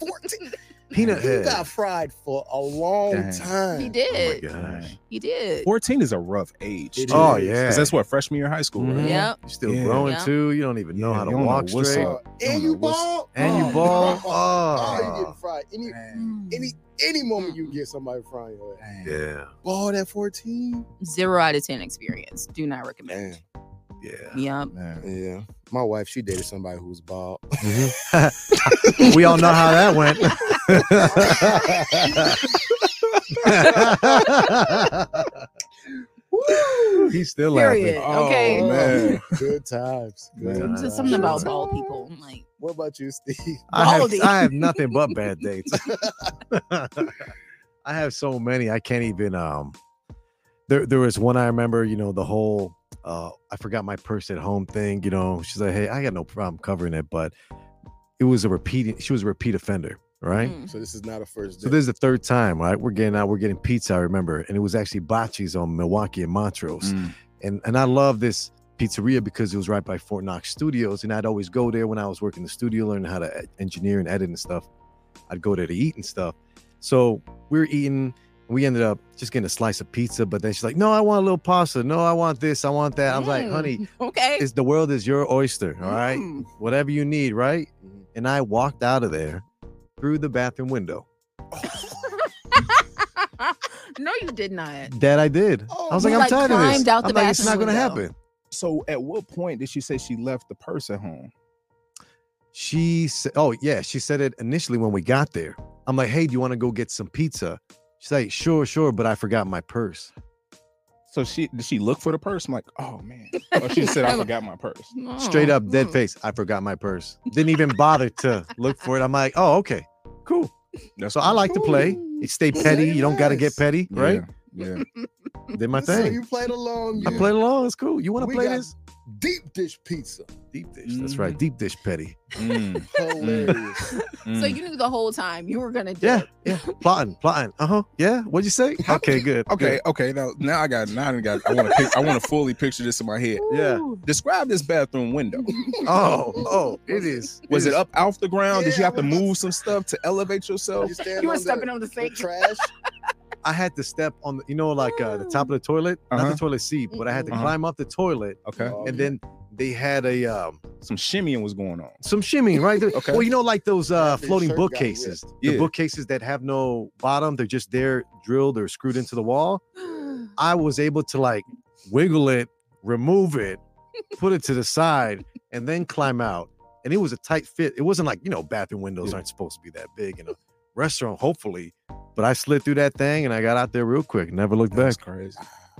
S5: Fourteen.
S3: Peanut
S5: He
S3: head.
S5: got fried for a long
S6: Dang.
S5: time.
S4: He
S3: Oh my
S4: did.
S3: gosh.
S4: he did.
S6: Fourteen is a rough age.
S5: It
S6: too.
S3: Oh
S5: is.
S3: yeah.
S6: 'Cause that's what freshman year of high school, right?
S3: Mhm.
S4: Yep.
S3: You're still
S6: Yeah.
S3: growing
S4: Yeah.
S3: too. You don't even know
S6: Yeah,
S3: how to
S6: you don't know
S3: walk
S6: what's
S3: straight.
S6: up.
S5: Uh, and
S6: Don't know
S5: you
S6: what's-
S5: bald.
S3: And you ball.
S5: Oh, oh, you
S3: Oh,
S5: getting fried. Any
S6: Dang,
S4: Mm.
S5: any any moment you get somebody frying your head.
S6: dang.
S3: yeah,
S5: Bald at 14.
S4: Zero out of ten experience. Do not recommend.
S3: yeah.
S4: Yep.
S6: Man.
S5: Yeah. My wife, she dated somebody who was bald.
S3: we all know how that went. He's still
S4: Period.
S3: laughing.
S4: okay.
S6: Oh, man.
S5: Good times. Good
S3: Yeah.
S4: It's
S5: times.
S4: just something about
S3: Yeah.
S4: bald people. I'm like,
S5: What about you, Steve?
S3: I have,
S4: Baldy.
S3: I have nothing but bad dates. I have so many. I can't even um there there was one I remember, you know, the whole uh I forgot my purse at home thing, you know. She's like, Hey, I got no problem covering it, but it was a repeating she was a repeat offender, right?
S4: mm.
S5: So this is not a first
S3: So
S5: date.
S3: this is the third time, right? We're getting out, we're getting pizza, I remember, and it was actually Bocce's on Milwaukee and Montrose
S6: Mm.
S3: and and I love this pizzeria because it was right by Fort Knox Studios, and I'd always go there when I was working the studio, learning how to e- engineer and edit and stuff. I'd go there to eat and stuff. So we were eating. We ended up just getting a slice of pizza, but then she's like, "No, I want a little pasta. No, I want this. I want that." I was like,
S4: Mm.
S3: "Honey,
S4: Okay.
S3: it's the world is your oyster. All right,
S4: Mm.
S3: whatever you need, right?" And I walked out of there through the bathroom window.
S4: no, you did not.
S3: That I did. I was
S4: Oh,
S3: like,
S4: You,
S3: "I'm
S4: like,
S3: tired of this.
S4: climbed out the
S3: I'm like, it's not
S4: bathroom
S3: gonna
S4: window.
S3: happen."
S6: So, at what point did she say she left the purse at home?
S3: She said, "Oh yeah," she said it initially when we got there. I'm like, "Hey, do you want to go get some pizza?" She's like, "Sure, sure," but I forgot my purse.
S6: So she did she look for the purse? I'm like, oh man. Oh, she said I forgot my purse.
S3: Straight
S4: Oh,
S3: up, dead
S4: mm.
S3: face. I forgot my purse. Didn't even bother to look for it. I'm like, "Oh, okay, cool."
S6: That's
S3: So I like to play. You stay petty. You don't got to get
S5: Yes.
S3: petty,
S6: Yeah,
S3: right?
S6: Yeah.
S3: Did my
S5: So
S3: thing.
S5: you played along.
S3: I
S5: you
S3: played along. It's cool. You want to
S5: We
S3: play
S5: got-
S3: this?
S5: Deep dish pizza.
S3: Deep dish. That's right. Deep dish petty.
S6: Mm,
S5: Hilarious.
S4: So
S6: mm.
S4: you knew the whole time you were gonna do
S3: Yeah,
S4: it.
S3: yeah. plotting, plotting. Uh huh. Yeah. What'd you say?
S6: How
S3: Okay,
S6: did-
S3: good.
S6: Okay, okay. Now, now I got. Now I got. I want to. I want to fully picture this in my head.
S3: Yeah.
S4: Ooh.
S6: Describe this bathroom window.
S3: good. Oh, oh, it is.
S6: Was it
S3: is-
S6: up off the ground? Did you
S5: Yeah,
S6: have to
S5: what-
S6: move some stuff to elevate yourself?
S5: You, stand
S4: You were
S5: on the-
S4: stepping on the
S5: the
S4: sink.
S5: trash.
S3: I had to step on the, you know, like uh, the top of the toilet, not
S6: Uh-huh.
S3: the toilet seat, but I had to
S6: Mm-mm.
S3: climb up the toilet,
S6: Okay.
S5: Oh,
S3: and then they had a um,
S6: Some shimmying was going on.
S3: some shimmying right there.
S6: Okay.
S3: Well, you know, like those uh,
S5: That
S3: floating
S5: shirt got
S3: bookcases,
S6: Yeah.
S3: the bookcases that have no bottom; they're just there, drilled or screwed into the wall. I was able to like wiggle it, remove it, put it to the side, and then climb out. And it was a tight fit. It wasn't like you know, bathroom windows
S6: Yeah.
S3: aren't supposed to be that big in a restaurant, hopefully. But I slid through that thing and I got out there real quick. Never looked back.
S6: crazy.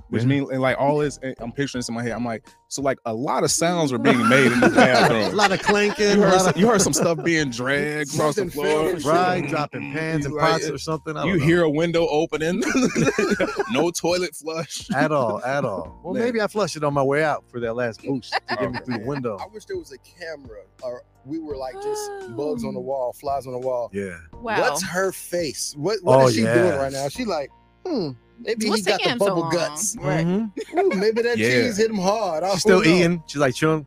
S6: Which
S3: Yeah.
S6: means and like all this, and I'm picturing this in my head. I'm like, so like a lot of sounds were being made in the
S3: a
S6: bathroom.
S3: lot of clanking,
S6: You
S3: a
S6: heard,
S3: lot
S6: some,
S3: of-
S6: you heard some stuff being dragged across the
S5: Something
S6: floor, Mm-hmm.
S5: fell.
S3: right, dropping pans and
S6: Like, uh,
S3: pots or something. I don't
S6: You
S3: know.
S6: hear a window opening, no toilet flush.
S3: at all, at all. Well,
S6: Man.
S3: maybe I flushed it on my way out for that last boost to get me
S6: Okay.
S3: through the window.
S5: I wish there was a camera, or we were like just bugs on the wall, flies on the wall.
S3: Yeah.
S4: Oh. Wow.
S5: What's her face? What what is
S3: Oh,
S5: she
S3: yeah.
S5: doing right now? She like, hmm, maybe
S4: What's
S5: he got the
S4: taking him so
S5: bubble
S4: long?
S5: guts.
S4: Right.
S3: Mhm.
S5: Ooh, maybe that
S6: Yeah.
S5: cheese hit him hard. I
S3: She's still
S5: don't know.
S3: eating. She's like chewing.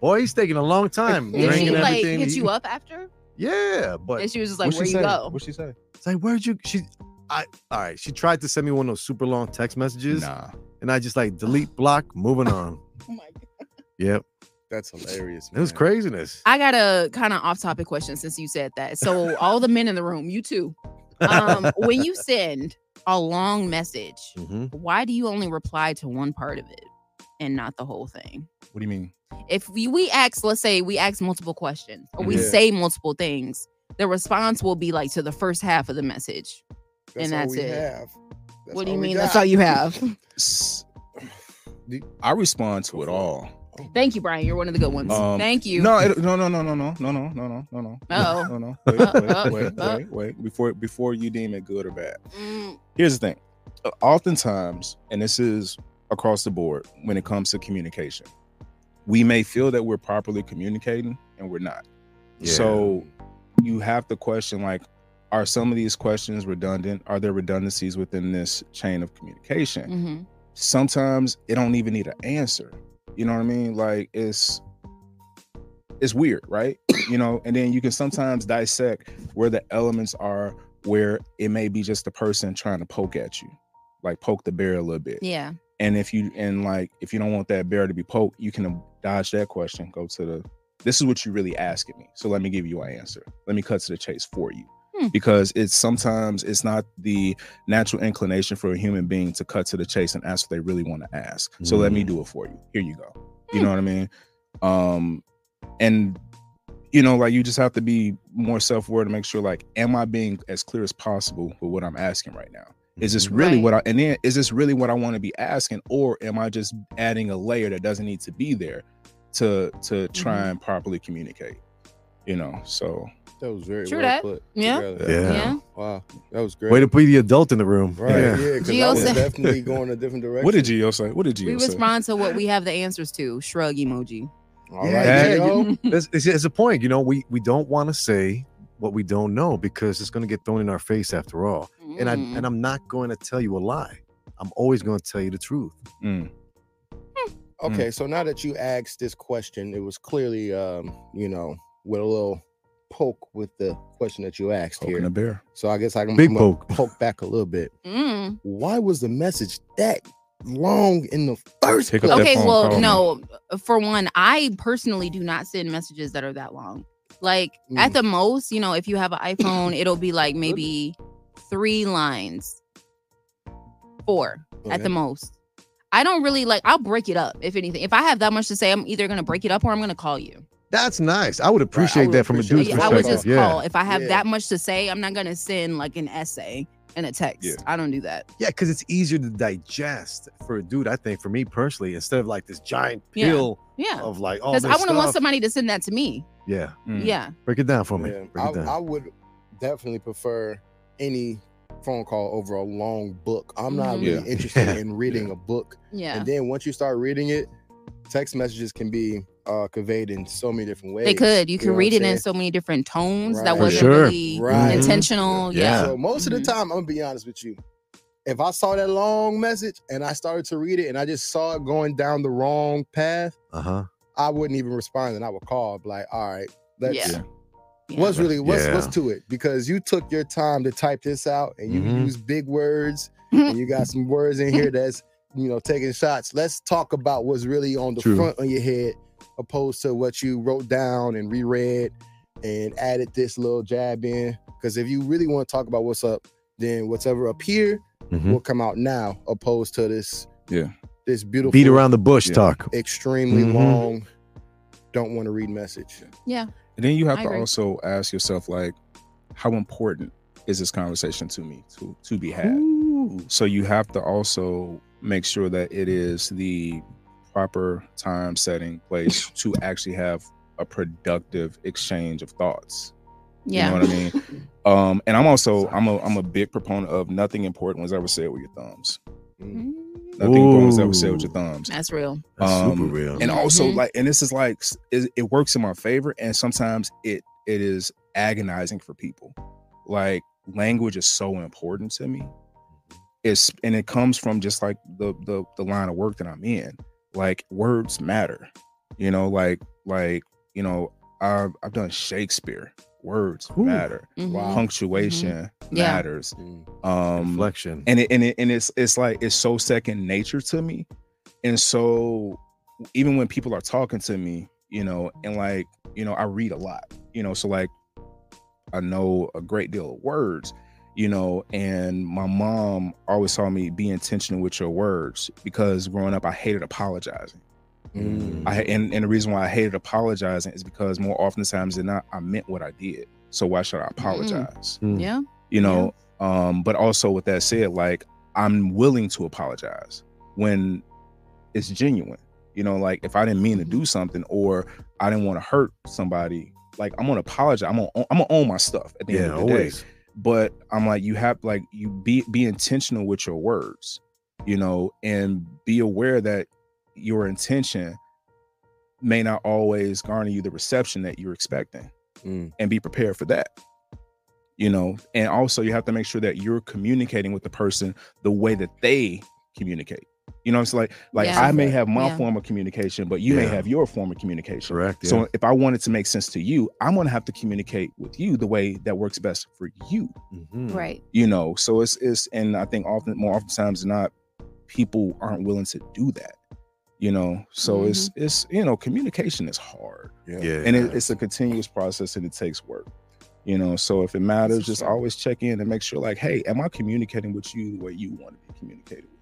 S3: Boy, he's taking a long time
S4: Did she
S3: drinking
S4: like
S3: everything.
S4: hit you
S3: eating."
S4: up after?
S3: Yeah, but
S4: And she was just like, "Where you go?"
S6: What she say?
S3: it's like, where'd you? She, I. All right, she tried to send me one of those super long text messages,
S6: Nah,
S3: and I just like delete, block, moving on.
S4: Oh my God.
S3: Yep,
S5: That's hilarious.
S3: it was
S5: man.
S3: craziness.
S4: I got a kind of off-topic question since you said that. So all the men in the room, you too.
S6: Uh,
S4: Um, when you send a long message,
S3: Mhm.
S4: why do you only reply to one part of it and not the whole thing?
S6: what do you mean?
S4: if we, we ask, let's say we ask multiple questions or we
S6: Yeah.
S4: say multiple things, the response will be like to the first half of the message. and
S5: all
S4: that's
S5: we
S4: it.
S5: Have. That's
S4: what do
S5: all
S4: you
S5: we
S4: mean?
S5: got.
S4: That's all you have.
S6: S- I respond to it all.
S4: Thank you, Brian. You're one of the good ones.
S6: Um,
S4: Thank you.
S6: No, it, no, no, no, no, no, no, no, no, no, no, no,
S4: Uh-oh.
S6: no, no.
S4: Uh-oh.
S6: Wait, wait, wait,
S4: Uh-oh.
S6: wait, wait. Before before you deem it good or bad.
S4: Mm,
S6: Here's the thing. Uh, Oftentimes, and this is across the board when it comes to communication, we may feel that we're properly communicating and we're not. So you have to question like, are some of these questions redundant? Are there redundancies within this chain of communication?
S4: mhm.
S6: sometimes it don't even need an answer you know what i mean like it's it's weird right you know and then you can sometimes dissect where the elements are where it may be just the person trying to poke at you like poke the bear a little bit
S4: Yeah.
S6: and if you and like if you don't want that bear to be poked you can dodge that question go to the this is what you really asking me so let me give you an answer let me cut to the chase for you
S4: Hmm.
S6: because it's sometimes it's not the natural inclination for a human being to cut to the chase and ask what they really want to ask so let me do it for you here you go you know what i mean um and you know like you just have to be more self-aware to make sure like am i being as clear as possible with what i'm asking right now is this really
S4: Right.
S6: what I and then is this really what I want to be asking, or am I just adding a layer that doesn't need to be there to to try
S4: Mhm.
S6: and properly communicate? You know, so
S5: That was very
S4: True
S5: well
S4: that.
S5: put.
S4: Yeah.
S5: together.
S3: Yeah.
S4: Yeah.
S5: Wow. That was great.
S3: Mm-hmm. Way to be the adult in the room.
S5: right. Yeah.
S3: Yeah.
S5: Because I
S4: Gio
S5: was
S4: said-
S5: definitely going a different direction.
S6: what did Gio say? What did Gio
S4: We
S6: say?
S4: respond to what we have the answers to. Shrug emoji.
S5: All right,
S3: Yeah,
S5: Gio.
S3: you- It's, it's, it's a point. You know, we we don't want to say what we don't know because it's going to get thrown in our face after all. oh. and I
S4: Mm.
S3: and I'm not going to tell you a lie. I'm always going to tell you the truth.
S6: Mm,
S4: Mm-hmm.
S5: Okay, so now that you asked this question, it was clearly, um, you know, with a little poke with the question that you asked
S6: poking a
S5: here.
S6: bear.
S5: So I guess I can
S3: Big
S5: I'm gonna
S3: poke.
S5: poke back a little bit.
S4: Mm.
S5: Why was the message that long in the first
S6: Pick
S5: place?
S6: up that
S4: Okay,
S6: phone
S4: well,
S6: call.
S4: no. For one, I personally do not send messages that are that long. Like
S5: Mm.
S4: at the most, you know, if you have an iPhone, it'll be like maybe three lines, four. at the most. I don't really like. I'll break it up if anything. If I have that much to say, I'm either gonna break it up or I'm gonna call you.
S3: That's nice. I would appreciate
S5: would
S3: that from
S5: appreciate
S3: a dude's
S5: that.
S4: Yeah, I would just
S3: perspective. Yeah,
S4: call if I have
S5: Yeah.
S4: that much to say. I'm not gonna send like an essay and a text.
S6: Yeah.
S4: I don't do that.
S3: yeah, because it's easier to digest for a dude. I think for me personally, instead of like this giant
S4: Yeah.
S3: pill
S4: Yeah,
S3: of like all this
S4: because I want to want
S3: stuff.
S4: somebody to send that to me.
S3: yeah,
S6: Mm.
S4: Yeah,
S3: break it down for me.
S5: Yeah,
S3: Break it
S5: I,
S3: down.
S5: I would definitely prefer any phone call over a long book. I'm not
S4: Mhm.
S5: really
S6: Yeah.
S5: interested in reading a book.
S4: yeah.
S5: And then once you start reading it, text messages can be uh, conveyed in so many different ways.
S4: They could. You
S5: You
S4: can
S5: know what
S4: read
S5: I'm
S4: it in
S5: saying?
S4: so many different tones
S5: Right.
S4: that
S5: For
S4: wasn't
S3: sure.
S4: really
S5: Right.
S4: intentional. Yeah.
S5: So most of
S4: Mhm.
S5: the time, I'm gonna be honest with you. If I saw that long message and I started to read it and I just saw it going down the wrong path,
S3: Uh huh.
S5: I wouldn't even respond and I would call, be like, all right, let's
S4: Yeah. Yeah.
S5: what's really what's
S3: Yeah.
S5: what's to it? Because you took your time to type this out and you
S3: Mhm.
S5: use big words and you got some words in here that's you know taking shots. Let's talk about what's really on the
S3: True.
S5: front of your head opposed to what you wrote down and reread and added this little jab in. Because if you really want to talk about what's up, then whatever up here
S6: Mm-hmm.
S3: Hmm?
S5: will come out now, opposed to this
S6: Yeah.
S5: this beautiful
S3: Mm-hmm. Beat around the bush
S6: Yeah.
S3: talk.
S5: extremely
S3: Mhm.
S5: long don't want to read message.
S6: And then you have
S4: I
S6: to
S4: agree.
S6: also ask yourself, like, how important is this conversation to me to to be had? So you have to also make sure that it is the proper time, setting, place to actually have a productive exchange of thoughts.
S4: Yeah.
S6: You know what I mean? um, and I'm also I'm a I'm a big proponent of nothing important was ever said with your thumbs.
S4: Mm,
S6: Nothing important was ever said with
S3: Ooh.
S6: your thumbs.
S4: That's real.
S3: That's super
S6: Um,
S3: real.
S6: And also
S4: Mhm.
S6: like and this is like s- it, it works in my favor and sometimes it it is agonizing for people. Like language is so important to me. It's and it comes from just like the the the line of work that I'm in. Like words matter. You know like like you know I've I've done Shakespeare. Words
S3: Ooh.
S6: matter
S4: Mhm.
S5: Wow.
S6: punctuation
S4: Yeah.
S6: matters
S5: Mm.
S6: um
S3: Reflection.
S6: and it, and it and it's it's like it's so second nature to me and so even when people are talking to me you know and like you know i read a lot you know so like i know a great deal of words you know and my mom always told me be intentional with your words because growing up i hated apologizing
S5: Mm.
S3: Mm-hmm.
S6: I and, and the reason why I hated apologizing is because more often times than not, I meant what I did. So why should I apologize?
S3: Mm.
S4: Yeah.
S6: You know, um, but also with that said, like I'm willing to apologize when it's genuine. You know, like if I didn't mean to
S3: Mm-hmm.
S6: do something or I didn't want to hurt somebody, like I'm gonna apologize. I'm gonna own, I'm gonna own my stuff at the end
S3: yeah,
S6: of the day
S3: always.
S6: but I'm like you have like you be be intentional with your words, you know, and be aware that your intention may not always garner you the reception that you're expecting
S5: Mm.
S6: and be prepared for that. You know, and also you have to make sure that you're communicating with the person the way that they communicate. You know, it's like like
S4: Yeah.
S6: I may have my
S4: Yeah.
S6: form of communication, but you may
S3: Yeah.
S6: have your form of communication.
S3: Correct. Yeah.
S6: So if I wanted to make sense to you, I'm gonna have to communicate with you the way that works best for you
S5: Hmm.
S3: Mhm.
S4: Right.
S6: you know so it's it's and i think often more oftentimes than not people aren't willing to do that you know so it's it's you know communication is hard
S5: Yeah.
S3: Yeah.
S6: and it, it's a continuous process and it takes work you know so if it matters just always check in and make sure like hey am i communicating with you the way you want to be communicated with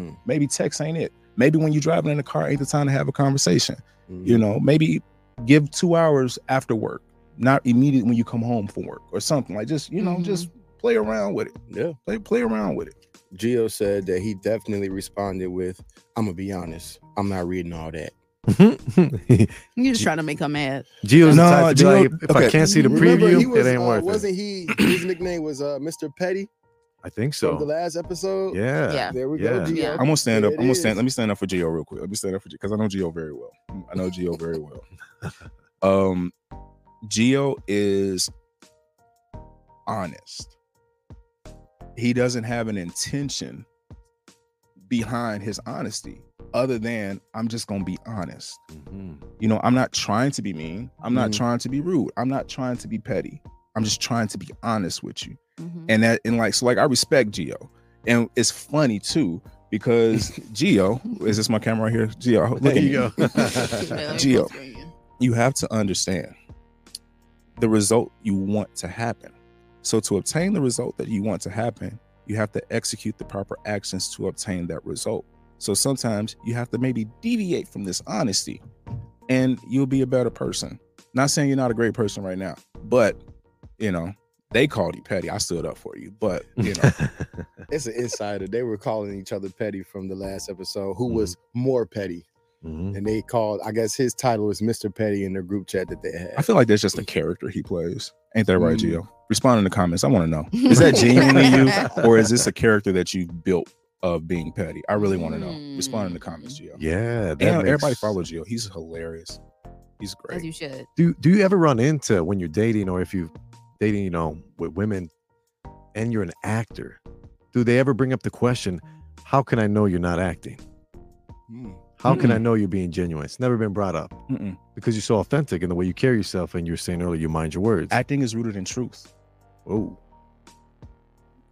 S5: Mm.
S6: maybe text ain't it maybe when you're driving in the car ain't the time to have a conversation
S5: Mm.
S6: you know maybe give two hours after work not immediate when you come home from work or something like just you know
S4: Mhm.
S6: just play around with it
S5: Yeah.
S6: play play around with it.
S5: Gio said that he definitely responded with, I'm gonna be honest, I'm not reading all that.
S4: You're just trying to make her mad.
S3: Mm-hmm. Gio's no,
S6: No,
S3: type to be
S6: Gio-
S3: like, if I
S6: okay.
S3: can't see the
S5: Remember,
S3: preview,
S5: he was,
S3: it ain't
S5: uh,
S3: worth it.
S5: Wasn't he? His nickname was uh, Mr. Petty
S3: I think
S5: from the
S3: so.
S5: last episode.
S3: Yeah.
S4: Yeah.
S5: There we
S3: Yeah.
S5: go. Gio.
S4: Yeah.
S6: I'm gonna stand
S5: There
S6: up.
S5: it
S6: I'm gonna stand.
S5: is.
S6: Let me stand up for Gio real quick. Let me stand up for Gio because I know Gio very well. I know Gio very well. Um, Gio is honest. He doesn't have an intention behind his honesty other than I'm just gonna be honest.
S3: Mhm.
S6: You know, I'm not trying to be mean. I'm not
S3: Mm.
S5: Mhm.
S6: trying to be rude. I'm not trying to be petty. I'm just trying to be honest with you.
S4: Mhm.
S6: and that and like so like I respect Geo, and it's funny too because Geo is this my camera right here? Geo, look
S3: There
S6: at
S3: you
S6: you.
S3: go.
S4: Yeah, let me
S6: Gio.
S4: close it again.
S6: You have to understand the result you want to happen. So to obtain the result that you want to happen, you have to execute the proper actions to obtain that result. So sometimes you have to maybe deviate from this honesty, and you'll be a better person. Not saying you're not a great person right now, but you know they called you petty. I stood up for you, but you know.
S5: It's an insider. They were calling each other petty from the last episode. Who was
S3: Mm-hmm.
S5: more petty?
S3: Mhm.
S5: And they called. I guess his title was Mr. Petty in their group chat that they had.
S6: I feel like that's just a character he plays. Ain't that right,
S5: Mm.
S6: Gio? Respond in the comments. I want to know. Mm-hmm. Is that genuinely you, or is this a character that you built of being petty? I really want to know. Respond in
S4: Mm.
S6: the comments, Gio.
S3: Yeah. that
S6: And everybody
S3: makes-
S6: follow Gio. He's hilarious. He's
S4: As
S6: great.
S4: you should.
S3: Do Do you ever run into when you're dating, or if you dating, you know, with women, and you're an actor? Do they ever bring up the question, "How can I know you're not acting? Hmm.
S5: Mm.
S3: How can I
S6: Mm-mm.
S3: know you're being genuine?" It's never been brought up
S6: Mm-mm.
S3: because you're so authentic in the way you carry yourself, and you were saying earlier, you mind your words.
S6: Acting is rooted in truth.
S3: oh,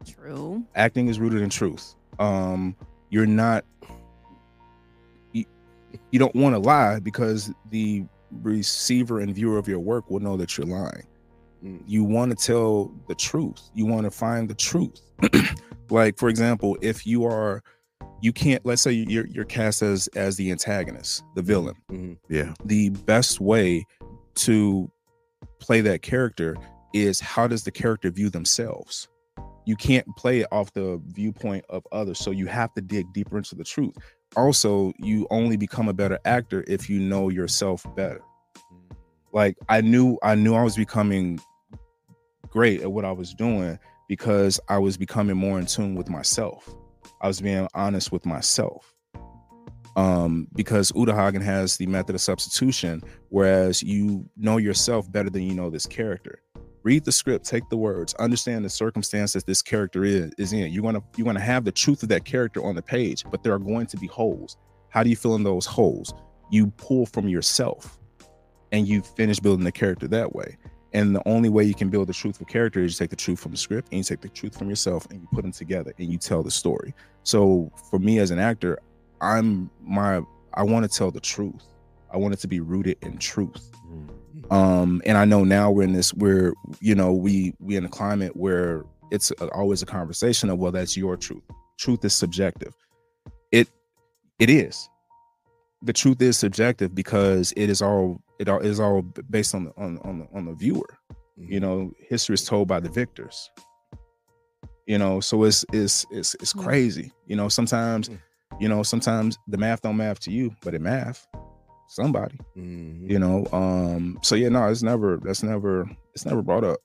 S4: True.
S6: Acting is rooted in truth. Um, you're not. You, you don't want to lie because the receiver and viewer of your work will know that you're lying.
S5: Mm.
S6: you want to tell the truth you want to find the truth like for example if you are you can't let's say you're you're cast as as the antagonist the villain
S5: Mhm.
S3: yeah.
S6: the best way to play that character is how does the character view themselves you can't play it off the viewpoint of others so you have to dig deeper into the truth also you only become a better actor if you know yourself better like i knew i knew i was becoming great at what i was doing because i was becoming more in tune with myself i was being honest with myself um because udahagen has the method of substitution whereas you know yourself better than you know this character read the script take the words understand the circumstance that this character is is in you're going to you're going to have the truth of that character on the page but there are going to be holes how do you fill in those holes you pull from yourself and you finish building the character that way and the only way you can build a truthful character is you take the truth from the script and you take the truth from yourself and you put them together and you tell the story so for me as an actor i'm my i want to tell the truth i want it to be rooted in truth um and i know now we're in this where you know we we in a climate where it's a, always a conversation of well that's your truth truth is subjective it it is the truth is subjective because it is all it all it is all b- based on the on, on the on the viewer you know history is told by the victors you know so it's it's it's it's
S4: Yeah.
S6: crazy you know sometimes
S5: Mm.
S6: you know sometimes the math don't math to you but it math somebody
S5: Mm-hmm.
S6: you know um so yeah no it's never that's never it's never brought up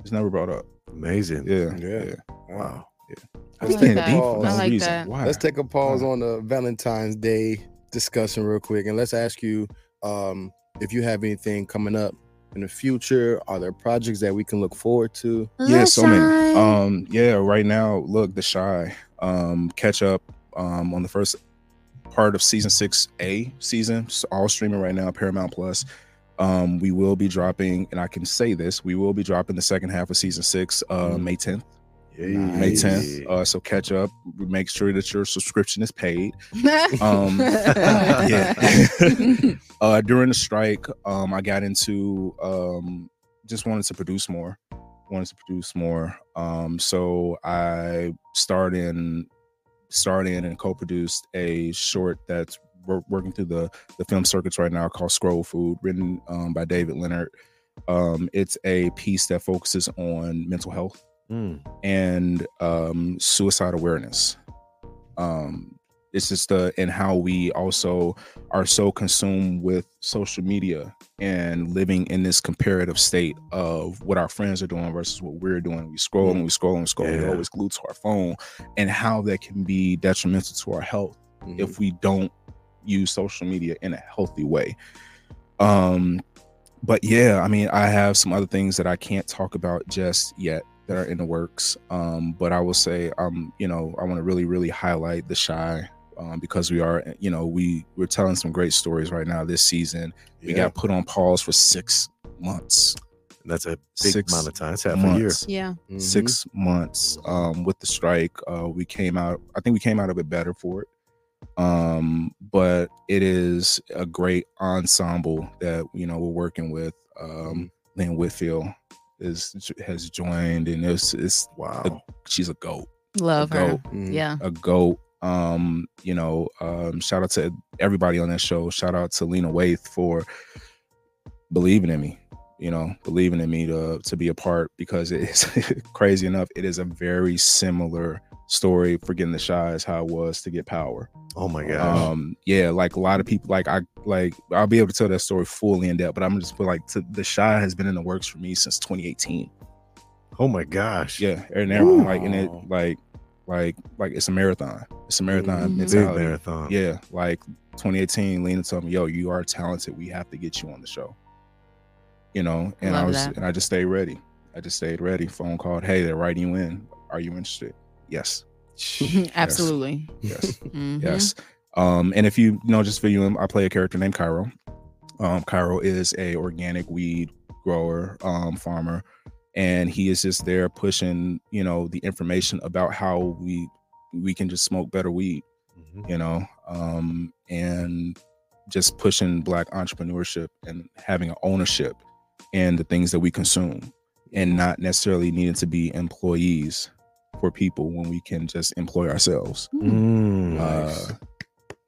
S6: it's never brought up
S3: Amazing.
S6: yeah
S5: Yeah.
S3: Wow.
S4: I
S6: It's
S4: like
S6: getting
S4: that.
S6: deep for
S5: I
S6: no
S4: like
S6: reason.
S4: that.
S6: Why?
S5: Let's take a pause on the Valentine's Day discussion real quick, and let's ask you um, if you have anything coming up in the future. Are there projects that we can look forward to?
S6: yeah so many
S4: Sunshine.
S6: um yeah right now look the shy um catch up um on the first part of season 6a season s- all streaming right now paramount plus um we will be dropping and i can say this we will be dropping the second half of season six uh
S4: Mm-hmm.
S6: may 10th may 10th uh so catch up make sure that your subscription is paid um, yeah. uh during the strike um i got into um just wanted to produce more wanted to produce more um so i starred in starred in and co-produced a short that's we're working through the the film circuits right now called scroll food written um, by david leonard um it's a piece that focuses on mental health
S3: Mm.
S6: and um, suicide awareness. Um, it's just the and how we also are so consumed with social media and living in this comparative state of what our friends are doing versus what we're doing. We scroll and we scroll and scroll.
S3: Yeah.
S6: We're always glued to our phone, and how that can be detrimental to our health if we don't use social media in a healthy way. Um, but yeah, I mean, I have some other things that I can't talk about just yet that are in the works. Um, but I will say, um, you know, I want to really, really highlight the shy um, because we are, you know, we we're telling some great stories right now this season. We got put on pause for six months.
S3: That's a big
S6: Six
S3: amount of time. It's half a year.
S6: months
S4: yeah.
S5: Mhm.
S6: six months um, with the strike. Uh, we came out, I think we came out a bit better for it. Um, but it is a great ensemble that you know we're working with. Um, Lynn Whitfield is has joined, and it's, it's
S3: Wow.
S6: she's a goat, a
S4: Love her.
S6: goat,
S5: Mhm.
S4: Yeah.
S6: a goat. Um, you know, um, shout out to everybody on that show. Shout out to Lena Waith for believing in me you know, believing in me to to be a part because it's crazy enough. It is a very similar story for getting the shy as how it was to get power.
S3: Oh my gosh.
S6: Um, yeah, like a lot of people, like I like I'll be able to tell that story fully in depth, but I'm just like to, the shy has been in the works for me since 2018.
S3: oh my gosh.
S6: Yeah, and everyone,
S5: Ooh.
S6: like and it like like like it's a marathon. It's a marathon
S4: Mhm. Big
S3: Big
S6: mentality.
S3: marathon.
S6: Yeah, like 2018, Lena told me, "Yo, you are talented. We have to get you on the show." You know, and I
S4: Love
S6: was,
S4: that.
S6: and I just stayed ready. I just stayed ready. Phone called, "Hey, they're writing you in. Are you interested?" Yes,
S4: Absolutely.
S6: yes,
S4: Mhm.
S6: yes. Um, and if you, you know, just for you, I play a character named Cairo. Um, Cairo is a organic weed grower, um, farmer, and he is just there pushing, you know, the information about how we we can just smoke better weed
S3: Mhm.
S6: you know, um, and just pushing black entrepreneurship and having an ownership in the things that we consume and not necessarily needing to be employees for people when we can just employ ourselves.
S4: Mm.
S3: Mm.
S6: Uh,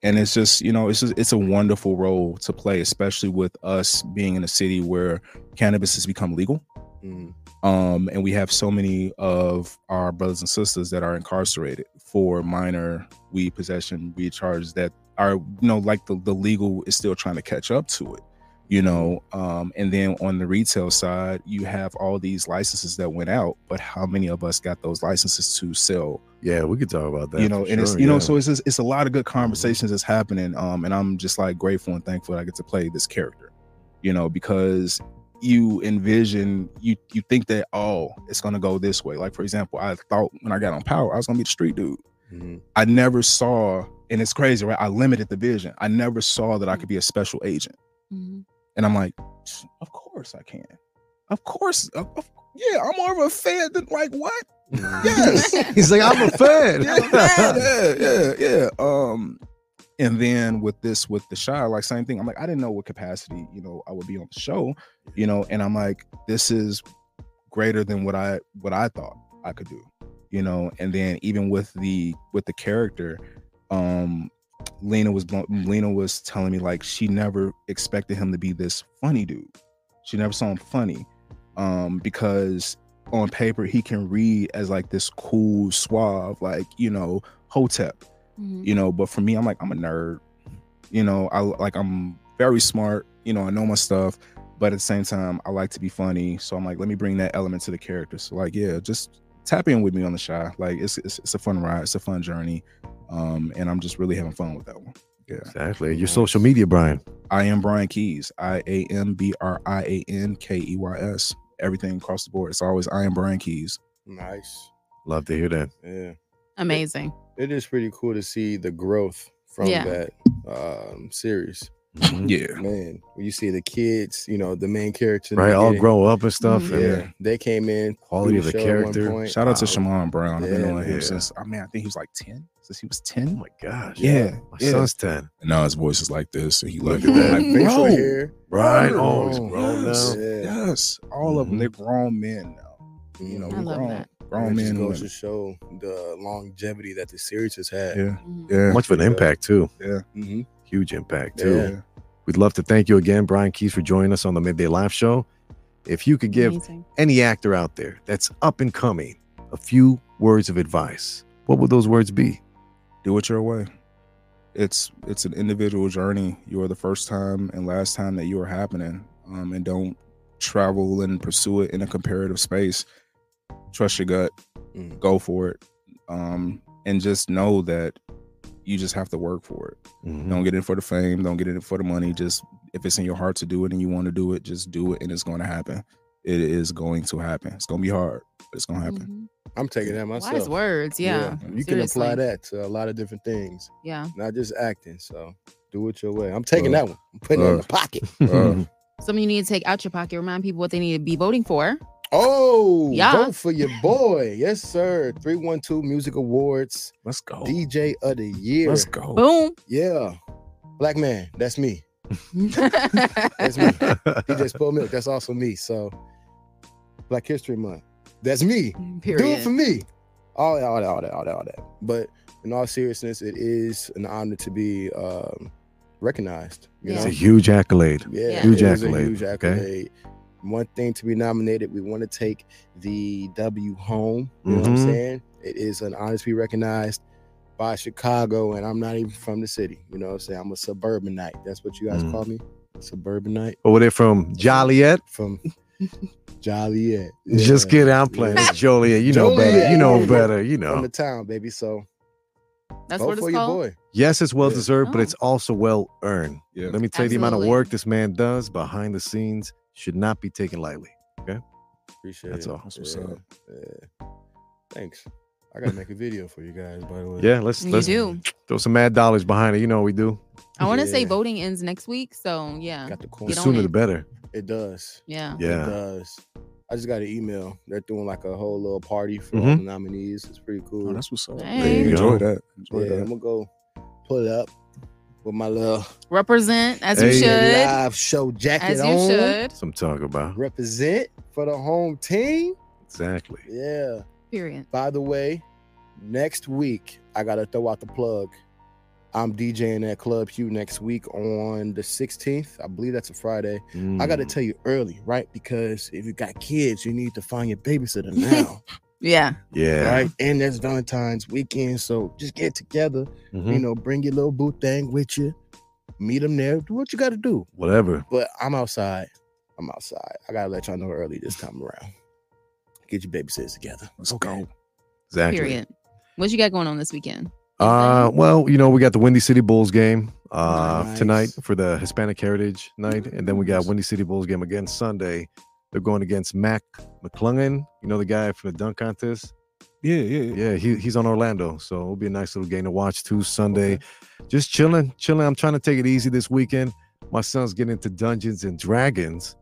S6: and it's just, you know, it's just it's a wonderful role to play, especially with us being in a city where cannabis has become legal.
S5: Mm.
S6: um, and we have so many of our brothers and sisters that are incarcerated for minor weed possession weed charges that are you know like the, the legal is still trying to catch up to it you know um, and then on the retail side you have all these licenses that went out but how many of us got those licenses to sell
S3: Yeah, we could talk about that.
S6: you
S3: for
S6: know and it's
S3: sure,
S6: you know
S3: yeah. Mm-hmm.
S6: so it's just, it's a lot of good conversations that's happening um and i'm just like grateful and thankful that i get to play this character you know because you envision you you think that oh it's gonna go this way like for example i thought when i got on power i was gonna be the street dude
S5: Mhm.
S6: i never saw and it's crazy right i limited the vision i never saw that i could be a special agent
S4: Mhm.
S6: and i'm like of course i can of course of, of- yeah i'm more of a fan than like what
S5: Mm-hmm.
S6: yes
S3: he's like, I'm a fan.
S6: yeah, yeah, yeah, yeah. Um, and then with this, with the shy, like same thing. I'm like, I didn't know what capacity, you know, I would be on the show, you know, and I'm like, this is greater than what I what I thought I could do, you know. And then even with the with the character, um, Lena was blown- Lena was telling me like she never expected him to be this funny dude. She never saw him funny, um, because on paper he can read as like this cool, suave, like you know, hotep,
S4: Mhm.
S6: you know. But for me, I'm like I'm a nerd, you know. I like I'm very smart, you know. I know my stuff, but at the same time, I like to be funny. So I'm like, let me bring that element to the character. So like, yeah, just tap in with me on the shy. Like it's it's, it's a fun ride, it's a fun journey, um, and I'm just really having fun with that one. Yeah.
S3: Exactly. Your social media, Brian.
S6: I am Brian Keys. I A M B R I A N K E Y S. Everything across the board. It's always I am Brian Keys.
S5: Nice.
S3: Love to hear that.
S5: Yeah.
S4: Amazing.
S5: It is pretty cool to see the growth from
S4: Yeah.
S5: that um series.
S3: Mhm.
S6: Yeah.
S5: Man, when you see the kids, you know, the main character. in the
S3: Right, all
S5: beginning,
S3: grow up and stuff.
S6: Mm,
S4: Mhm.
S5: Yeah,
S3: and
S5: they came in.
S3: quality
S5: through
S3: of the
S5: show at one
S3: character.
S5: point.
S6: Shout out to
S5: Wow.
S6: Shamon Brown. I've been
S5: Yeah,
S6: knowing
S3: yeah.
S6: him since I mean, I think he was like 10. Since he was
S3: Oh
S6: 10.
S3: my gosh.
S6: Yeah.
S3: My
S6: yeah.
S3: son's 10.
S6: And now his voice is like this. And he
S5: Look
S6: looked
S5: at that.
S6: at that.
S5: Like,
S6: Like,
S5: facial
S6: bro,
S5: hair.
S3: Right.
S6: Bro.
S3: Oh, he's grown
S6: Yes.
S3: now.
S5: Yeah.
S6: Yes. All of them.
S3: Mhm.
S6: They're grown men now. You know,
S4: I
S6: we
S4: love
S6: grown,
S4: that.
S5: It
S6: grown
S5: just
S6: men. and
S5: goes to
S6: women.
S5: show the longevity that the series has had.
S6: Yeah.
S4: Mhm.
S6: Yeah.
S3: Much of an impact, too.
S5: hmm
S3: Huge impact,
S5: Yeah.
S3: too. We'd love to thank you again, Brian Keys, for joining us on the Midday Live Show. If you could give
S4: Amazing.
S3: any actor out there that's up and coming a few words of advice, what would those words be?
S6: do it your way it's it's an individual journey you are the first time and last time that you are happening um, and don't travel and pursue it in a comparative space trust your gut
S5: Mm.
S6: go for it um, and just know that you just have to work for it
S5: Mm.
S6: don't get in for the fame don't get in for the money just if it's in your heart to do it and you want to do it just do it and it's going to happen it is going to happen it's going to be hard but it's going to happen
S4: Mhm.
S5: I'm taking that myself.
S4: Wise words. Yeah.
S5: You can apply that to a lot of different things,
S4: Yeah.
S5: not just acting. So do it your way. I'm taking
S6: Love.
S5: that one. I'm putting it in the
S6: Love.
S5: pocket.
S6: Uh,
S4: Something you need to take out your pocket. Remind people what they need to be voting for.
S5: Oh,
S4: Yeah.
S5: vote for your boy. Yes, sir. 312 Music Awards,
S6: let's go
S5: DJ of the Year.
S6: Oh. let's go
S4: Boom.
S5: Yeah. Black man, that's me. That's me. DJ
S3: Mhm.
S5: Spill Milk, that's also me. So Black History Month, that's me. Do it
S4: Period.
S5: for me. All that, all that, all that, all that, all that. But in all seriousness, it is an honor to be um, recognized. You
S3: it's
S5: know?
S3: a huge accolade.
S5: Yeah,
S4: Yeah.
S3: Huge
S5: it is a
S3: accolade,
S5: Huge
S3: okay?
S5: accolade. One thing to be nominated, we want to take the W home. You know what I'm
S3: Mhm.
S5: saying? It is an honor to be recognized by Chicago, and I'm not even from the city. You know what I'm saying? I'm a suburbanite. That's what you guys
S3: Mm.
S5: call me, a suburbanite
S3: Over there from Joliet.
S5: from Joliet.
S3: Just
S5: Yeah.
S3: kidding. I'm playing.
S5: Yeah.
S3: It's Joliet. You know better.
S5: Joliet.
S3: You know better. You know.
S5: From the town, baby. So
S4: That's
S5: vote
S4: what
S5: for
S4: it's
S5: your
S4: called.
S5: boy.
S3: Yes, it's well
S5: Yeah.
S3: deserved, but
S4: Oh.
S3: it's also well earned.
S6: Yeah.
S5: Mm-hmm.
S3: Let me tell you the amount of
S4: Absolutely.
S3: work this man does behind the scenes should not be taken lightly.
S5: Appreciate
S3: That's
S5: it.
S3: all.
S6: That's what's
S5: yeah.
S6: up.
S5: Yeah. Thanks. I gotta make a video for you guys, by the way.
S3: Yeah, let's
S4: You
S3: let's
S4: do.
S3: throw some mad dollars behind it. You know what we do.
S4: I want to say
S5: Yeah.
S4: voting ends next week. So yeah.
S5: Got the
S3: The
S5: coin.
S4: Get on
S3: sooner
S4: it.
S3: the better.
S5: It does.
S4: Yeah.
S5: It
S3: Yeah.
S5: does. I just got an email. They're doing like a whole little party for all
S3: Mhm.
S5: the nominees. It's pretty cool.
S6: Oh, that's what's up.
S4: There you
S3: go.
S6: Enjoy that.
S5: yeah,
S6: Enjoy
S5: I'm
S6: that.
S5: gonna go pull it up with my little
S4: Represent as you
S3: Hey.
S4: should.
S5: live show jacket
S4: As you
S5: on.
S4: should.
S3: Some talk about.
S5: Represent for the home team.
S3: Exactly.
S5: Yeah.
S4: Period.
S5: By the way, next week I gotta throw out the plug. I'm DJing at Club Hugh next week on the 16th. I believe that's a Friday. I
S3: Mm.
S5: got to tell you early, right? Because if you got kids, you need to find your babysitter now,
S4: Yeah.
S3: Mm. Yeah.
S5: right? And that's Valentine's weekend, so just get together. You
S3: Mhm.
S5: know, bring your little boot thing with you. Meet them there. Do what you got to do.
S3: Whatever.
S5: But I'm outside. I'm outside. I gotta let y'all know early this time around. Get your babysitters together.
S6: Let's go.
S3: Exactly.
S4: Period. What you got going on this weekend?
S3: Uh, well, you know, we got the Windy City Bulls game uh,
S5: Nice.
S3: tonight for the Hispanic Heritage Night, and then we got Windy City Bulls game again Sunday. They're going against Mac McClungan, you know, the guy from the dunk contest.
S6: Yeah, yeah,
S3: Yeah, he, he's on Orlando, so it'll be a nice little game to watch too Sunday. Just chilling, chilling. I'm trying to take it easy this weekend. My son's getting into Dungeons and Dragons,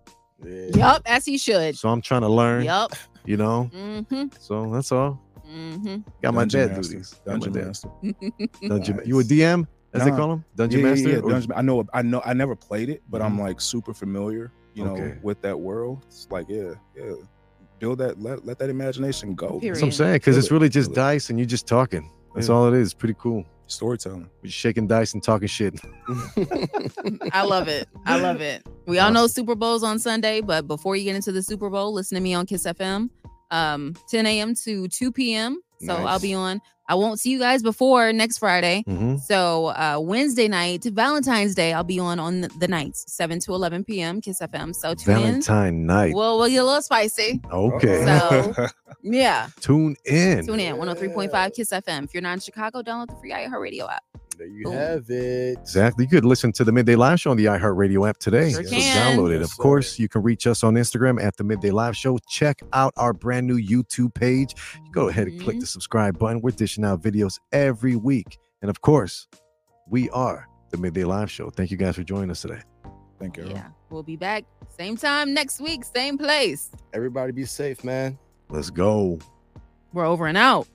S5: Yeah.
S4: Yup, as he should.
S3: so I'm trying to learn.
S4: Yup.
S3: You know,
S4: Mm-hmm.
S3: so that's all.
S4: Mm-hmm.
S3: Got my
S6: Dungeon
S3: dad
S6: Master.
S3: duties. Got my
S6: Dungeon
S3: dad.
S6: Master.
S3: Dungeon.
S6: Nice.
S3: You a DM, as they
S6: Nah.
S3: call him, dungeon
S6: Yeah, yeah,
S3: master. Oh.
S6: yeah,
S3: Or-
S6: Dungeon Ma- I know. I know. I never played it, but I'm
S3: Mhm.
S6: like super familiar. You know,
S3: Okay.
S6: with that world. It's like, yeah, yeah. Build that. Let, let that imagination go.
S4: Period.
S3: That's what I'm saying because
S6: Feel
S3: it's
S6: it,
S3: really just
S6: feel it.
S3: dice and you just talking. That's
S6: Yeah.
S3: all it is. Pretty cool.
S6: Storytelling.
S3: We're just shaking dice and talking shit.
S4: I love it. I love it. We all know Super Bowl's on Sunday, but before you get into the Super Bowl, listen to me on Kiss FM, um, 10 a.m. to 2 p.m. So I'll
S5: Nice.
S4: be on. I won't see you guys before next Friday.
S3: Mm-hmm.
S4: So uh, Wednesday night, Valentine's Day, I'll be on on the nights, 7 to 11 p.m. Kiss FM. So tune
S3: Valentine night.
S4: in. Well, we'll get a little spicy.
S3: okay.
S4: So- Yeah.
S3: Tune in.
S4: Tune in 103.5 Kiss FM. If you're not in Chicago, download the free iHeartRadio app.
S5: There you
S4: Boom.
S5: have it.
S3: Exactly. You could listen to the Midday Live Show on the iHeartRadio app today.
S4: Sure
S3: so
S4: can.
S3: download it.
S6: Yes,
S3: Of
S6: sir.
S3: course, you can reach us on Instagram at the Midday Live Show. Check out our brand new YouTube page. You go ahead and click
S4: Mm-hmm.
S3: the subscribe button. We're dishing out videos every week. And of course, we are the Midday Live Show. Thank you guys for joining us today.
S6: Thank you.
S4: Yeah. We'll be back same time next week, same place.
S5: Everybody be safe, man.
S3: Let's go.
S4: We're over and out.